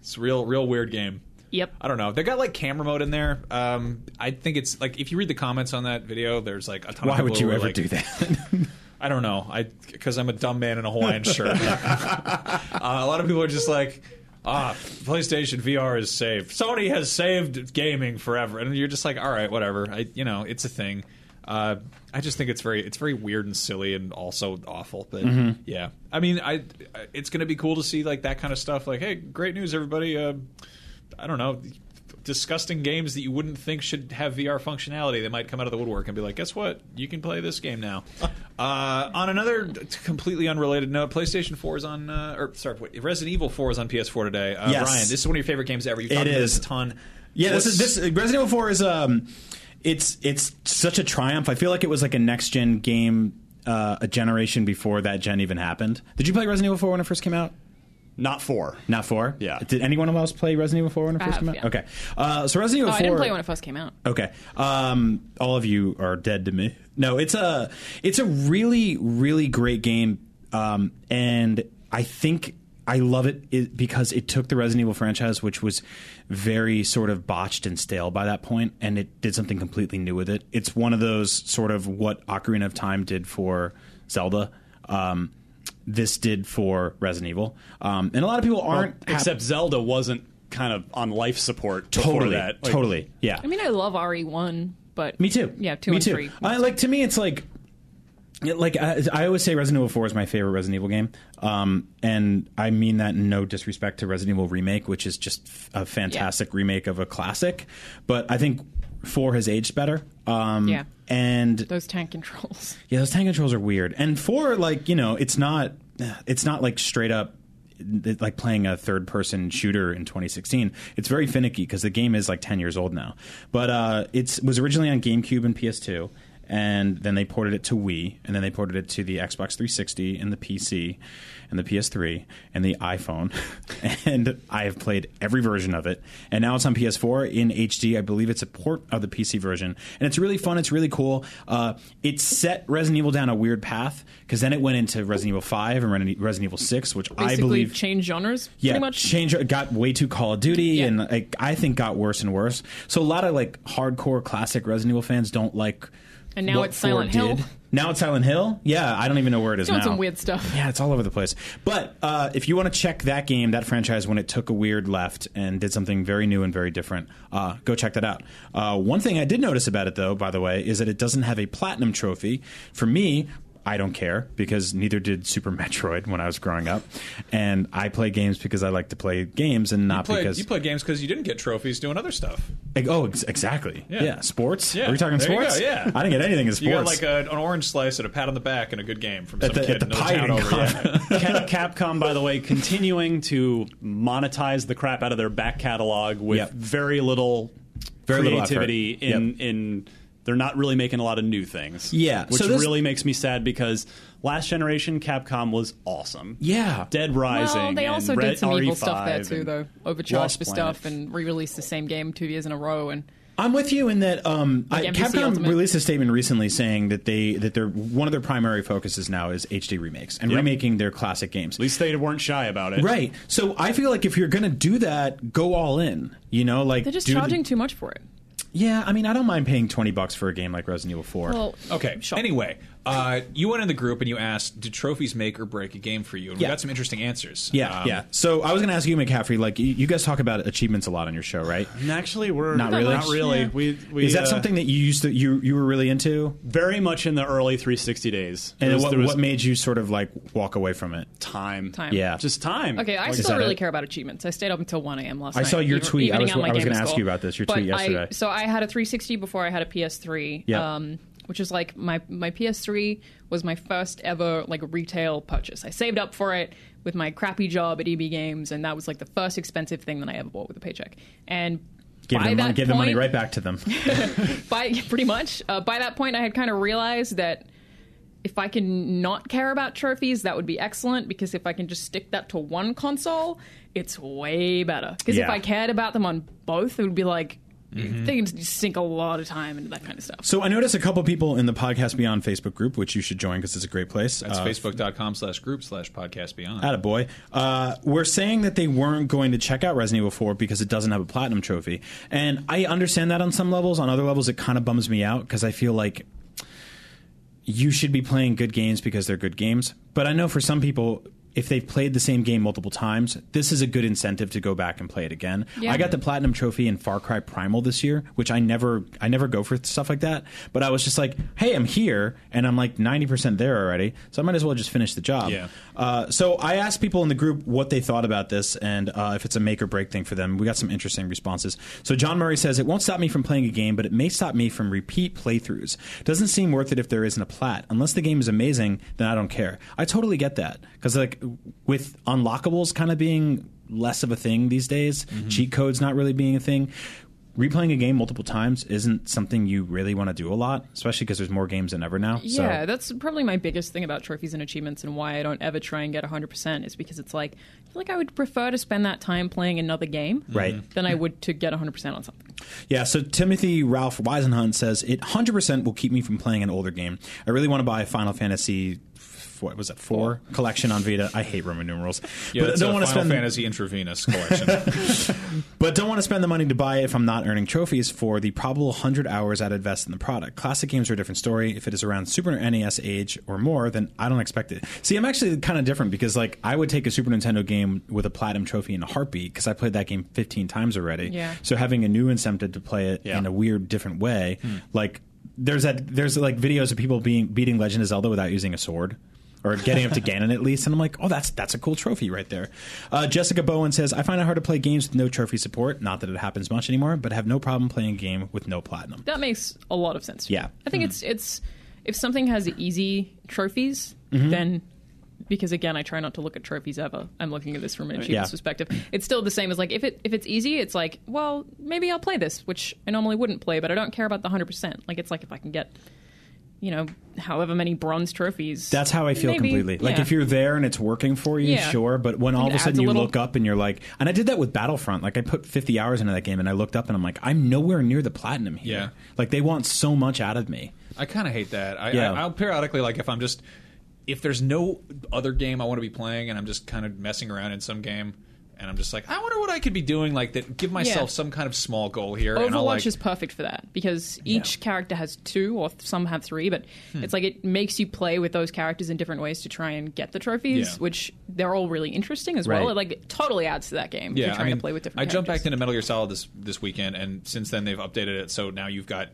[SPEAKER 5] it's a real, real weird game.
[SPEAKER 4] Yep.
[SPEAKER 5] I don't know. They got like camera mode in there. Um, I think it's like if you read the comments on that video, there's like a ton of
[SPEAKER 6] why
[SPEAKER 5] people
[SPEAKER 6] would you
[SPEAKER 5] who are
[SPEAKER 6] ever
[SPEAKER 5] like,
[SPEAKER 6] do that?
[SPEAKER 5] I don't know. I because I'm a dumb man in a Hawaiian shirt. uh, a lot of people are just like, ah, PlayStation VR is saved. Sony has saved gaming forever, and you're just like, all right, whatever. I, you know, it's a thing. Uh, I just think it's very, it's very weird and silly, and also awful. But yeah, I mean, I, I- it's going to be cool to see like that kind of stuff. Like, hey, great news, everybody. Uh, I don't know. Disgusting games that you wouldn't think should have VR functionality, they might come out of the woodwork and be like, "Guess what? You can play this game now." uh, on another t- completely unrelated note, PlayStation Four is on, uh, or sorry, wait, Resident Evil Four is on PS4 today. Uh,
[SPEAKER 6] Yes.
[SPEAKER 5] Ryan, this is one of your favorite games ever. You've
[SPEAKER 6] It
[SPEAKER 5] talked about
[SPEAKER 6] is.
[SPEAKER 5] this a ton.
[SPEAKER 6] Yeah, this is
[SPEAKER 5] What's-
[SPEAKER 6] this Resident Evil Four is um, it's it's such a triumph. I feel like it was like a next gen game, uh, a generation before that gen even happened. Did you play Resident Evil Four when it first came out?
[SPEAKER 3] Not four.
[SPEAKER 6] Not four.
[SPEAKER 3] Yeah.
[SPEAKER 6] Did anyone else play Resident Evil Four when it
[SPEAKER 4] I
[SPEAKER 6] first
[SPEAKER 4] have,
[SPEAKER 6] came out?
[SPEAKER 4] yeah.
[SPEAKER 6] Okay. Uh, so Resident Evil
[SPEAKER 4] Oh,
[SPEAKER 6] Four.
[SPEAKER 4] I didn't play when it first came out.
[SPEAKER 6] Okay. Um, all of you are dead to me. No, it's a it's a really really great game, um, and I think I love it i- because it took the Resident Evil franchise, which was very sort of botched and stale by that point, and it did something completely new with it. It's one of those sort of what Ocarina of Time did for Zelda. Um, this did for Resident Evil, um, and a lot of people aren't hap-
[SPEAKER 3] Except Zelda wasn't kind of on life support. before
[SPEAKER 6] totally,
[SPEAKER 3] that. Like,
[SPEAKER 6] totally, yeah.
[SPEAKER 4] I mean, I love RE1, but
[SPEAKER 6] Me too.
[SPEAKER 4] Yeah, two
[SPEAKER 6] Me
[SPEAKER 4] and
[SPEAKER 6] too.
[SPEAKER 4] three.
[SPEAKER 6] I like to me, it's like. it- Like I, I always say, Resident Evil Four is my favorite Resident Evil game, um, and I mean that in no disrespect to Resident Evil Remake, which is just f- a fantastic remake of a classic. But I think Four has aged better. Um,
[SPEAKER 4] Yeah.
[SPEAKER 6] and
[SPEAKER 4] Those tank controls.
[SPEAKER 6] yeah, those tank controls are weird. And four, like you know, it's not it's not like straight up it's like playing a third person shooter in 2016. It's very finicky because the game is like 10 years old now. But uh, it was originally on GameCube and PS2. And then they ported it to Wii, and then they ported it to the Xbox 360 and the PC, and the PS3 and the iPhone. and I have played every version of it. And now it's on PS4 in HD. I believe it's a port of the PC version. And it's really fun. It's really cool. Uh, it set Resident Evil down a weird path because then it went into Resident Evil 5 and Ren- Resident Evil 6, which I
[SPEAKER 4] Basically,
[SPEAKER 6] believe.
[SPEAKER 4] change genres.
[SPEAKER 6] yeah,
[SPEAKER 4] pretty much.
[SPEAKER 6] change it got way too Call of Duty,
[SPEAKER 4] Yeah.
[SPEAKER 6] and like, I think got worse and worse. So a lot of like hardcore classic Resident Evil fans don't like.
[SPEAKER 4] And now
[SPEAKER 6] what
[SPEAKER 4] it's
[SPEAKER 6] 4
[SPEAKER 4] Silent Hill.
[SPEAKER 6] did. Now it's Silent Hill. Yeah, I don't even know where it is
[SPEAKER 4] Doing
[SPEAKER 6] now.
[SPEAKER 4] some weird stuff.
[SPEAKER 6] Yeah, it's all over the place. But uh, if you want to check that game, that franchise, when it took a weird left and did something very new and very different, uh, go check that out. Uh, one thing I did notice about it, though, by the way, is that it doesn't have a platinum trophy. For me, I don't care because neither did Super Metroid when I was growing up, and I play games because I like to play games and not
[SPEAKER 5] Play,
[SPEAKER 6] because
[SPEAKER 5] you play games because you didn't get trophies doing other stuff.
[SPEAKER 6] Like, oh ex- exactly yeah. sports
[SPEAKER 5] Yeah,
[SPEAKER 6] are we talking
[SPEAKER 5] there you go,
[SPEAKER 6] sports
[SPEAKER 5] yeah.
[SPEAKER 6] I didn't get anything in sports
[SPEAKER 5] You got like a, an orange slice and a pat on the back and a good game from some
[SPEAKER 6] at the,
[SPEAKER 5] kid
[SPEAKER 6] at
[SPEAKER 5] in
[SPEAKER 6] the
[SPEAKER 5] another town
[SPEAKER 6] pie eating
[SPEAKER 5] over. Yeah.
[SPEAKER 6] con.
[SPEAKER 3] Cap- Capcom, by the way, continuing to monetize the crap out of their back catalog with
[SPEAKER 6] Yep.
[SPEAKER 3] very little
[SPEAKER 6] Very little
[SPEAKER 3] creativity
[SPEAKER 6] effort.
[SPEAKER 3] in in They're not really making a lot of new things.
[SPEAKER 6] Yeah,
[SPEAKER 3] which
[SPEAKER 6] so this-
[SPEAKER 3] really makes me sad because last generation Capcom was awesome.
[SPEAKER 6] Yeah.
[SPEAKER 3] Dead Rising.
[SPEAKER 4] Well, they
[SPEAKER 3] and
[SPEAKER 4] also
[SPEAKER 3] Red
[SPEAKER 4] did some evil
[SPEAKER 3] RE5
[SPEAKER 4] stuff
[SPEAKER 7] E
[SPEAKER 4] there too,
[SPEAKER 3] and
[SPEAKER 4] though.
[SPEAKER 3] Lost
[SPEAKER 4] Overcharged for stuff
[SPEAKER 3] Planet.
[SPEAKER 4] and re-released the same game two years in a row, and
[SPEAKER 6] I'm with you in that um, I,
[SPEAKER 4] NBC
[SPEAKER 6] Capcom
[SPEAKER 4] Ultimate.
[SPEAKER 6] released a statement recently saying that they that their one of their primary focuses now is HD remakes and
[SPEAKER 3] Yep.
[SPEAKER 6] remaking their classic games.
[SPEAKER 3] At least they weren't shy about it.
[SPEAKER 6] Right. So I feel like if you're going to do that, go all in. You know, like
[SPEAKER 4] they're just
[SPEAKER 6] do the-
[SPEAKER 4] charging too much for it.
[SPEAKER 6] yeah, I mean, I don't mind paying twenty bucks for a game like Resident Evil Four.
[SPEAKER 4] Well,
[SPEAKER 5] Okay.
[SPEAKER 4] Sure.
[SPEAKER 5] Anyway, uh, you went in the group and you asked, "Do trophies make or break a game for you?" And
[SPEAKER 6] Yeah.
[SPEAKER 5] we got some interesting answers.
[SPEAKER 6] yeah,
[SPEAKER 5] Um,
[SPEAKER 6] yeah. So I was going to ask you, McCaffrey. Like, you, you guys talk about achievements a lot on your show, right?
[SPEAKER 3] And actually, we're
[SPEAKER 6] Not really?
[SPEAKER 3] Not really.
[SPEAKER 4] Yeah.
[SPEAKER 3] We, we
[SPEAKER 6] Is that
[SPEAKER 3] uh,
[SPEAKER 6] something that you used to you you were really into?
[SPEAKER 3] very much in the early 360 days?
[SPEAKER 6] And
[SPEAKER 3] There was-
[SPEAKER 6] what,
[SPEAKER 3] there was
[SPEAKER 6] what made you sort of like walk away from it?
[SPEAKER 3] time?
[SPEAKER 4] Time.
[SPEAKER 6] Yeah,
[SPEAKER 3] Just time.
[SPEAKER 4] Okay, I
[SPEAKER 3] Like,
[SPEAKER 6] that
[SPEAKER 4] still really
[SPEAKER 6] it?
[SPEAKER 4] care about achievements. I stayed up until 1 a.m. last
[SPEAKER 6] I
[SPEAKER 4] night.
[SPEAKER 6] saw your
[SPEAKER 4] even-
[SPEAKER 6] tweet. I
[SPEAKER 4] evening
[SPEAKER 6] was-
[SPEAKER 4] out my
[SPEAKER 6] I was
[SPEAKER 4] gamer
[SPEAKER 6] gonna ask
[SPEAKER 4] score.
[SPEAKER 6] you about this, your
[SPEAKER 4] But
[SPEAKER 6] tweet
[SPEAKER 4] I-
[SPEAKER 6] yesterday.
[SPEAKER 4] so I had a 360 before I had a PS3,
[SPEAKER 6] Yeah.
[SPEAKER 4] um, which is like my, my PS3 was my first ever like retail purchase. I saved up for it with my crappy job at EB Games, and that was like the first expensive thing that I ever bought with a paycheck. And
[SPEAKER 6] Give,
[SPEAKER 4] by
[SPEAKER 6] them,
[SPEAKER 4] that
[SPEAKER 6] give the money
[SPEAKER 4] point-
[SPEAKER 6] right back to them.
[SPEAKER 4] by pretty much uh, by that point i had kind of realized that if i can not care about trophies that would be excellent because if i can just stick that to one console it's way better because if
[SPEAKER 6] Yeah. Mm-hmm.
[SPEAKER 4] i cared about them on both it would be like they can just sink a lot of time into that kind of stuff
[SPEAKER 6] So I noticed a couple people in the podcast beyond Facebook group, which you should join because it's a great place.
[SPEAKER 5] That's facebook.com slash group slash podcast beyond.
[SPEAKER 6] At a boy, uh, we're saying that they weren't going to check out Resident Evil 4 because it doesn't have a platinum trophy, and I understand that on some levels. On other levels, it kind of bums me out because I feel like you should be playing good games because they're good games. But I know for some people, if they've played the same game multiple times, this is a good incentive to go back and play it again.
[SPEAKER 4] Yeah.
[SPEAKER 6] I got the platinum trophy in Far Cry Primal this year, which I never I never go for stuff like that. But I was just like, hey, I'm here, and I'm like 90% there already, so I might as well just finish the job.
[SPEAKER 3] Yeah.
[SPEAKER 6] Uh, so I asked people in the group what they thought about this and uh, if it's a make or break thing for them. We got some interesting responses. So John Murray says it won't stop me from playing a game, but it may stop me from repeat playthroughs. Doesn't seem worth it if there isn't a plat. Unless the game is amazing, then I don't care. I totally get that because like with unlockables kind of being less of a thing these days, cheat codes not really being a thing. Replaying a game multiple times isn't something you really want to do a lot, especially because there's more games than ever now. So-
[SPEAKER 4] yeah that's probably my biggest thing about trophies and achievements and why i don't ever try and get 100% is because it's like i feel like i would prefer to spend that time playing another game
[SPEAKER 6] Right.
[SPEAKER 4] than i would to get 100% on something
[SPEAKER 6] Yeah, so Timothy Ralph Weisenhunt says it 100% will keep me from playing an older game. I really want to buy Final Fantasy, f- what was it, four collection on Vita. I hate Roman numerals,
[SPEAKER 5] Yeah,
[SPEAKER 6] but I
[SPEAKER 5] that's
[SPEAKER 6] don't
[SPEAKER 5] a
[SPEAKER 6] want to
[SPEAKER 5] Final
[SPEAKER 6] spend.
[SPEAKER 5] Fantasy Intravenous collection.
[SPEAKER 6] But don't want to spend the money to buy it if I'm not earning trophies for the probable 100 hours I'd invest in the product. Classic games are a different story. If it is around Super NES age or more, then I don't expect it. See, I'm actually kind of different because like I would take a Super Nintendo game with a platinum trophy in a heartbeat because I played that game 15 times already.
[SPEAKER 4] Yeah.
[SPEAKER 6] So having a new incentive to play it
[SPEAKER 3] Yeah.
[SPEAKER 6] in a weird different way, like there's that there's like videos of people being beating Legend of Zelda without using a sword. Or getting up to Ganon at least, and I'm like, oh, that's that's a cool trophy right there. Uh, Jessica Bowen says, I find it hard to play games with no trophy support. Not that it happens much anymore, but have no problem playing a game with no platinum.
[SPEAKER 4] That makes a lot of sense. to me.
[SPEAKER 6] Yeah.
[SPEAKER 4] I think it's it's if something has easy trophies,
[SPEAKER 6] Mm-hmm.
[SPEAKER 4] then because again, I try not to look at trophies ever. I'm looking at this from an achievements
[SPEAKER 6] Yeah.
[SPEAKER 4] perspective. It's still the same as like if it if it's easy, it's like well maybe I'll play this, which I normally wouldn't play, but I don't care about the hundred percent. Like it's like if I can get you know however many bronze trophies.
[SPEAKER 6] That's how I feel
[SPEAKER 4] maybe-
[SPEAKER 6] completely. Like
[SPEAKER 4] yeah.
[SPEAKER 6] if you're there and it's working for you,
[SPEAKER 4] Yeah.
[SPEAKER 6] sure. But when
[SPEAKER 4] It
[SPEAKER 6] all of a
[SPEAKER 4] adds
[SPEAKER 6] sudden
[SPEAKER 4] a
[SPEAKER 6] you
[SPEAKER 4] little-
[SPEAKER 6] look up and you're like, and I did that with Battlefront. Like I put 50 hours into that game, and I looked up and I'm like, I'm nowhere near the platinum here.
[SPEAKER 5] Yeah.
[SPEAKER 6] Like they want so much out of me.
[SPEAKER 5] I kind of hate that. I,
[SPEAKER 6] Yeah.
[SPEAKER 5] I, I'll periodically like if I'm just if there's no other game I want to be playing and I'm just kind of messing around in some game and I'm just like I wonder what I could be doing like that give myself some kind of small goal here and I'll
[SPEAKER 4] Overwatch
[SPEAKER 5] like
[SPEAKER 4] is perfect for that because each character has two or th- some have three, but
[SPEAKER 5] Hmm.
[SPEAKER 4] it's like it makes you play with those characters in different ways to try and get the trophies,
[SPEAKER 5] Yeah.
[SPEAKER 4] which they're all really interesting as well.
[SPEAKER 6] Right.
[SPEAKER 4] It like it totally adds to that game. if
[SPEAKER 5] yeah,
[SPEAKER 4] you're
[SPEAKER 5] I
[SPEAKER 4] trying
[SPEAKER 5] mean,
[SPEAKER 4] to play with different.
[SPEAKER 5] I jumped back
[SPEAKER 4] characters.
[SPEAKER 5] into Metal Gear Solid this this weekend and since then they've updated it so now you've got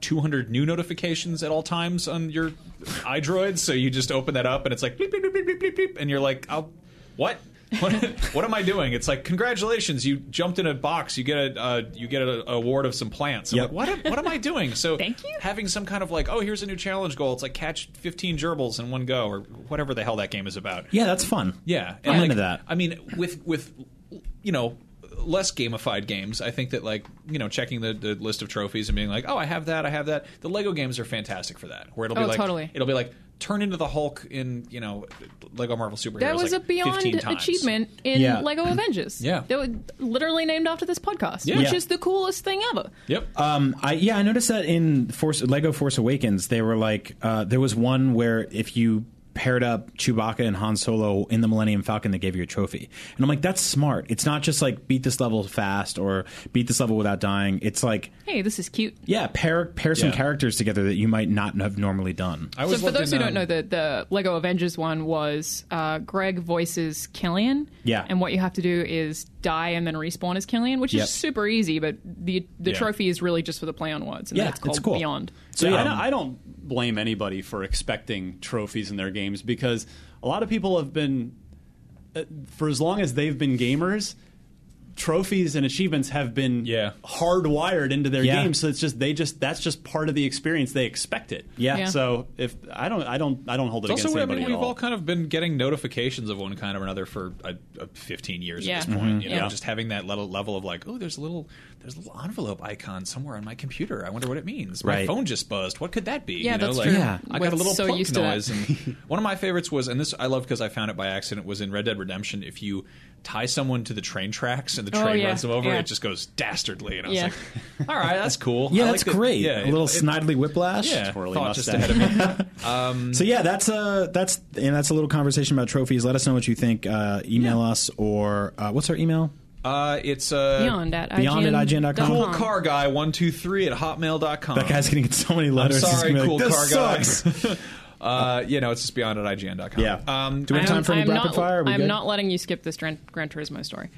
[SPEAKER 5] 200 new notifications at all times on your iDroid so you just open that up and it's like bleep, bleep, bleep, bleep, bleep, bleep, bleep, and you're like I'll what what, what am I doing? It's like congratulations, you jumped in a box. You get a uh, you get a, a award of some plants. I'm
[SPEAKER 6] Yep.
[SPEAKER 5] like, what am, what am I doing? So
[SPEAKER 4] Thank you.
[SPEAKER 5] having some kind of like oh here's a new challenge goal. It's like catch 15 gerbils in one go or whatever the hell that game is about.
[SPEAKER 6] Yeah, that's fun.
[SPEAKER 5] Yeah,
[SPEAKER 6] I'm
[SPEAKER 5] and,
[SPEAKER 6] into
[SPEAKER 5] like,
[SPEAKER 6] that.
[SPEAKER 5] I mean, with with you know less gamified games. I think that like you know checking the, the list of trophies and being like, oh, I have that, I have that. The Lego games are fantastic for that. Where it'll be
[SPEAKER 4] Oh,
[SPEAKER 5] like
[SPEAKER 4] totally.
[SPEAKER 5] it'll be like turn into the Hulk in you know Lego Marvel Super.
[SPEAKER 4] That was
[SPEAKER 5] like
[SPEAKER 4] a
[SPEAKER 5] 15
[SPEAKER 4] beyond
[SPEAKER 5] times.
[SPEAKER 4] achievement in
[SPEAKER 6] Yeah.
[SPEAKER 4] Lego Avengers.
[SPEAKER 5] Yeah.
[SPEAKER 4] They were literally named after this podcast,
[SPEAKER 5] Yeah.
[SPEAKER 4] which
[SPEAKER 5] Yeah.
[SPEAKER 4] is the coolest thing ever.
[SPEAKER 5] Yep.
[SPEAKER 6] Um, I yeah, I noticed that in Force Lego Force Awakens, they were like uh, there was one where if you paired up Chewbacca and Han Solo in the Millennium Falcon, they gave you a trophy, and I'm like, that's smart. It's not just like beat this level fast or beat this level without dying. It's like
[SPEAKER 4] Hey, this is cute.
[SPEAKER 6] yeah, pair pair some
[SPEAKER 5] Yeah.
[SPEAKER 6] characters together that you might not have normally done.
[SPEAKER 5] I
[SPEAKER 4] So
[SPEAKER 5] always
[SPEAKER 4] for
[SPEAKER 5] loved
[SPEAKER 4] those
[SPEAKER 5] in,
[SPEAKER 4] who
[SPEAKER 5] um,
[SPEAKER 4] don't know, the the Lego Avengers one was uh, Greg voices Killian.
[SPEAKER 6] Yeah.
[SPEAKER 4] And what you have to do is die and then respawn as Killian, which
[SPEAKER 6] Yep.
[SPEAKER 4] is super easy, but the the
[SPEAKER 5] Yeah.
[SPEAKER 4] trophy is really just for the play on words. And
[SPEAKER 6] Yeah,
[SPEAKER 4] that's
[SPEAKER 6] it's
[SPEAKER 4] called
[SPEAKER 6] cool.
[SPEAKER 4] Beyond.
[SPEAKER 6] So
[SPEAKER 3] yeah,
[SPEAKER 6] yeah,
[SPEAKER 3] I, don't, I don't blame anybody for expecting trophies in their games because a lot of people have been, uh, for as long as they've been gamers, trophies and achievements have been
[SPEAKER 5] Yeah.
[SPEAKER 3] hardwired into their
[SPEAKER 6] Yeah.
[SPEAKER 3] games. So it's just they just that's just part of the experience. They expect it.
[SPEAKER 6] Yeah. Yeah.
[SPEAKER 3] So if I don't, I don't, I don't hold it
[SPEAKER 5] It's
[SPEAKER 3] against
[SPEAKER 5] also, I
[SPEAKER 3] anybody
[SPEAKER 5] mean,
[SPEAKER 3] at
[SPEAKER 5] we've
[SPEAKER 3] all.
[SPEAKER 5] all kind of been getting notifications of one kind or another for uh, uh, 15 years
[SPEAKER 4] Yeah.
[SPEAKER 5] at this point.
[SPEAKER 6] Mm-hmm.
[SPEAKER 5] You know,
[SPEAKER 4] Yeah.
[SPEAKER 5] just having that little level of like, oh, there's a little, there's a little envelope icon somewhere on my computer. I wonder what it means. My
[SPEAKER 6] Right.
[SPEAKER 5] phone just buzzed. What could that be?
[SPEAKER 4] Yeah,
[SPEAKER 5] you know,
[SPEAKER 4] that's
[SPEAKER 5] like,
[SPEAKER 4] true.
[SPEAKER 6] Yeah.
[SPEAKER 5] I
[SPEAKER 4] We're
[SPEAKER 5] got a little
[SPEAKER 4] so
[SPEAKER 5] plunk
[SPEAKER 4] used to that.
[SPEAKER 5] noise. And one of my favorites was, and this I love because I found it by accident, was in Red Dead Redemption. If you tie someone to the train tracks and the
[SPEAKER 4] Oh,
[SPEAKER 5] train
[SPEAKER 4] yeah.
[SPEAKER 5] runs them over,
[SPEAKER 4] Yeah.
[SPEAKER 5] it just goes dastardly. And I was
[SPEAKER 4] Yeah.
[SPEAKER 5] like, all right, that's cool.
[SPEAKER 6] yeah,
[SPEAKER 5] I
[SPEAKER 6] that's
[SPEAKER 5] like that-
[SPEAKER 6] great.
[SPEAKER 5] Yeah,
[SPEAKER 6] a little
[SPEAKER 5] it-
[SPEAKER 6] snidely whiplash.
[SPEAKER 5] yeah,
[SPEAKER 3] twirly
[SPEAKER 5] thought just
[SPEAKER 3] mustache.
[SPEAKER 5] ahead of me.
[SPEAKER 6] So yeah, that's uh that's and that's a little conversation about trophies. Let us know what you think. Uh, email us or uh, what's our email?
[SPEAKER 5] Uh, it's uh,
[SPEAKER 4] Beyond at
[SPEAKER 6] Beyond at IGN.com.
[SPEAKER 5] cool car guy 123 at hotmail.com
[SPEAKER 6] Uh-huh. That guy's gonna get so many
[SPEAKER 5] I'm
[SPEAKER 6] letters. He's
[SPEAKER 5] sorry
[SPEAKER 6] gonna be
[SPEAKER 5] cool
[SPEAKER 6] like,
[SPEAKER 5] car
[SPEAKER 6] this sucks.
[SPEAKER 5] guy uh, you know it's just beyond at ign.com
[SPEAKER 6] Yeah.
[SPEAKER 5] um,
[SPEAKER 6] Do we have time for any
[SPEAKER 4] I'm
[SPEAKER 6] rapid
[SPEAKER 4] not,
[SPEAKER 6] fire? Are we
[SPEAKER 4] I'm
[SPEAKER 6] good?
[SPEAKER 4] not letting you skip this Gran, Gran Turismo story.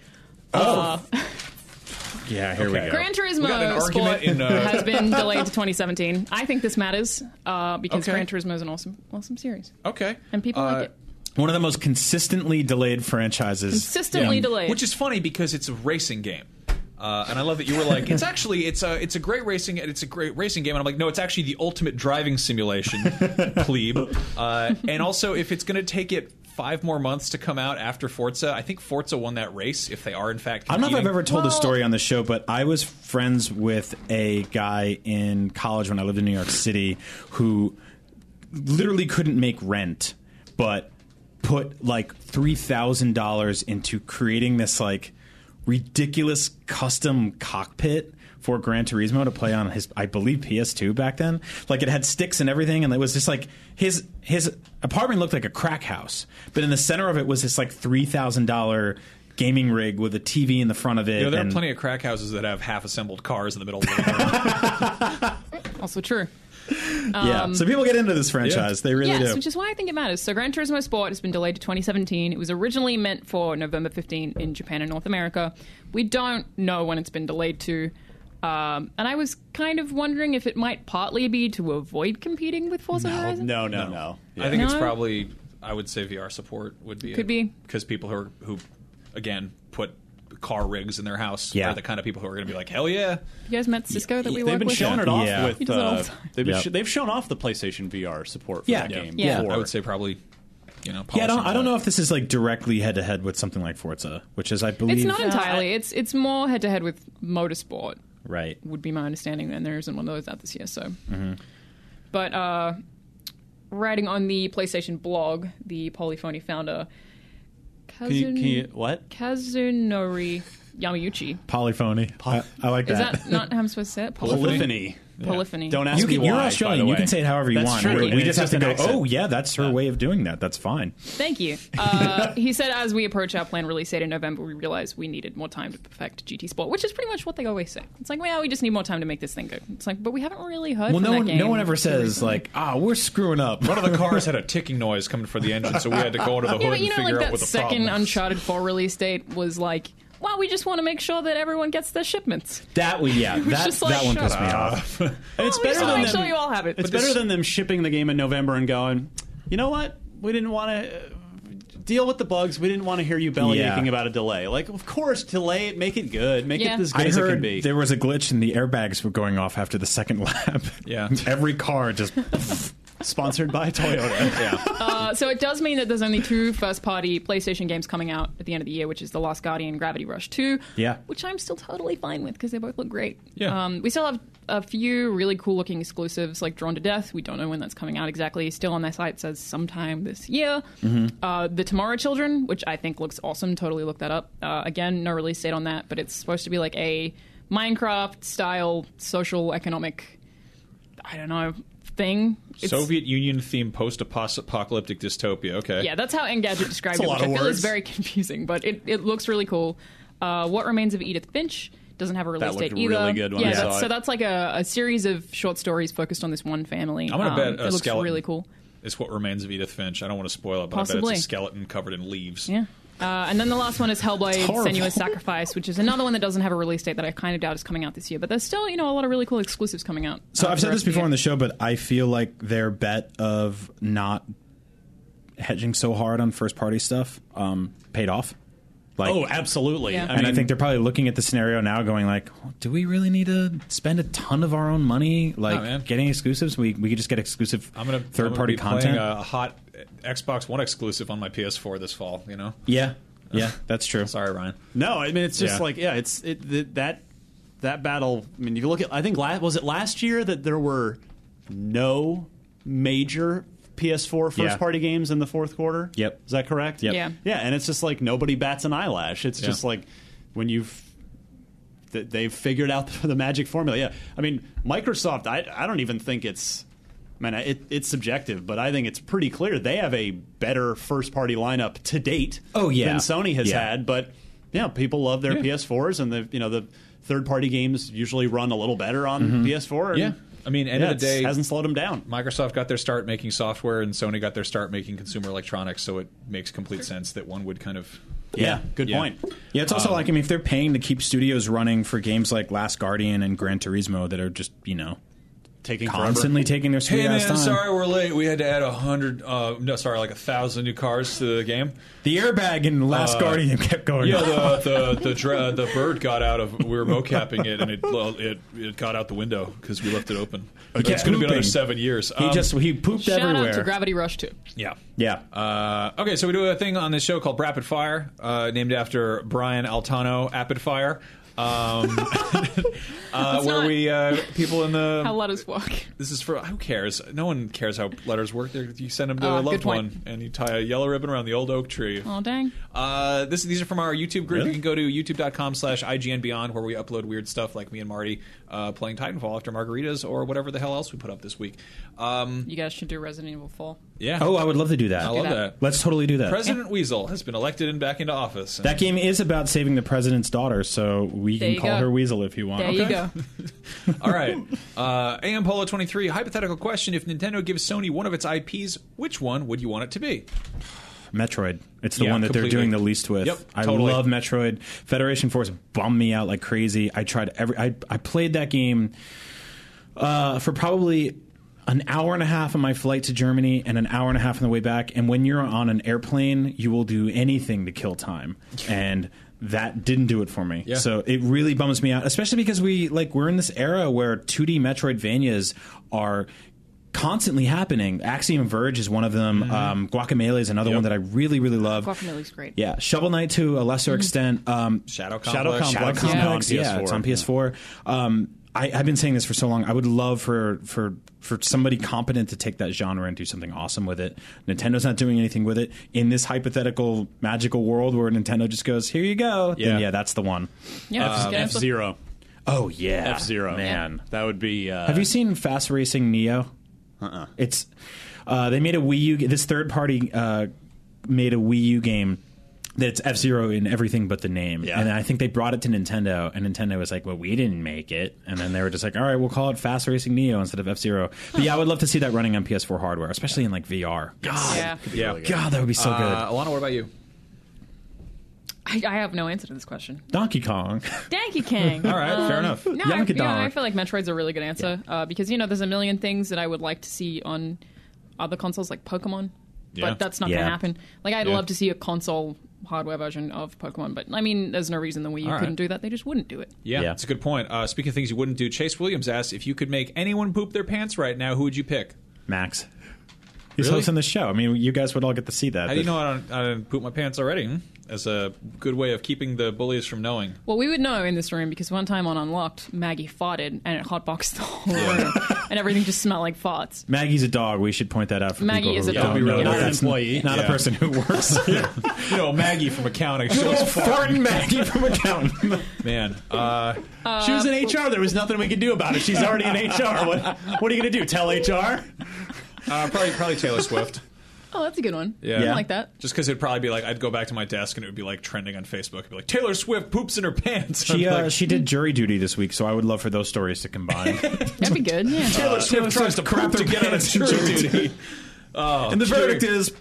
[SPEAKER 6] Yeah, here we go.
[SPEAKER 4] Gran
[SPEAKER 5] We got an
[SPEAKER 4] Turismo
[SPEAKER 5] argument
[SPEAKER 4] Sport
[SPEAKER 5] in, uh,
[SPEAKER 4] has been delayed to 2017. I think this matters uh, because
[SPEAKER 5] Okay.
[SPEAKER 4] Gran Turismo is an awesome, awesome series,
[SPEAKER 5] okay
[SPEAKER 4] and people
[SPEAKER 5] Uh,
[SPEAKER 4] like it.
[SPEAKER 6] One of the most consistently delayed franchises.
[SPEAKER 4] Consistently
[SPEAKER 6] in-
[SPEAKER 4] delayed.
[SPEAKER 5] Uh, which is funny because it's a racing game uh, and I love that you were like, it's actually it's a it's a great racing it's a great racing game, and I'm like, no, it's actually the ultimate driving simulation, plebe. Uh, and also, if it's going to take it five more months to come out after Forza, I think Forza won that race. If they are in fact,
[SPEAKER 6] I don't know if I've
[SPEAKER 5] competing.
[SPEAKER 6] ever told this
[SPEAKER 4] Well-
[SPEAKER 6] story on the show, but I was friends with a guy in college when I lived in New York City who literally couldn't make rent, but put like three thousand dollars into creating this like ridiculous custom cockpit for Gran Turismo to play on his, I believe PS2 back then. Like it had sticks and everything, and it was just like his his apartment looked like a crack house, but in the center of it was this like three thousand dollar gaming rig with a TV in the front of it.
[SPEAKER 5] You know, there
[SPEAKER 6] and-
[SPEAKER 5] are plenty of crack houses that have half assembled cars in the middle of the road.
[SPEAKER 4] also true.
[SPEAKER 6] yeah. So people get into this franchise, they really
[SPEAKER 4] yes,
[SPEAKER 6] do.
[SPEAKER 4] which is why I think it matters. So Gran Turismo Sport has been delayed to 2017. It was originally meant for November 15 in Japan and North America. We don't know when it's been delayed to. Um, and I was kind of wondering if it might partly be to avoid competing with Forza Horizon.
[SPEAKER 3] no, no, no.
[SPEAKER 5] I think it's
[SPEAKER 4] No.
[SPEAKER 5] probably I would say VR support would be
[SPEAKER 4] Could be.
[SPEAKER 5] because people who are, who again put car rigs in their house
[SPEAKER 6] Yeah.
[SPEAKER 5] are the kind of people who are going to be like hell yeah
[SPEAKER 4] You guys met Cisco that we
[SPEAKER 3] They've
[SPEAKER 4] work
[SPEAKER 3] been
[SPEAKER 4] with.
[SPEAKER 3] showing it off
[SPEAKER 6] Yeah.
[SPEAKER 4] He does
[SPEAKER 3] with
[SPEAKER 4] it all the
[SPEAKER 3] uh,
[SPEAKER 4] time.
[SPEAKER 3] they've, been
[SPEAKER 6] Yep.
[SPEAKER 3] sh- they've shown off the PlayStation VR support for
[SPEAKER 6] Yeah.
[SPEAKER 3] that game.
[SPEAKER 4] Yeah.
[SPEAKER 3] before.
[SPEAKER 5] I would say probably you know
[SPEAKER 6] Yeah, I don't,
[SPEAKER 5] polishing
[SPEAKER 6] I don't
[SPEAKER 5] that.
[SPEAKER 6] know if this is like directly head to head with something like Forza, which is, I believe,
[SPEAKER 4] It's not entirely. It's it's more head to head with motorsport
[SPEAKER 6] right. Mm-hmm.
[SPEAKER 4] would be my understanding, and there isn't one of those out this year. So, but uh, writing on the PlayStation blog, the Polyphony founder Kazun-
[SPEAKER 3] Can you, can you what?
[SPEAKER 4] Kazunori Yamauchi.
[SPEAKER 6] Polyphony. Uh, I, I like
[SPEAKER 4] Is
[SPEAKER 6] that.
[SPEAKER 4] that not how I'm supposed to say it? Polyphony.
[SPEAKER 3] Polyphony.
[SPEAKER 4] Polyphony.
[SPEAKER 3] Don't ask
[SPEAKER 6] you
[SPEAKER 3] me
[SPEAKER 6] can,
[SPEAKER 3] why.
[SPEAKER 6] you're
[SPEAKER 3] by
[SPEAKER 6] Australian.
[SPEAKER 3] the
[SPEAKER 6] You
[SPEAKER 3] way.
[SPEAKER 6] can say it however you
[SPEAKER 3] That's
[SPEAKER 6] want.
[SPEAKER 3] True.
[SPEAKER 6] We-
[SPEAKER 3] and
[SPEAKER 6] We
[SPEAKER 3] it's
[SPEAKER 6] just have to
[SPEAKER 3] an
[SPEAKER 6] go.
[SPEAKER 3] accent.
[SPEAKER 6] Oh yeah, that's her way of doing that. That's fine.
[SPEAKER 4] Thank you. Uh, he said, as we approach our planned release date in November, we realized we needed more time to perfect GT Sport, which is pretty much what they always say. It's like, well, we just need more time to make this thing good. It's like, but we haven't really heard.
[SPEAKER 6] Well,
[SPEAKER 4] from
[SPEAKER 6] no
[SPEAKER 4] that
[SPEAKER 6] one,
[SPEAKER 4] game
[SPEAKER 6] no one ever says like, ah, we're screwing up.
[SPEAKER 5] one of the cars had a ticking noise coming for the engine so we had to go under the hood
[SPEAKER 4] Yeah, but
[SPEAKER 5] and
[SPEAKER 4] you know,
[SPEAKER 5] figure
[SPEAKER 4] like
[SPEAKER 5] out
[SPEAKER 4] that
[SPEAKER 5] what the
[SPEAKER 4] second
[SPEAKER 5] problem was.
[SPEAKER 4] Uncharted 4 release date was like, well, we just want to make sure that everyone gets their shipments.
[SPEAKER 6] That would yeah. That,
[SPEAKER 4] just like,
[SPEAKER 6] that one
[SPEAKER 4] shut
[SPEAKER 6] pissed me
[SPEAKER 3] "Ah."
[SPEAKER 6] off.
[SPEAKER 3] And it's
[SPEAKER 4] well, we just
[SPEAKER 3] better than
[SPEAKER 4] want to make
[SPEAKER 3] them-
[SPEAKER 4] sure you all have it.
[SPEAKER 3] It's
[SPEAKER 4] But
[SPEAKER 3] better than them shipping the game in November and going, you know what? We didn't want to deal with the bugs. We didn't want to hear you bellyaching
[SPEAKER 6] Yeah.
[SPEAKER 3] about a delay. Like, of course, delay it, make it good, make
[SPEAKER 4] Yeah.
[SPEAKER 3] it as good
[SPEAKER 6] I
[SPEAKER 3] as it can
[SPEAKER 6] heard
[SPEAKER 3] be.
[SPEAKER 6] there was a glitch and the airbags were going off after the second lap.
[SPEAKER 5] Yeah.
[SPEAKER 6] every car just
[SPEAKER 3] Sponsored by Toyota.
[SPEAKER 4] Uh, so it does mean that there's only two first-party PlayStation games coming out at the end of the year, which is The Last Guardian, Gravity Rush 2.
[SPEAKER 6] Yeah.
[SPEAKER 4] Which I'm still totally fine with because they both look great.
[SPEAKER 5] Yeah.
[SPEAKER 4] Um, we still have a few really cool-looking exclusives like Drawn to Death. We don't know when that's coming out exactly. Still on their site says sometime this year. Uh, the Tomorrow Children, which I think looks awesome. Totally look that up. Uh, again, no release date on that, but it's supposed to be like a Minecraft-style social economic. I don't know. Thing. It's-
[SPEAKER 5] Soviet Union themed post apocalyptic dystopia. Okay.
[SPEAKER 4] yeah, that's how Engadget described
[SPEAKER 3] It's a
[SPEAKER 4] it,
[SPEAKER 3] lot
[SPEAKER 4] which I
[SPEAKER 3] of
[SPEAKER 4] feel
[SPEAKER 3] words.
[SPEAKER 4] is very confusing, but it, it looks really cool. Uh, what Remains of Edith Finch doesn't have a release
[SPEAKER 3] looked
[SPEAKER 4] date either.
[SPEAKER 3] really good when
[SPEAKER 4] yeah,
[SPEAKER 3] I
[SPEAKER 4] that's-
[SPEAKER 3] saw it.
[SPEAKER 4] so that's like a, a series of short stories focused on this one family.
[SPEAKER 5] I'm gonna
[SPEAKER 4] Um,
[SPEAKER 5] bet
[SPEAKER 4] it
[SPEAKER 5] a
[SPEAKER 4] looks
[SPEAKER 5] skeleton.
[SPEAKER 4] really cool.
[SPEAKER 5] It's what remains of Edith Finch. I don't want to spoil it, but I bet
[SPEAKER 4] Possibly.
[SPEAKER 5] it's a skeleton covered in leaves.
[SPEAKER 4] Yeah. Uh, and then the last one is Hellblade:
[SPEAKER 3] horrible.
[SPEAKER 4] Senua's Sacrifice, which is another one that doesn't have a release date that I kind of doubt is coming out this year. But there's still, you know, a lot of really cool exclusives coming out.
[SPEAKER 6] So
[SPEAKER 4] uh,
[SPEAKER 6] I've
[SPEAKER 4] for
[SPEAKER 6] said this
[SPEAKER 4] rest of
[SPEAKER 6] before
[SPEAKER 4] year.
[SPEAKER 6] on the show, but I feel like their bet of not hedging so hard on first party stuff um, paid off. Like,
[SPEAKER 3] oh, absolutely.
[SPEAKER 4] Yeah.
[SPEAKER 3] I
[SPEAKER 6] and I
[SPEAKER 3] mean,
[SPEAKER 6] think they're probably looking at the scenario now, going like, "Do we really need to spend a ton of our own money, like
[SPEAKER 5] man.
[SPEAKER 6] getting exclusives? We we could just get exclusive
[SPEAKER 5] I'm gonna
[SPEAKER 6] third party
[SPEAKER 5] I'm gonna be
[SPEAKER 6] content."
[SPEAKER 5] Playing uh, a hot Xbox One exclusive on my PS4 this fall. You know.
[SPEAKER 6] yeah, yeah, that's true.
[SPEAKER 5] Sorry, Ryan.
[SPEAKER 3] No, I mean it's just
[SPEAKER 5] Yeah.
[SPEAKER 3] like yeah, it's it th- that that battle. I mean, if you look at I think la- was it last year that there were no major PS4 first
[SPEAKER 6] Yeah.
[SPEAKER 3] party games in the fourth quarter.
[SPEAKER 6] Yep.
[SPEAKER 3] is that correct?
[SPEAKER 6] Yep.
[SPEAKER 4] Yeah.
[SPEAKER 3] yeah, and it's just like nobody bats an eyelash. It's
[SPEAKER 5] Yeah.
[SPEAKER 3] just like when you've th- they've figured out the magic formula. Yeah, I mean Microsoft. I I don't even think it's. Man, I- it, it's subjective, but I think it's pretty clear they have a better first-party lineup to date.
[SPEAKER 6] Oh, yeah.
[SPEAKER 3] than Sony has
[SPEAKER 6] Yeah.
[SPEAKER 3] had but yeah, people love their PS4s, and the you know the third party games usually run a little better on
[SPEAKER 6] Mm-hmm.
[SPEAKER 3] PS4. and-
[SPEAKER 5] Yeah. I mean, end
[SPEAKER 3] yeah,
[SPEAKER 5] of the
[SPEAKER 3] it's-
[SPEAKER 5] day,
[SPEAKER 3] hasn't slowed them down.
[SPEAKER 5] Microsoft got their start making software, and Sony got their start making consumer electronics. So it makes complete sense that one would kind of.
[SPEAKER 3] Yeah, good
[SPEAKER 5] Yeah.
[SPEAKER 3] point. Um,
[SPEAKER 6] Yeah, it's also like I mean, if they're paying to keep studios running for games like Last Guardian and Gran Turismo that are just you know
[SPEAKER 3] Taking
[SPEAKER 6] constantly taking their sweet
[SPEAKER 5] Hey
[SPEAKER 6] ass
[SPEAKER 5] man,
[SPEAKER 6] time.
[SPEAKER 5] sorry we're late. We had to add a hundred, uh, no, sorry, like a thousand new cars to the game.
[SPEAKER 6] The airbag in
[SPEAKER 5] Uh,
[SPEAKER 6] Last Guardian kept going.
[SPEAKER 5] Yeah,
[SPEAKER 6] off.
[SPEAKER 5] the the the, dra- the bird got out of. We were mocapping it, and it well, it it got out the window because we left it open. It's going to be another
[SPEAKER 6] pooping.
[SPEAKER 5] seven years.
[SPEAKER 6] he
[SPEAKER 5] Um,
[SPEAKER 6] just he pooped
[SPEAKER 4] Shout
[SPEAKER 6] everywhere.
[SPEAKER 4] out to Gravity Rush 2.
[SPEAKER 5] yeah.
[SPEAKER 6] yeah,
[SPEAKER 5] Uh, okay, so we do a thing on this show called Rapid Fire, uh, named after Brian Altano. Rapid Fire. Um, uh, where
[SPEAKER 4] not-
[SPEAKER 5] we uh, people in the
[SPEAKER 4] How letters work.
[SPEAKER 5] this is for who cares? No one cares how letters work. They're, you send them to
[SPEAKER 4] Uh,
[SPEAKER 5] a
[SPEAKER 4] good
[SPEAKER 5] loved
[SPEAKER 4] point.
[SPEAKER 5] one, and you tie a yellow ribbon around the old oak tree.
[SPEAKER 4] Oh dang.
[SPEAKER 5] Uh, this, these are from our YouTube group.
[SPEAKER 6] Really?
[SPEAKER 5] You can go to youtube.com slash IGN Beyond where we upload weird stuff like me and Marty uh, playing Titanfall after margaritas or whatever the hell else we put up this week. Um,
[SPEAKER 4] You guys should do Resident Evil 4.
[SPEAKER 5] yeah.
[SPEAKER 6] Oh, I would love to do that.
[SPEAKER 5] I love
[SPEAKER 4] that.
[SPEAKER 5] that.
[SPEAKER 6] Let's totally do that.
[SPEAKER 5] President Weasel has been elected and back into office.
[SPEAKER 6] that game is about saving the president's daughter, so we
[SPEAKER 4] There
[SPEAKER 6] can
[SPEAKER 4] you
[SPEAKER 6] call
[SPEAKER 4] go.
[SPEAKER 6] her Weasel if you want.
[SPEAKER 4] There you go.
[SPEAKER 5] All right. Uh, AM Polo 23, hypothetical question. If Nintendo gives Sony one of its IPs, which one would you want it to be?
[SPEAKER 6] Metroid. It's the
[SPEAKER 5] Yeah,
[SPEAKER 6] one that
[SPEAKER 5] completely.
[SPEAKER 6] they're doing the least with.
[SPEAKER 5] Yep,
[SPEAKER 6] I
[SPEAKER 5] totally.
[SPEAKER 6] love Metroid. Federation Force bummed me out like crazy. I tried every. I I played that game uh, for probably an hour and a half on my flight to Germany and an hour and a half on the way back. And when you're on an airplane, you will do anything to kill time. And that didn't do it for me.
[SPEAKER 5] Yeah.
[SPEAKER 6] So it really bums me out, especially because we like we're in this era where 2D Metroidvanias are constantly happening. Axiom Verge is one of them. Um, Guacamole is another one that I really really love.
[SPEAKER 4] Guacamole's great.
[SPEAKER 6] Yeah, Shovel Knight to a lesser extent. Um,
[SPEAKER 5] Shadow Complex.
[SPEAKER 3] Shadow Complex.
[SPEAKER 6] Shadow
[SPEAKER 3] is now
[SPEAKER 6] Complex,
[SPEAKER 3] on
[SPEAKER 6] yeah,
[SPEAKER 3] PS4.
[SPEAKER 6] it's on PS4. Um, I, I've been saying this for so long. I would love for for for somebody competent to take that genre and do something awesome with it. Nintendo's not doing anything with it in this hypothetical magical world where Nintendo just goes, "Here you go." Yeah,
[SPEAKER 5] Yeah.
[SPEAKER 6] then yeah, that's the one.
[SPEAKER 4] Yeah, just get
[SPEAKER 3] F
[SPEAKER 4] into-
[SPEAKER 3] Zero.
[SPEAKER 6] Oh yeah,
[SPEAKER 3] F Zero.
[SPEAKER 6] man.
[SPEAKER 3] that would be. Uh,
[SPEAKER 6] Have you seen Fast Racing Neo? Uh-uh. It's uh, they made a Wii U. g- This third party uh, made a Wii U game that's F Zero in everything but the name.
[SPEAKER 3] Yeah.
[SPEAKER 6] And I think they brought it to Nintendo, and Nintendo was like, "Well, we didn't make it." And then they were just like, "All right, we'll call it Fast Racing Neo instead of F Zero." But yeah, I would love to see that running on PS4 hardware, especially in like VR. God,
[SPEAKER 4] Yeah.
[SPEAKER 5] Yeah.
[SPEAKER 6] God, that would be so
[SPEAKER 5] Uh,
[SPEAKER 6] good.
[SPEAKER 5] Alana, what about you?
[SPEAKER 4] I, I have no answer to this question.
[SPEAKER 6] Donkey Kong.
[SPEAKER 4] Donkey Kong.
[SPEAKER 5] All right, fair enough.
[SPEAKER 4] No, I,
[SPEAKER 6] Donkey
[SPEAKER 4] you know,
[SPEAKER 6] Kong.
[SPEAKER 4] I feel like Metroid's a really good answer uh, because you know there's a million things that I would like to see on other consoles like Pokemon,
[SPEAKER 5] Yeah.
[SPEAKER 4] but that's not
[SPEAKER 6] Yeah.
[SPEAKER 4] going to happen. Like I'd
[SPEAKER 5] Yeah.
[SPEAKER 4] love to see a console hardware version of Pokemon, but I mean, there's no reason the Wii U
[SPEAKER 5] All right.
[SPEAKER 4] couldn't do that. They just wouldn't do it.
[SPEAKER 5] Yeah,
[SPEAKER 6] Yeah.
[SPEAKER 5] that's a good point. Uh, speaking of things you wouldn't do, Chase Williams asked if you could make anyone poop their pants right now, who would you pick?
[SPEAKER 6] Max. He's
[SPEAKER 5] Really?
[SPEAKER 6] hosting the show. I mean, you guys would all get to see that.
[SPEAKER 5] How do you know I don't, I don't poop my pants already? hmm? As a good way of keeping the bullies from knowing.
[SPEAKER 4] Well, we would know in this room because one time on Unlocked, Maggie farted and it hotboxed the whole room, and everything just smelled like farts.
[SPEAKER 6] Maggie's a dog. We should point that out for
[SPEAKER 4] Maggie
[SPEAKER 6] people
[SPEAKER 4] is
[SPEAKER 6] who
[SPEAKER 4] a
[SPEAKER 6] don't
[SPEAKER 4] dog.
[SPEAKER 6] know
[SPEAKER 4] Yeah.
[SPEAKER 6] that
[SPEAKER 4] Not an
[SPEAKER 6] that's n-
[SPEAKER 3] employee.
[SPEAKER 6] Not a
[SPEAKER 5] Yeah.
[SPEAKER 6] person who works here.
[SPEAKER 5] You know, Maggie from accounting. She was
[SPEAKER 6] Farting Maggie from accounting.
[SPEAKER 5] man. Uh,
[SPEAKER 3] she was in HR. There was nothing we could do about it. She's already in HR. What, what are you going to do? Tell HR?
[SPEAKER 5] uh, probably probably Taylor Swift.
[SPEAKER 4] Oh, that's a good one.
[SPEAKER 5] Yeah.
[SPEAKER 4] I
[SPEAKER 5] Yeah.
[SPEAKER 4] like that.
[SPEAKER 5] Just because it'd probably be like I'd go back to my desk and it would be like trending on Facebook. It'd be like Taylor Swift poops in her pants.
[SPEAKER 6] She,
[SPEAKER 5] I'd be
[SPEAKER 6] uh,
[SPEAKER 5] like,
[SPEAKER 6] she did jury duty this week, so I would love for those stories to combine.
[SPEAKER 4] That'd be good. Yeah.
[SPEAKER 5] Taylor Swift tries to poop to get on a jury duty.
[SPEAKER 6] and the verdict is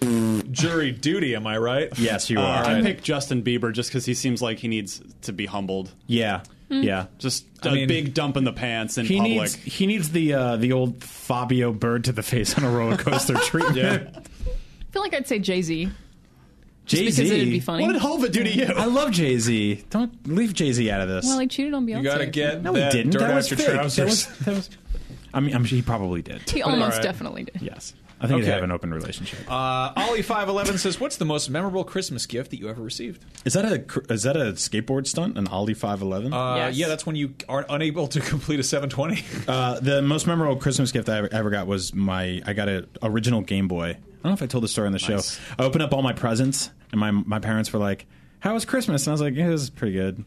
[SPEAKER 5] jury duty, am I right? Uh,
[SPEAKER 6] yes, you are.
[SPEAKER 3] I pick Justin Bieber just because he seems like he needs to be humbled.
[SPEAKER 6] yeah,
[SPEAKER 4] Hmm.
[SPEAKER 6] yeah.
[SPEAKER 3] Just
[SPEAKER 5] I
[SPEAKER 3] a
[SPEAKER 5] mean-
[SPEAKER 3] big dump in the pants in
[SPEAKER 6] He
[SPEAKER 3] public.
[SPEAKER 6] needs he needs the uh, the old Fabio bird to the face on a roller coaster treatment.
[SPEAKER 4] I feel like I'd say Jay Z
[SPEAKER 6] Jay
[SPEAKER 4] because it'd be
[SPEAKER 6] Z.
[SPEAKER 4] funny.
[SPEAKER 3] what did Hova do to you?
[SPEAKER 6] I love Jay Z. Don't leave Jay Z out of this.
[SPEAKER 4] well, he cheated on Beyonce.
[SPEAKER 5] You gotta get
[SPEAKER 6] no, he
[SPEAKER 5] that
[SPEAKER 6] didn't.
[SPEAKER 5] dirt
[SPEAKER 6] That was
[SPEAKER 5] after
[SPEAKER 6] fake.
[SPEAKER 5] trousers.
[SPEAKER 6] That was, that was, I mean, I'm sure he probably did.
[SPEAKER 4] He almost
[SPEAKER 5] Alright.
[SPEAKER 4] definitely did.
[SPEAKER 6] Yes, I think
[SPEAKER 5] Okay.
[SPEAKER 6] they have an open relationship.
[SPEAKER 5] Uh, Ollie five eleven says, "What's the most memorable Christmas gift that you ever received?"
[SPEAKER 6] Is that a cr- is that a skateboard stunt? An Ollie five eleven?
[SPEAKER 5] Uh,
[SPEAKER 4] Yes.
[SPEAKER 5] Yeah, that's when you are unable to complete a seven twenty.
[SPEAKER 6] Uh, the most memorable Christmas gift I ever, ever got was my I got an original Game Boy. I don't know if I told the story on the
[SPEAKER 5] Nice.
[SPEAKER 6] show. I opened up all my presents, and my my parents were like, "How was Christmas?" And I was like, "Yeah, "It was pretty good."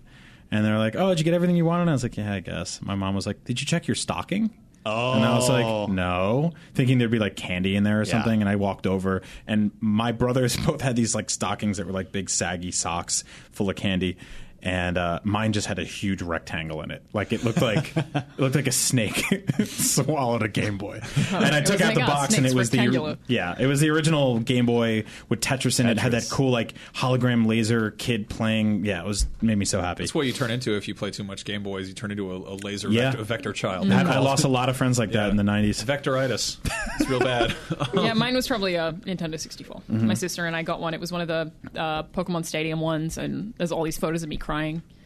[SPEAKER 6] And they were like, "Oh, did you get everything you wanted?" And I was like, "Yeah, I guess." My mom was like, "Did you check your stocking?" Oh. And I was like, "No," thinking there'd be like candy in there or something. And I walked over, and my brothers both had these like stockings that were like big saggy socks full of candy. And uh, mine just had a huge rectangle in it, like it looked like it looked like a snake swallowed a Game Boy. and I
[SPEAKER 4] it
[SPEAKER 6] took
[SPEAKER 4] was
[SPEAKER 6] out
[SPEAKER 4] like,
[SPEAKER 6] the
[SPEAKER 4] "Oh,
[SPEAKER 6] box, and
[SPEAKER 4] snake's
[SPEAKER 6] it was
[SPEAKER 4] rectangular."
[SPEAKER 6] the yeah, it was the original Game Boy with Tetris in it. it. Had that cool like hologram laser kid playing. Yeah, it was made me so happy.
[SPEAKER 5] That's what you turn into if you play too much Game Boys. You turn into a, a laser
[SPEAKER 6] Yeah.
[SPEAKER 5] vector, a vector child.
[SPEAKER 6] I, I lost a lot of friends like that in the '90s.
[SPEAKER 5] Vectoritis. It's real bad.
[SPEAKER 4] yeah, mine was probably a Nintendo 64. My sister and I got one. It was one of the uh, Pokemon Stadium ones, and there's all these photos of me crying.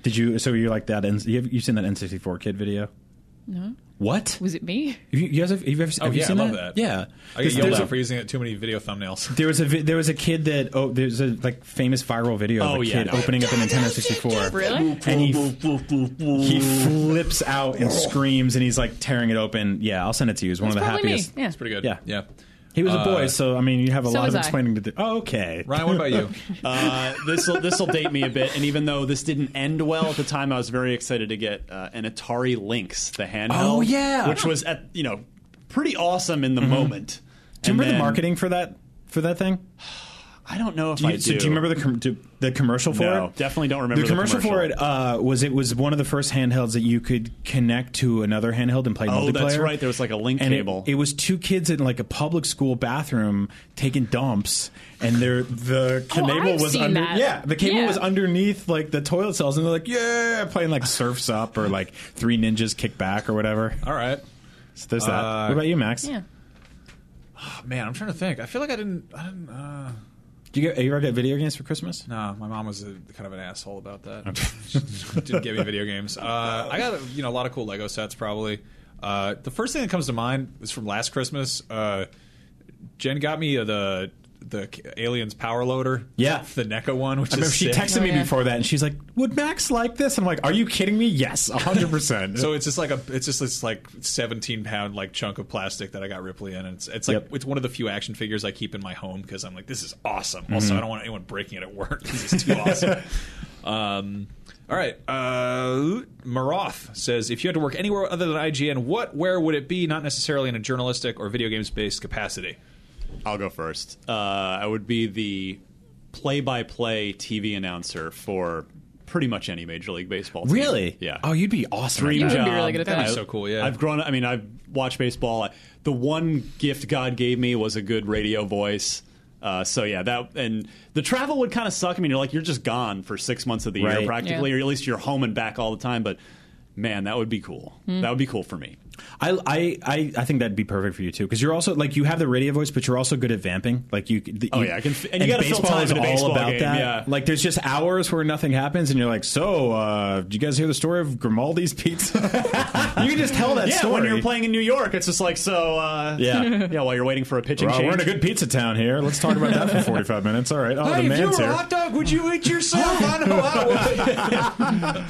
[SPEAKER 6] Did you? So you like that? N- You have you seen that N64 kid video? No. What?
[SPEAKER 4] Was it me?
[SPEAKER 6] Have you, you guys have, have you ever have
[SPEAKER 5] oh
[SPEAKER 6] you
[SPEAKER 5] yeah, I
[SPEAKER 6] seen
[SPEAKER 5] love that. I
[SPEAKER 6] Yeah.
[SPEAKER 5] get
[SPEAKER 6] There's-
[SPEAKER 5] yelled
[SPEAKER 6] there's
[SPEAKER 5] at
[SPEAKER 6] a-
[SPEAKER 5] for using it too many video thumbnails.
[SPEAKER 6] There was a vi- there was a kid that oh there's a like famous viral video of
[SPEAKER 3] Oh,
[SPEAKER 6] a
[SPEAKER 3] yeah.
[SPEAKER 6] kid opening up a Nintendo 64
[SPEAKER 4] Really?
[SPEAKER 6] and he he flips out and screams and he's like tearing it open. Yeah, I'll send it to you. It's one of the
[SPEAKER 4] probably
[SPEAKER 6] happiest.
[SPEAKER 4] me. Yeah.
[SPEAKER 5] It's pretty good.
[SPEAKER 6] Yeah.
[SPEAKER 5] yeah.
[SPEAKER 6] He was a boy,
[SPEAKER 5] Uh,
[SPEAKER 6] so I mean you have a
[SPEAKER 4] so
[SPEAKER 6] lot of
[SPEAKER 4] was I.
[SPEAKER 6] explaining to do. Oh, okay.
[SPEAKER 5] Ryan, what about you?
[SPEAKER 3] Uh, this will this will date me a bit, and even though this didn't end well at the time, I was very excited to get uh, an Atari Lynx, the handheld.
[SPEAKER 6] Oh, yeah. Mm-hmm.
[SPEAKER 3] which was at you know pretty awesome in the moment.
[SPEAKER 6] Do you
[SPEAKER 3] And
[SPEAKER 6] remember the
[SPEAKER 3] then-
[SPEAKER 6] marketing for that for that thing?
[SPEAKER 3] I don't know if
[SPEAKER 6] Do
[SPEAKER 3] I
[SPEAKER 6] you,
[SPEAKER 3] do.
[SPEAKER 6] so do you remember the com- do, the commercial for
[SPEAKER 3] No,
[SPEAKER 6] it?
[SPEAKER 3] definitely don't remember
[SPEAKER 6] the
[SPEAKER 3] the
[SPEAKER 6] commercial, for
[SPEAKER 3] commercial.
[SPEAKER 6] it. Uh, was it was one of the first handhelds that you could connect to another handheld and play
[SPEAKER 3] Oh,
[SPEAKER 6] multiplayer.
[SPEAKER 3] that's right. There was like a link
[SPEAKER 6] and it-
[SPEAKER 3] cable.
[SPEAKER 6] It, was two kids in like a public school bathroom taking dumps, and their the
[SPEAKER 4] Oh,
[SPEAKER 6] cable
[SPEAKER 4] I've
[SPEAKER 6] was
[SPEAKER 4] seen
[SPEAKER 6] under
[SPEAKER 4] that.
[SPEAKER 6] yeah the cable
[SPEAKER 4] Yeah.
[SPEAKER 6] was underneath like the toilet cells, and they're like yeah playing like Surfs Up or like Three Ninjas Kick Back or whatever.
[SPEAKER 5] All right,
[SPEAKER 6] So there's that.
[SPEAKER 5] Uh,
[SPEAKER 6] what about you, Max?
[SPEAKER 4] Yeah.
[SPEAKER 5] man. I'm trying to think. I feel like I didn't. I didn't. Uh,
[SPEAKER 6] Do you get you ever get video games for Christmas?
[SPEAKER 5] no, my mom was a, kind of an asshole about that. She didn't give me video games. Uh, I got you know a lot of cool Lego sets. Probably uh, the first thing that comes to mind is from last Christmas. Uh, Jen got me uh, the the aliens power loader.
[SPEAKER 6] Yeah.
[SPEAKER 5] the NECA one, which
[SPEAKER 6] I
[SPEAKER 5] is
[SPEAKER 6] remember she
[SPEAKER 5] sick.
[SPEAKER 6] texted me
[SPEAKER 4] Oh, yeah.
[SPEAKER 6] before that, and she's like, "Would Max like this?" I'm like, "Are you kidding me? Yes, 100." percent
[SPEAKER 5] So it's just like a, it's just this like seventeen pound like chunk of plastic that I got Ripley in. And it's it's like
[SPEAKER 6] Yep.
[SPEAKER 5] it's one of the few action figures I keep in my home because I'm like this is awesome.
[SPEAKER 6] Mm-hmm.
[SPEAKER 5] Also, I don't want anyone breaking it at work because it's too awesome. Um, all right, uh, Maroth says if you had to work anywhere other than IGN, what where would it be? Not necessarily in a journalistic or video games based capacity.
[SPEAKER 3] I'll go first. Uh, I would be the play-by-play TV announcer for pretty much any Major League Baseball. Team.
[SPEAKER 6] really?
[SPEAKER 3] Yeah.
[SPEAKER 6] Oh, you'd be awesome.
[SPEAKER 3] dream
[SPEAKER 4] You would
[SPEAKER 3] job.
[SPEAKER 4] be really good at That'd
[SPEAKER 5] Um, be that. so cool, yeah.
[SPEAKER 3] I've grown. I mean, I've watched baseball. I- The one gift God gave me was a good radio voice. Uh, so yeah, that and the travel would kind of suck. I mean, you're like you're just gone for six months of the
[SPEAKER 6] Right.
[SPEAKER 3] year practically,
[SPEAKER 4] Yeah.
[SPEAKER 3] or at least you're home and back all the time. But man, that would be cool. That would be cool for me.
[SPEAKER 6] I, I, I, I think that'd be perfect for you too, because you're also like you have the radio voice, but you're also good at vamping. Like you, the,
[SPEAKER 3] Oh,
[SPEAKER 6] you-
[SPEAKER 3] yeah, I can f- and you gotta fill
[SPEAKER 6] baseball
[SPEAKER 3] time
[SPEAKER 6] is
[SPEAKER 3] in a
[SPEAKER 6] all
[SPEAKER 3] baseball
[SPEAKER 6] about
[SPEAKER 3] game,
[SPEAKER 6] that.
[SPEAKER 3] yeah.
[SPEAKER 6] Like there's just hours where nothing happens, and you're like, so uh, did you guys hear the story of Grimaldi's pizza? you can just tell that
[SPEAKER 3] yeah,
[SPEAKER 6] story.
[SPEAKER 3] when you're playing in New York, it's just like so. Uh,
[SPEAKER 6] Yeah.
[SPEAKER 3] yeah. While you're waiting for a pitching
[SPEAKER 6] Well,
[SPEAKER 3] change,
[SPEAKER 6] we're in a good pizza town here. Let's talk about that for 45 minutes. All right. Oh, the man's here.
[SPEAKER 5] dog, would you eat yourself on Hawaii?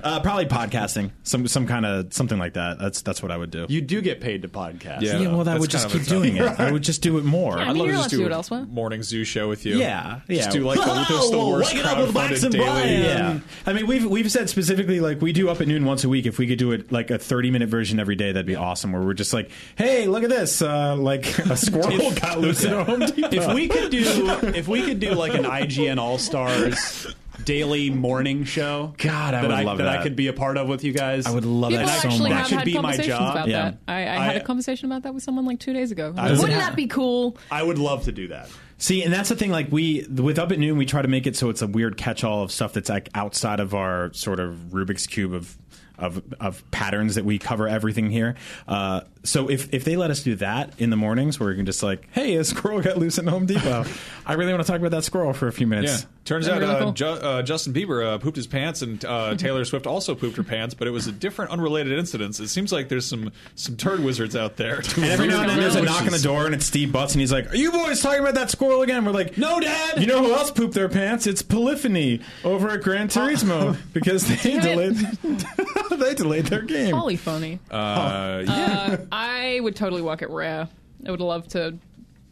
[SPEAKER 6] Uh, probably podcasting, some some kind of something like that. That's that's what I would do.
[SPEAKER 3] you do get paid to podcast.
[SPEAKER 5] Yeah.
[SPEAKER 6] yeah, well, that
[SPEAKER 5] That's
[SPEAKER 6] would just
[SPEAKER 5] kind of
[SPEAKER 6] keep
[SPEAKER 5] a tough-
[SPEAKER 6] doing it. I would just do it more.
[SPEAKER 4] Yeah, I
[SPEAKER 5] I'd
[SPEAKER 4] mean,
[SPEAKER 5] love
[SPEAKER 4] you're
[SPEAKER 5] to
[SPEAKER 4] allowed
[SPEAKER 5] just
[SPEAKER 4] to
[SPEAKER 5] do
[SPEAKER 4] do it
[SPEAKER 5] a
[SPEAKER 4] elsewhere. Oh,
[SPEAKER 5] morning zoo show with you.
[SPEAKER 6] Yeah, yeah.
[SPEAKER 5] Just do like the, just the worst crowdfunded daily.
[SPEAKER 6] Yeah, I mean we've we've said specifically like we do up at noon once a week. If we could do it like a thirty minute version every day, that'd be awesome. Where we're just like, hey, look at this, uh, like a squirrel got loose at a Home Depot.
[SPEAKER 3] If we could do, if we could do like an IGN All Stars daily morning show,
[SPEAKER 6] God, I would
[SPEAKER 3] I,
[SPEAKER 6] love
[SPEAKER 3] I
[SPEAKER 6] that.
[SPEAKER 3] could be a part of with you guys.
[SPEAKER 6] I would love
[SPEAKER 4] People
[SPEAKER 6] that so
[SPEAKER 4] actually
[SPEAKER 6] much.
[SPEAKER 4] have
[SPEAKER 3] That should
[SPEAKER 4] had
[SPEAKER 3] be my
[SPEAKER 4] conversations
[SPEAKER 3] job.
[SPEAKER 4] about
[SPEAKER 6] Yeah.
[SPEAKER 4] that. I, I, had
[SPEAKER 3] I-
[SPEAKER 4] a conversation about that with someone like two days ago.
[SPEAKER 3] was-
[SPEAKER 4] Wouldn't that be cool?
[SPEAKER 3] I would love to do that.
[SPEAKER 6] See, and that's the thing. Like we with up at noon, we try to make it so it's a weird catch-all of stuff that's like outside of our sort of Rubik's cube of of, of patterns that we cover everything here. Uh, so if if they let us do that in the mornings, where we can just like, hey, a squirrel got loose at Home Depot. I really want to talk about that squirrel for a few
[SPEAKER 5] Yeah.
[SPEAKER 6] minutes.
[SPEAKER 5] Turns
[SPEAKER 4] That'd
[SPEAKER 5] out
[SPEAKER 4] be really
[SPEAKER 5] uh,
[SPEAKER 4] cool.
[SPEAKER 5] Ju- uh, Justin Bieber uh, pooped his pants, and uh, Taylor Swift also pooped her pants, but it was a different, unrelated incidents. It seems like there's some some turd wizards out there.
[SPEAKER 6] And every now and then there's a
[SPEAKER 4] Which
[SPEAKER 6] knock on the
[SPEAKER 5] is-
[SPEAKER 6] door, and it's Steve Butts, and he's like, "Are you boys talking about that squirrel again?" We're like,
[SPEAKER 3] No, Dad!
[SPEAKER 6] You know who else pooped their pants? It's Polyphony over at Gran Turismo because they
[SPEAKER 4] Damn
[SPEAKER 6] delayed
[SPEAKER 4] it.
[SPEAKER 6] they delayed their game."
[SPEAKER 4] Polyphony.
[SPEAKER 5] Uh, yeah.
[SPEAKER 4] Uh, I would totally work at Rare. I would love to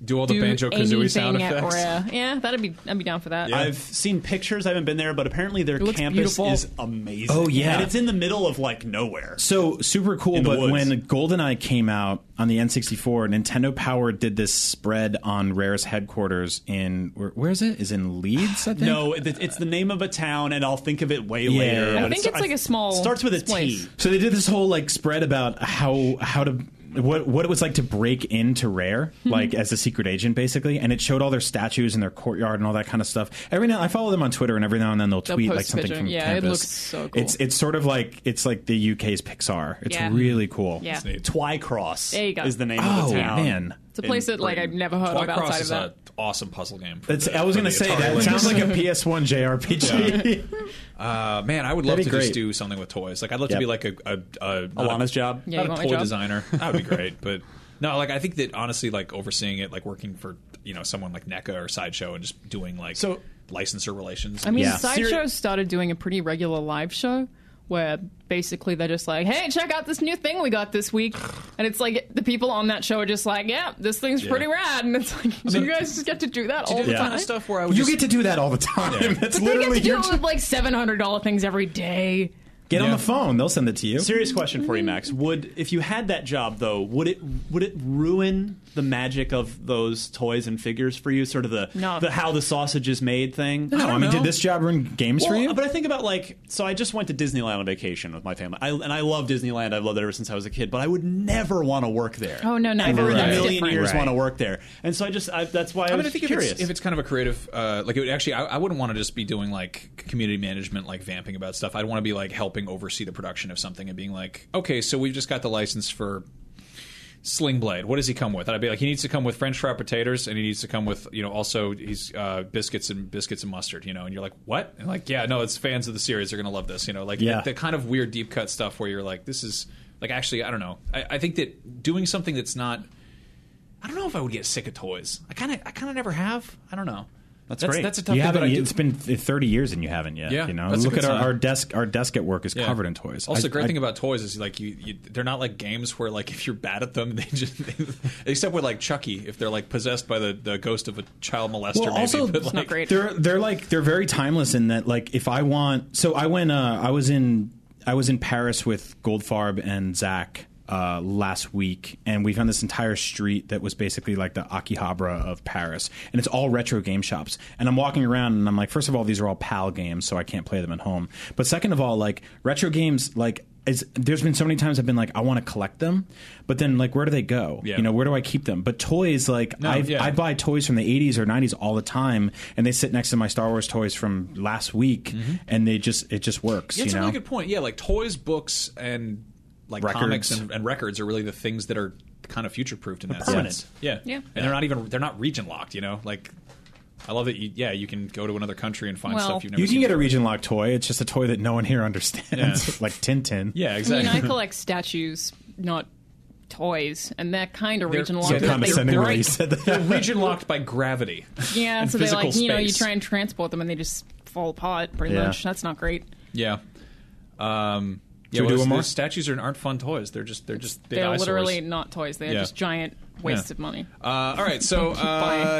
[SPEAKER 5] do all the
[SPEAKER 4] do
[SPEAKER 5] banjo
[SPEAKER 4] anything
[SPEAKER 5] kazooie sound
[SPEAKER 4] at
[SPEAKER 5] effects.
[SPEAKER 4] Rare. Yeah, that'd be I'd be down for that.
[SPEAKER 5] Yeah.
[SPEAKER 3] I've seen pictures. I haven't been there, but apparently their
[SPEAKER 4] looks
[SPEAKER 3] campus
[SPEAKER 4] beautiful.
[SPEAKER 3] is amazing.
[SPEAKER 6] Oh, yeah.
[SPEAKER 3] and it's in the middle of like nowhere.
[SPEAKER 6] So super cool.
[SPEAKER 3] In the
[SPEAKER 6] But
[SPEAKER 3] woods.
[SPEAKER 6] when GoldenEye came out on the N64, Nintendo Power did this spread on Rare's headquarters in where, where is it? Is it in Leeds? I think.
[SPEAKER 3] No, it, it's the name of a town, and I'll think of it way
[SPEAKER 6] Yeah.
[SPEAKER 3] later.
[SPEAKER 6] I
[SPEAKER 3] but
[SPEAKER 4] think it's like a small
[SPEAKER 3] Starts with a T.
[SPEAKER 4] place.
[SPEAKER 6] So they did this whole like spread about how how to what what it was like to break into Rare,
[SPEAKER 4] Mm-hmm.
[SPEAKER 6] like as a secret agent, basically. And it showed all their statues and their courtyard and all that kind of stuff. Every now I follow them on Twitter, and every now and then they'll
[SPEAKER 4] They'll
[SPEAKER 6] tweet
[SPEAKER 4] post
[SPEAKER 6] like something
[SPEAKER 4] picture.
[SPEAKER 6] from
[SPEAKER 4] Yeah, it
[SPEAKER 6] campus.
[SPEAKER 4] looks so cool.
[SPEAKER 6] It's it's sort of like it's like the UK's Pixar. It's
[SPEAKER 4] Yeah.
[SPEAKER 6] really cool.
[SPEAKER 4] Yeah.
[SPEAKER 3] Twycross
[SPEAKER 4] There you go.
[SPEAKER 3] is the name of
[SPEAKER 6] Oh
[SPEAKER 3] the town.
[SPEAKER 6] man.
[SPEAKER 4] It's a place that like I've never heard of
[SPEAKER 5] Twycross
[SPEAKER 4] outside of
[SPEAKER 5] is
[SPEAKER 4] that.
[SPEAKER 5] an awesome puzzle game. for
[SPEAKER 6] That's,
[SPEAKER 5] the-
[SPEAKER 6] I was
[SPEAKER 5] for
[SPEAKER 6] going to
[SPEAKER 5] the
[SPEAKER 6] say
[SPEAKER 5] Atari
[SPEAKER 6] that. It
[SPEAKER 5] Lynx.
[SPEAKER 6] sounds like a PS1 JRPG.
[SPEAKER 5] Uh, man, I would love to
[SPEAKER 6] That'd be
[SPEAKER 5] just
[SPEAKER 6] great.
[SPEAKER 5] do something with toys. Like I'd love
[SPEAKER 6] Yep.
[SPEAKER 5] to be like a, a, a not
[SPEAKER 3] Alana's
[SPEAKER 5] a,
[SPEAKER 3] job? Yeah,
[SPEAKER 4] you
[SPEAKER 5] not
[SPEAKER 4] want
[SPEAKER 5] a
[SPEAKER 4] my
[SPEAKER 5] toy
[SPEAKER 4] job?
[SPEAKER 5] designer. That would be great, but no, like I think that honestly, like overseeing it, like working for you know someone like NECA or Sideshow, and just doing like
[SPEAKER 3] So-
[SPEAKER 5] licensor relations.
[SPEAKER 4] I mean,
[SPEAKER 6] Yeah.
[SPEAKER 4] Sideshow started doing a pretty regular live show where basically they're just like, hey, check out this new thing we got this week. And it's like the people on that show are just like, yeah, this thing's pretty rad. And it's like, so you guys just get to do that all the
[SPEAKER 5] the kind
[SPEAKER 4] time.
[SPEAKER 5] of stuff where I would
[SPEAKER 6] you
[SPEAKER 5] just,
[SPEAKER 6] get to do that all the time. That's
[SPEAKER 4] But they get
[SPEAKER 6] literally
[SPEAKER 4] to do
[SPEAKER 6] your
[SPEAKER 4] it with like $700 things every day.
[SPEAKER 6] Get on the phone. They'll send it to you.
[SPEAKER 3] Serious question for you, Max. Mm-hmm. Would if you had that job though, would it would it ruin the magic of those toys and figures for you? Sort of the
[SPEAKER 4] No.
[SPEAKER 3] the how the sausage is made thing.
[SPEAKER 6] No, I, mean,
[SPEAKER 5] know.
[SPEAKER 6] did this job run games for
[SPEAKER 3] Well,
[SPEAKER 6] you?
[SPEAKER 3] But I think about like, so I just went to Disneyland on vacation with my family, I, and I love Disneyland. I've loved it ever since I was a kid. But I would never want to work there.
[SPEAKER 4] Oh, no, no,
[SPEAKER 3] never in a
[SPEAKER 6] Right.
[SPEAKER 3] million
[SPEAKER 4] different.
[SPEAKER 3] years
[SPEAKER 6] Right.
[SPEAKER 3] want to work there. And so I just I, that's why
[SPEAKER 5] I
[SPEAKER 3] I, was
[SPEAKER 5] mean, I think
[SPEAKER 3] curious.
[SPEAKER 5] if it's, if it's kind of a creative, uh, like it would actually, I, I wouldn't want to just be doing like c- community management, like vamping about stuff. I'd want to be like helping oversee the production of something and being like, okay, so we've just got the license for Sling Blade. What does he come with? And I'd be like, he needs to come with French fried potatoes, and he needs to come with, you know, also he's uh, biscuits and biscuits and mustard. You know, and you're like, what? And like, yeah, no, it's fans of the series are gonna love this. You know, like
[SPEAKER 6] Yeah.
[SPEAKER 5] the, the kind of weird deep cut stuff where you're like, this is like actually, I don't know. I, I think that doing something that's not I don't know if I would get sick of toys. I kind of, I kind of never have. I don't know. That's,
[SPEAKER 3] great.
[SPEAKER 5] That's a tough
[SPEAKER 6] you
[SPEAKER 5] thing. But I
[SPEAKER 6] haven't. e-
[SPEAKER 5] do.
[SPEAKER 6] It's been th- thirty years and you haven't yet.
[SPEAKER 5] Yeah,
[SPEAKER 6] you know.
[SPEAKER 5] that's a
[SPEAKER 6] Look
[SPEAKER 5] good
[SPEAKER 6] at our,
[SPEAKER 5] sign.
[SPEAKER 6] our desk. Our desk at work is
[SPEAKER 5] Yeah.
[SPEAKER 6] covered in toys.
[SPEAKER 5] Also,
[SPEAKER 6] I-
[SPEAKER 5] the great
[SPEAKER 6] I-
[SPEAKER 5] thing about toys is like you, you, they're not like games where like if you're bad at them, they just except with like Chucky, if they're like possessed by the, the ghost of a child molester.
[SPEAKER 6] Well,
[SPEAKER 5] maybe,
[SPEAKER 6] also-
[SPEAKER 5] but,
[SPEAKER 6] It's
[SPEAKER 4] It's
[SPEAKER 5] like,
[SPEAKER 4] not great.
[SPEAKER 6] They're they're like they're very timeless in that like if I want so I went uh, I was in I was in Paris with Goldfarb and Zach uh, last week and we found this entire street that was basically like the Akihabara of Paris and it's all retro game shops and I'm walking around and I'm like first of all these are all PAL games so I can't play them at home but second of all like retro games like it's, there's been so many times I've been like, I want to collect them, but then like, where do they go?
[SPEAKER 5] Yeah.
[SPEAKER 6] You know, where do I keep them? But toys, like,
[SPEAKER 5] No,
[SPEAKER 6] I
[SPEAKER 5] yeah.
[SPEAKER 6] I buy toys from the 80s or 90s all the time, and they sit next to my Star Wars toys from last week, and they just it just works.
[SPEAKER 5] Mm-hmm. Yeah, it's
[SPEAKER 6] you
[SPEAKER 5] a
[SPEAKER 6] know,
[SPEAKER 5] really good point. Yeah, like toys, books, and like
[SPEAKER 6] Records.
[SPEAKER 5] comics and, and records are really the things that are kind of future proofed in that
[SPEAKER 6] permanent.
[SPEAKER 5] sense. Yeah,
[SPEAKER 4] Yeah.
[SPEAKER 5] and they're not even they're not region locked. You know, like I love that. You, yeah, you can go to another country and find
[SPEAKER 4] Well-
[SPEAKER 5] stuff you've never.
[SPEAKER 6] you can
[SPEAKER 5] seen
[SPEAKER 6] get a
[SPEAKER 5] before.
[SPEAKER 6] region locked toy. It's just a toy that no one here understands, like Tintin.
[SPEAKER 5] Yeah,
[SPEAKER 4] I mean,
[SPEAKER 5] exactly.
[SPEAKER 4] I collect statues, not toys, and they're kind of regional.
[SPEAKER 5] so
[SPEAKER 4] locked,
[SPEAKER 5] they're
[SPEAKER 4] but they
[SPEAKER 6] condescending when
[SPEAKER 4] break.
[SPEAKER 6] you said that.
[SPEAKER 5] They're region locked by gravity.
[SPEAKER 4] Yeah,
[SPEAKER 5] and
[SPEAKER 4] so they're
[SPEAKER 5] physical
[SPEAKER 4] like, you know, you
[SPEAKER 5] space.
[SPEAKER 4] try and transport them and they just fall apart pretty
[SPEAKER 6] Yeah.
[SPEAKER 4] much. That's not great.
[SPEAKER 5] Yeah. Um, yeah,
[SPEAKER 6] Should we do
[SPEAKER 5] well,
[SPEAKER 6] one more?
[SPEAKER 5] those Statues are, aren't fun toys. They're just they're just big
[SPEAKER 4] They're
[SPEAKER 5] eyesores.
[SPEAKER 4] literally not toys. They're
[SPEAKER 5] Yeah.
[SPEAKER 4] just giant waste of money.
[SPEAKER 5] Uh, all right, so uh,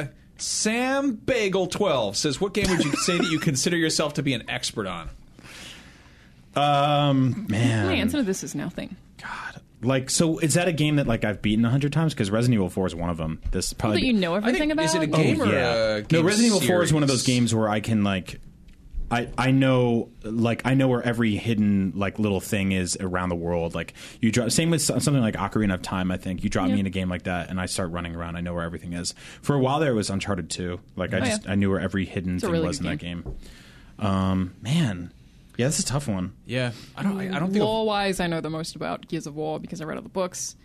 [SPEAKER 4] Bye.
[SPEAKER 5] Sam Bagel twelve says, "What game would you say that you consider yourself to be an expert on?"
[SPEAKER 6] Um,
[SPEAKER 4] My
[SPEAKER 6] man,
[SPEAKER 4] answer to this is nothing.
[SPEAKER 6] like, so is that a game that like I've beaten a hundred times? Because Resident Evil Four is one of them. This
[SPEAKER 4] That
[SPEAKER 6] probably
[SPEAKER 4] you know everything about.
[SPEAKER 5] is it a
[SPEAKER 4] Oh,
[SPEAKER 5] game or a game
[SPEAKER 6] no, Resident Evil Four is one of those
[SPEAKER 5] series?
[SPEAKER 6] games where I can like, I I know like I know where every hidden like little thing is around the world. Like you drop same with so- something like Ocarina of Time. I think you drop
[SPEAKER 4] Yeah.
[SPEAKER 6] me in a game like that, and I start running around. I know where everything is. For a while there, it was Uncharted Two. Like I
[SPEAKER 4] Oh,
[SPEAKER 6] just
[SPEAKER 4] yeah.
[SPEAKER 6] I knew where every hidden
[SPEAKER 4] a
[SPEAKER 6] thing
[SPEAKER 4] really
[SPEAKER 6] was in
[SPEAKER 4] good
[SPEAKER 6] that game. Um, man, yeah, this is a tough one.
[SPEAKER 5] Yeah, I don't. I, I don't think. of-
[SPEAKER 4] Lore wise, I know the most about Gears of War because I read all the books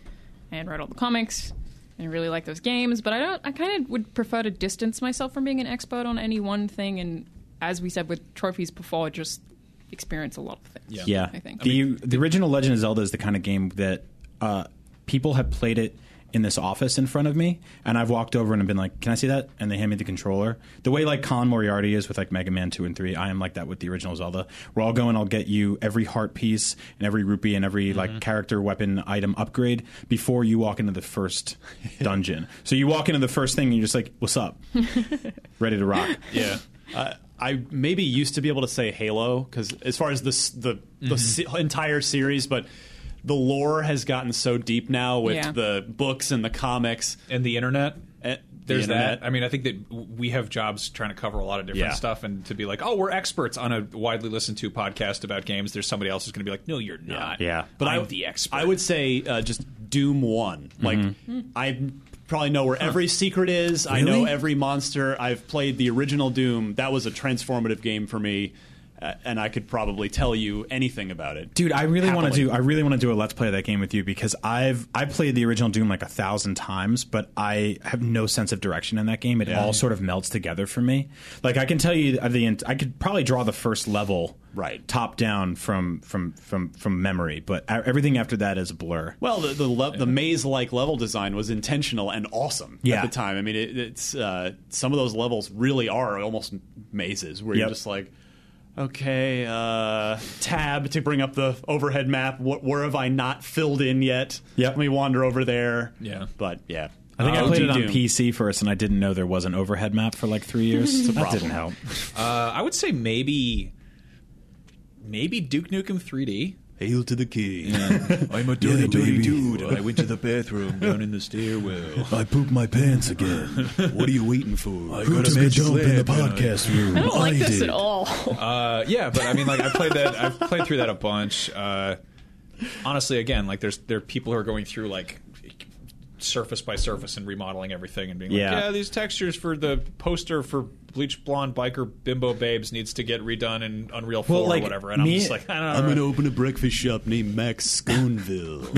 [SPEAKER 4] and read all the comics and really like those games. But I don't. I kind of would prefer to distance myself from being an expert on any one thing. And as we said with trophies before, just experience a lot of things.
[SPEAKER 5] Yeah.
[SPEAKER 6] Yeah,
[SPEAKER 4] I think.
[SPEAKER 6] the the original Legend of Zelda is the kind of game that uh, people have played it in this office in front of me, and I've walked over and I've been like, "Can I see that?" And they hand me the controller. The way like Colin Moriarty is with like Mega Man two and three, I am like that with the original Zelda. Where I'll go and I'll get you every heart piece and every rupee and every like character weapon item upgrade before you walk into the first dungeon. So you walk into the first thing and you're just like, "What's up?" Ready to rock.
[SPEAKER 7] Yeah. Uh, I maybe used to be able to say Halo because as far as this the
[SPEAKER 5] Mm-hmm.
[SPEAKER 7] the se- entire series, but the lore has gotten so deep now with
[SPEAKER 4] Yeah.
[SPEAKER 7] the books and the comics.
[SPEAKER 5] and the internet.
[SPEAKER 7] And
[SPEAKER 5] There's
[SPEAKER 7] the internet.
[SPEAKER 5] that. I mean, I think that w- we have jobs trying to cover a lot of different
[SPEAKER 7] Yeah.
[SPEAKER 5] stuff, and to be like, "Oh, we're experts on a widely listened to podcast about games." There's somebody else who's going to be like, "No, you're not."
[SPEAKER 6] Yeah.
[SPEAKER 5] but I'm
[SPEAKER 7] I-
[SPEAKER 5] the expert. Mm-hmm.
[SPEAKER 7] I would say uh, just Doom One. Like I probably know where every secret is. I know every monster. I've played the original Doom. That was a transformative game for me, uh, and I could probably tell you anything about it.
[SPEAKER 6] Dude, I really want to
[SPEAKER 7] Happily.
[SPEAKER 6] do. I really want to do a let's play of that game with you because I've I played the original Doom like a thousand times, but I have no sense of direction in that game. It all sort of melts together for me. Like I can tell you of the, ent- I could probably draw the first level
[SPEAKER 7] Right.
[SPEAKER 6] top down from from from from memory, but I- everything after that is a blur.
[SPEAKER 7] Well, the the, le- the maze-like level design was intentional and awesome
[SPEAKER 6] Yeah.
[SPEAKER 7] at the time. I mean, it, it's uh, some of those levels really are almost mazes where
[SPEAKER 6] Yep.
[SPEAKER 7] you're just like, okay, uh, tab to bring up the overhead map. What where have I not filled in yet?
[SPEAKER 6] Yep.
[SPEAKER 7] let me wander over there.
[SPEAKER 5] Yeah.
[SPEAKER 7] but yeah,
[SPEAKER 6] I think I
[SPEAKER 7] OG
[SPEAKER 6] played it on
[SPEAKER 7] Doom.
[SPEAKER 6] PC first, and I didn't know there was an overhead map for like three years. that didn't help.
[SPEAKER 5] Uh, I would say maybe, maybe Duke Nukem 3D.
[SPEAKER 7] Hail to the king!
[SPEAKER 5] I'm a dirty, dirty dude. I went to the bathroom down in the stairwell.
[SPEAKER 1] I pooped my pants again. what are you waiting for? I got
[SPEAKER 5] a
[SPEAKER 1] to
[SPEAKER 5] magic
[SPEAKER 1] jump in the
[SPEAKER 5] lamp and I-
[SPEAKER 1] podcast room.
[SPEAKER 4] I don't like this
[SPEAKER 1] did.
[SPEAKER 4] at all.
[SPEAKER 5] Uh, yeah, but I mean, like I played that. I've played through that a bunch. Uh, honestly, again, like there's there are people who are going through like surface by surface and remodeling everything and being like,
[SPEAKER 6] Yeah.
[SPEAKER 5] yeah, these textures for the poster for Bleach Blonde Biker Bimbo Babes needs to get redone in Unreal Four
[SPEAKER 6] like,
[SPEAKER 5] or whatever. And I'm
[SPEAKER 6] me-
[SPEAKER 5] just like, I don't know.
[SPEAKER 1] I'm going to open a breakfast shop named Max Schoonville.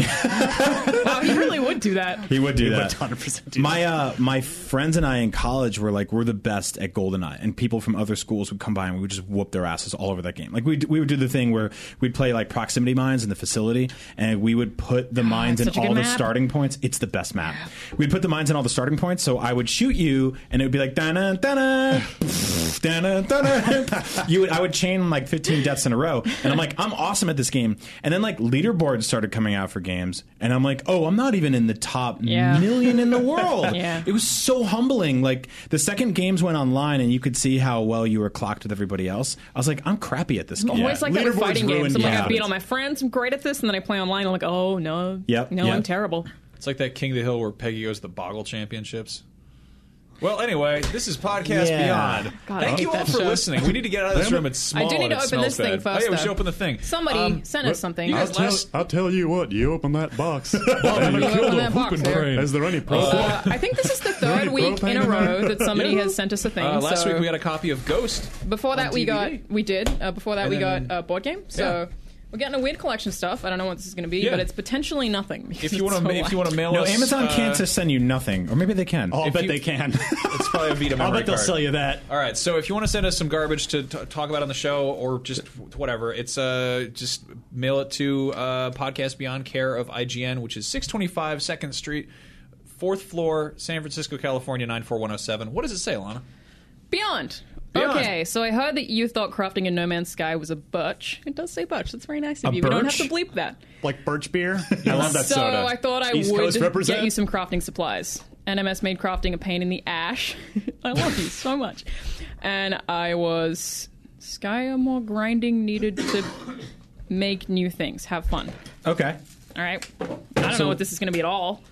[SPEAKER 4] wow, he really would do that.
[SPEAKER 6] He would do that.
[SPEAKER 7] 100% do
[SPEAKER 6] my uh, my friends and I in college were like we're the best at GoldenEye, and people from other schools would come by and we would just whoop their asses all over that game. Like we we would do the thing where we'd play like proximity mines in the facility, and we would put the mines in
[SPEAKER 4] Ah, such a good
[SPEAKER 6] all the
[SPEAKER 4] map.
[SPEAKER 6] starting points. It's the best map. We'd put the mines in all the starting points, so I would shoot you, and it would be like da na da na da na da na. You would I would chain like fifteen deaths in a row, and I'm like I'm awesome at this game. And then like leaderboards started coming out for games, and I'm like oh I'm not even in the top
[SPEAKER 4] Yeah.
[SPEAKER 6] million in the world.
[SPEAKER 4] Yeah.
[SPEAKER 6] It was so humbling. Like the second games went online and you could see how well you were clocked with everybody else. I was like, I'm crappy at this
[SPEAKER 4] I'm
[SPEAKER 6] game.
[SPEAKER 4] always like that with
[SPEAKER 7] Leaderboards
[SPEAKER 4] fighting games.
[SPEAKER 7] ruined
[SPEAKER 4] I'm like,
[SPEAKER 6] my
[SPEAKER 4] I beat
[SPEAKER 6] habits.
[SPEAKER 4] all my friends. I'm great at this, and then I play online. I'm like, oh no,
[SPEAKER 6] Yep,
[SPEAKER 4] no, I'm
[SPEAKER 6] yep.
[SPEAKER 4] terrible.
[SPEAKER 5] It's like that King of the Hill where Peggy goes to the Boggle Championships. Well, anyway, this is podcast
[SPEAKER 6] Yeah.
[SPEAKER 5] beyond.
[SPEAKER 4] God, I
[SPEAKER 5] Thank
[SPEAKER 4] hate
[SPEAKER 5] you all
[SPEAKER 4] that
[SPEAKER 5] for
[SPEAKER 4] show.
[SPEAKER 5] listening. We need to get out of this room. It's small.
[SPEAKER 4] do need
[SPEAKER 5] and
[SPEAKER 4] to
[SPEAKER 5] it
[SPEAKER 4] open
[SPEAKER 5] smells
[SPEAKER 4] this thing
[SPEAKER 5] bad.
[SPEAKER 4] first,
[SPEAKER 5] Oh, yeah, we should
[SPEAKER 4] though.
[SPEAKER 5] open the thing.
[SPEAKER 4] Somebody
[SPEAKER 5] Um,
[SPEAKER 4] sent us something.
[SPEAKER 5] you
[SPEAKER 8] I'll
[SPEAKER 5] guys-
[SPEAKER 8] tell,
[SPEAKER 5] last-
[SPEAKER 8] I'll tell you what, you open that box. and
[SPEAKER 4] you
[SPEAKER 8] you
[SPEAKER 4] open
[SPEAKER 8] killed a
[SPEAKER 4] that box
[SPEAKER 8] whooping
[SPEAKER 4] there.
[SPEAKER 8] crane. Is there any problem?
[SPEAKER 4] Uh, I think this is the third
[SPEAKER 8] Right,
[SPEAKER 4] week in a
[SPEAKER 8] propane
[SPEAKER 4] row
[SPEAKER 8] and-
[SPEAKER 4] that somebody
[SPEAKER 5] Yeah.
[SPEAKER 4] has sent us a thing.
[SPEAKER 5] uh, last
[SPEAKER 4] so
[SPEAKER 5] week we got a copy of Ghost.
[SPEAKER 4] before that
[SPEAKER 5] on
[SPEAKER 4] we
[SPEAKER 5] DVD.
[SPEAKER 4] got we did. Uh, before that
[SPEAKER 5] And
[SPEAKER 4] we
[SPEAKER 5] then-
[SPEAKER 4] got a board game. So
[SPEAKER 5] Yeah.
[SPEAKER 4] we're getting a weird collection of stuff. I don't know what this is going to be,
[SPEAKER 5] Yeah.
[SPEAKER 4] but it's potentially nothing. because
[SPEAKER 5] If you
[SPEAKER 4] it's
[SPEAKER 5] want
[SPEAKER 4] so
[SPEAKER 5] to, if you
[SPEAKER 4] light.
[SPEAKER 5] want to mail
[SPEAKER 6] No,
[SPEAKER 5] us,
[SPEAKER 6] Amazon
[SPEAKER 5] uh,
[SPEAKER 6] can't just send you nothing, or maybe they can.
[SPEAKER 7] I'll
[SPEAKER 5] If
[SPEAKER 7] bet
[SPEAKER 5] you-
[SPEAKER 7] they can.
[SPEAKER 5] It's probably a Vita memory
[SPEAKER 7] I'll bet they'll
[SPEAKER 5] card.
[SPEAKER 7] sell you that.
[SPEAKER 5] All right, so if you want to send us some garbage to t- talk about on the show or just whatever, it's uh just mail it to uh, podcast Beyond Care of IGN, which is 625 Second Street, fourth floor, San Francisco, California 94107. What does it say, Lana?
[SPEAKER 4] Beyond.
[SPEAKER 5] Beyond.
[SPEAKER 4] Okay, so I heard that you thought crafting in No Man's Sky was a birch. It does say birch. That's very nice of
[SPEAKER 6] A
[SPEAKER 4] you. We don't have
[SPEAKER 6] birch?
[SPEAKER 4] to bleep that.
[SPEAKER 7] Like birch beer. I love that
[SPEAKER 4] so
[SPEAKER 7] soda.
[SPEAKER 4] I thought I
[SPEAKER 7] East
[SPEAKER 4] would
[SPEAKER 7] Coast represent.
[SPEAKER 4] get you some crafting supplies. NMS made crafting a pain in the ash. I love you so much. And I was Skyamore grinding needed to make new things. Have fun.
[SPEAKER 6] okay.
[SPEAKER 4] All right. I don't know what this is going to be at all.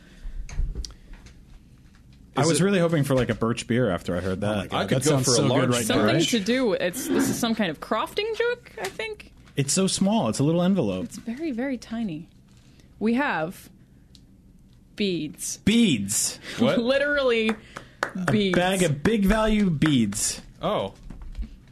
[SPEAKER 6] I was really hoping for like a birch beer after I heard that.
[SPEAKER 5] I could
[SPEAKER 6] that
[SPEAKER 5] go
[SPEAKER 6] sounds
[SPEAKER 5] for a
[SPEAKER 6] so
[SPEAKER 5] large
[SPEAKER 6] good right now.
[SPEAKER 4] Something
[SPEAKER 6] right?
[SPEAKER 4] to do. It's this is some kind of crafting joke. I think.
[SPEAKER 6] It's so small. It's a little envelope.
[SPEAKER 4] It's very very tiny. We have beads.
[SPEAKER 6] Beads.
[SPEAKER 5] What?
[SPEAKER 4] Literally beads.
[SPEAKER 6] Bag of big value beads.
[SPEAKER 5] oh.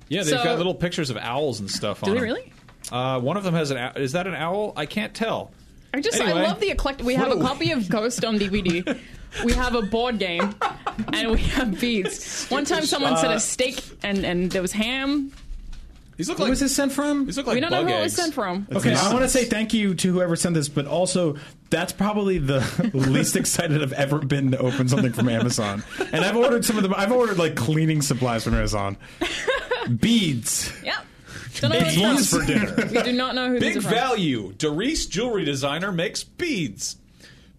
[SPEAKER 5] Yeah, they've
[SPEAKER 4] So-
[SPEAKER 5] got little pictures of owls and stuff
[SPEAKER 4] do
[SPEAKER 5] on
[SPEAKER 4] they
[SPEAKER 5] them.
[SPEAKER 4] really?
[SPEAKER 5] Uh, one of them has an owl. Is that an owl? I can't tell.
[SPEAKER 4] I just
[SPEAKER 5] Anyway.
[SPEAKER 4] I love the eclectic. We have a copy of Ghost on DVD. we have a board game, and we have beads. One time, someone said a steak, and and there was ham.
[SPEAKER 5] These look
[SPEAKER 6] Where
[SPEAKER 5] like
[SPEAKER 6] was this sent from?
[SPEAKER 5] these look like
[SPEAKER 4] We don't know
[SPEAKER 5] bug
[SPEAKER 4] where it was
[SPEAKER 5] eggs.
[SPEAKER 4] sent from.
[SPEAKER 6] Okay, I want to say thank you to whoever sent this, but also that's probably the least excited I've ever been to open something from Amazon. And I've ordered some of them. I've ordered like cleaning supplies from Amazon. Beads.
[SPEAKER 4] Yeah. Don't know where it's
[SPEAKER 6] Beads
[SPEAKER 4] from.
[SPEAKER 6] for dinner.
[SPEAKER 4] We do not know who
[SPEAKER 5] Big
[SPEAKER 4] these are from.
[SPEAKER 5] value. Doris jewelry designer makes beads.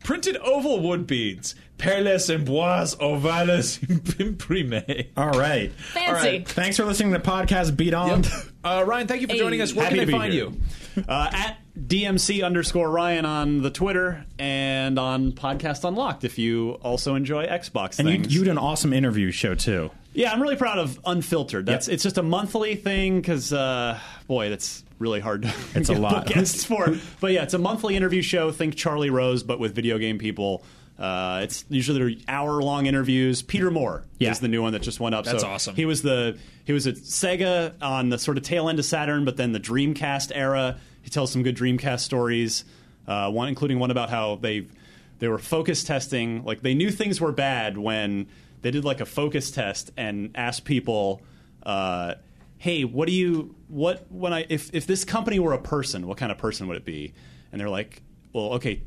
[SPEAKER 5] Printed oval wood beads. Perles en bois ovales imprime.
[SPEAKER 6] All right.
[SPEAKER 4] Fancy.
[SPEAKER 5] All right.
[SPEAKER 6] Thanks for listening to podcast Beat On.
[SPEAKER 5] Uh, Ryan, thank you for joining
[SPEAKER 4] Hey.
[SPEAKER 5] us. Where
[SPEAKER 7] Happy
[SPEAKER 5] can they
[SPEAKER 7] to be
[SPEAKER 5] find
[SPEAKER 7] here.
[SPEAKER 5] you?
[SPEAKER 7] Uh, at DMC underscore Ryan on the Twitter and on Podcast Unlocked if you also enjoy Xbox
[SPEAKER 6] And you,
[SPEAKER 7] things.
[SPEAKER 6] you did an awesome interview show too.
[SPEAKER 7] yeah, I'm really proud of Unfiltered. That's
[SPEAKER 6] Yep.
[SPEAKER 7] It's just a monthly thing because, uh, boy, that's really hard to
[SPEAKER 6] It's a
[SPEAKER 7] get
[SPEAKER 6] lot.
[SPEAKER 7] guests for. But yeah, it's a monthly interview show. Think Charlie Rose, but with video game people. Uh, it's usually hour long interviews. Peter Moore
[SPEAKER 6] Yeah.
[SPEAKER 7] is the new one that just went up.
[SPEAKER 5] That's
[SPEAKER 7] So
[SPEAKER 5] awesome.
[SPEAKER 7] He was the he was at Sega on the sort of tail end of Saturn, but then the Dreamcast era. He tells some good Dreamcast stories, uh, one including one about how they they were focus testing. Like they knew things were bad when they did like a focus test and asked people, uh, "Hey, what do you what when I if if this company were a person, what kind of person would it be?" And they're like, "Well, okay,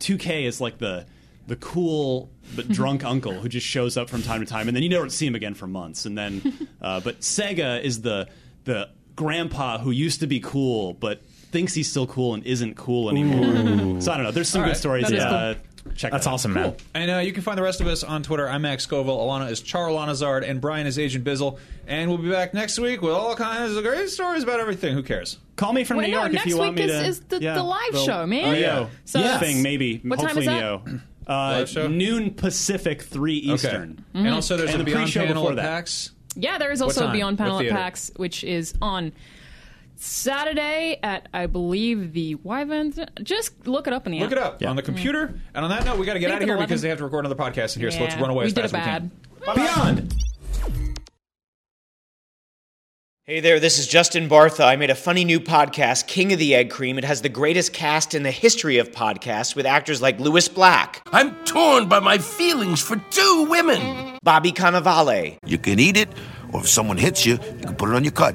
[SPEAKER 7] 2K is like the the cool but drunk uncle who just shows up from time to time, and then you don't see him again for months. And then, uh, but Sega is the the grandpa who used to be cool but thinks he's still cool and isn't cool anymore. so I don't know. There's some
[SPEAKER 5] All
[SPEAKER 7] good
[SPEAKER 5] right.
[SPEAKER 7] stories.
[SPEAKER 4] That is
[SPEAKER 7] uh, Check
[SPEAKER 6] That's
[SPEAKER 7] that out.
[SPEAKER 6] awesome, man.
[SPEAKER 5] And uh, you can find the rest of us on Twitter. I'm Max Scoville. Alana is Char Lanazard, and Brian is Agent Bizzle. And we'll be back next week with all kinds of great stories about everything. Who cares?
[SPEAKER 7] Call me from
[SPEAKER 4] Wait,
[SPEAKER 7] New
[SPEAKER 4] no,
[SPEAKER 7] York
[SPEAKER 4] next
[SPEAKER 7] if you want
[SPEAKER 4] week
[SPEAKER 7] me
[SPEAKER 4] is-
[SPEAKER 7] to.
[SPEAKER 4] is the- the live show, man.
[SPEAKER 7] Oh,
[SPEAKER 4] Yeah.
[SPEAKER 7] yeah.
[SPEAKER 4] So
[SPEAKER 7] Yeah.
[SPEAKER 4] that's-
[SPEAKER 7] thing maybe.
[SPEAKER 4] What time
[SPEAKER 7] Hopefully
[SPEAKER 4] is
[SPEAKER 7] Neo. Uh,
[SPEAKER 5] Live show?
[SPEAKER 7] noon Pacific, three Eastern.
[SPEAKER 5] Okay. Mm-hmm. And also, there's
[SPEAKER 7] And
[SPEAKER 5] a
[SPEAKER 7] the
[SPEAKER 5] Beyond
[SPEAKER 7] pre-show
[SPEAKER 5] panel
[SPEAKER 7] before
[SPEAKER 5] at
[SPEAKER 7] that.
[SPEAKER 5] PAX.
[SPEAKER 4] Yeah, there is also
[SPEAKER 5] time?
[SPEAKER 4] a Beyond
[SPEAKER 5] What
[SPEAKER 4] Panel at
[SPEAKER 5] theater?
[SPEAKER 4] PAX, which is on Saturday at I believe the Wyvern. Just look it up in the
[SPEAKER 5] Look
[SPEAKER 4] app.
[SPEAKER 5] it up on the computer. And on that note, we got to get
[SPEAKER 4] Think
[SPEAKER 5] out of
[SPEAKER 4] it's
[SPEAKER 5] here
[SPEAKER 4] 11.
[SPEAKER 5] because they have to record another podcast in here. So let's
[SPEAKER 4] Yeah.
[SPEAKER 5] run away
[SPEAKER 4] We
[SPEAKER 5] as
[SPEAKER 4] did
[SPEAKER 5] fast
[SPEAKER 4] it
[SPEAKER 5] as we
[SPEAKER 4] bad.
[SPEAKER 5] can.
[SPEAKER 6] Beyond.
[SPEAKER 3] Hey there, this is Justin Bartha. I made a funny new podcast, King of the Egg Cream. It has the greatest cast in the history of podcasts with actors like Louis Black,
[SPEAKER 1] I'm torn by my feelings for two women.
[SPEAKER 3] Bobby Cannavale,
[SPEAKER 1] You can eat it, or if someone hits you, you can put it on your cut.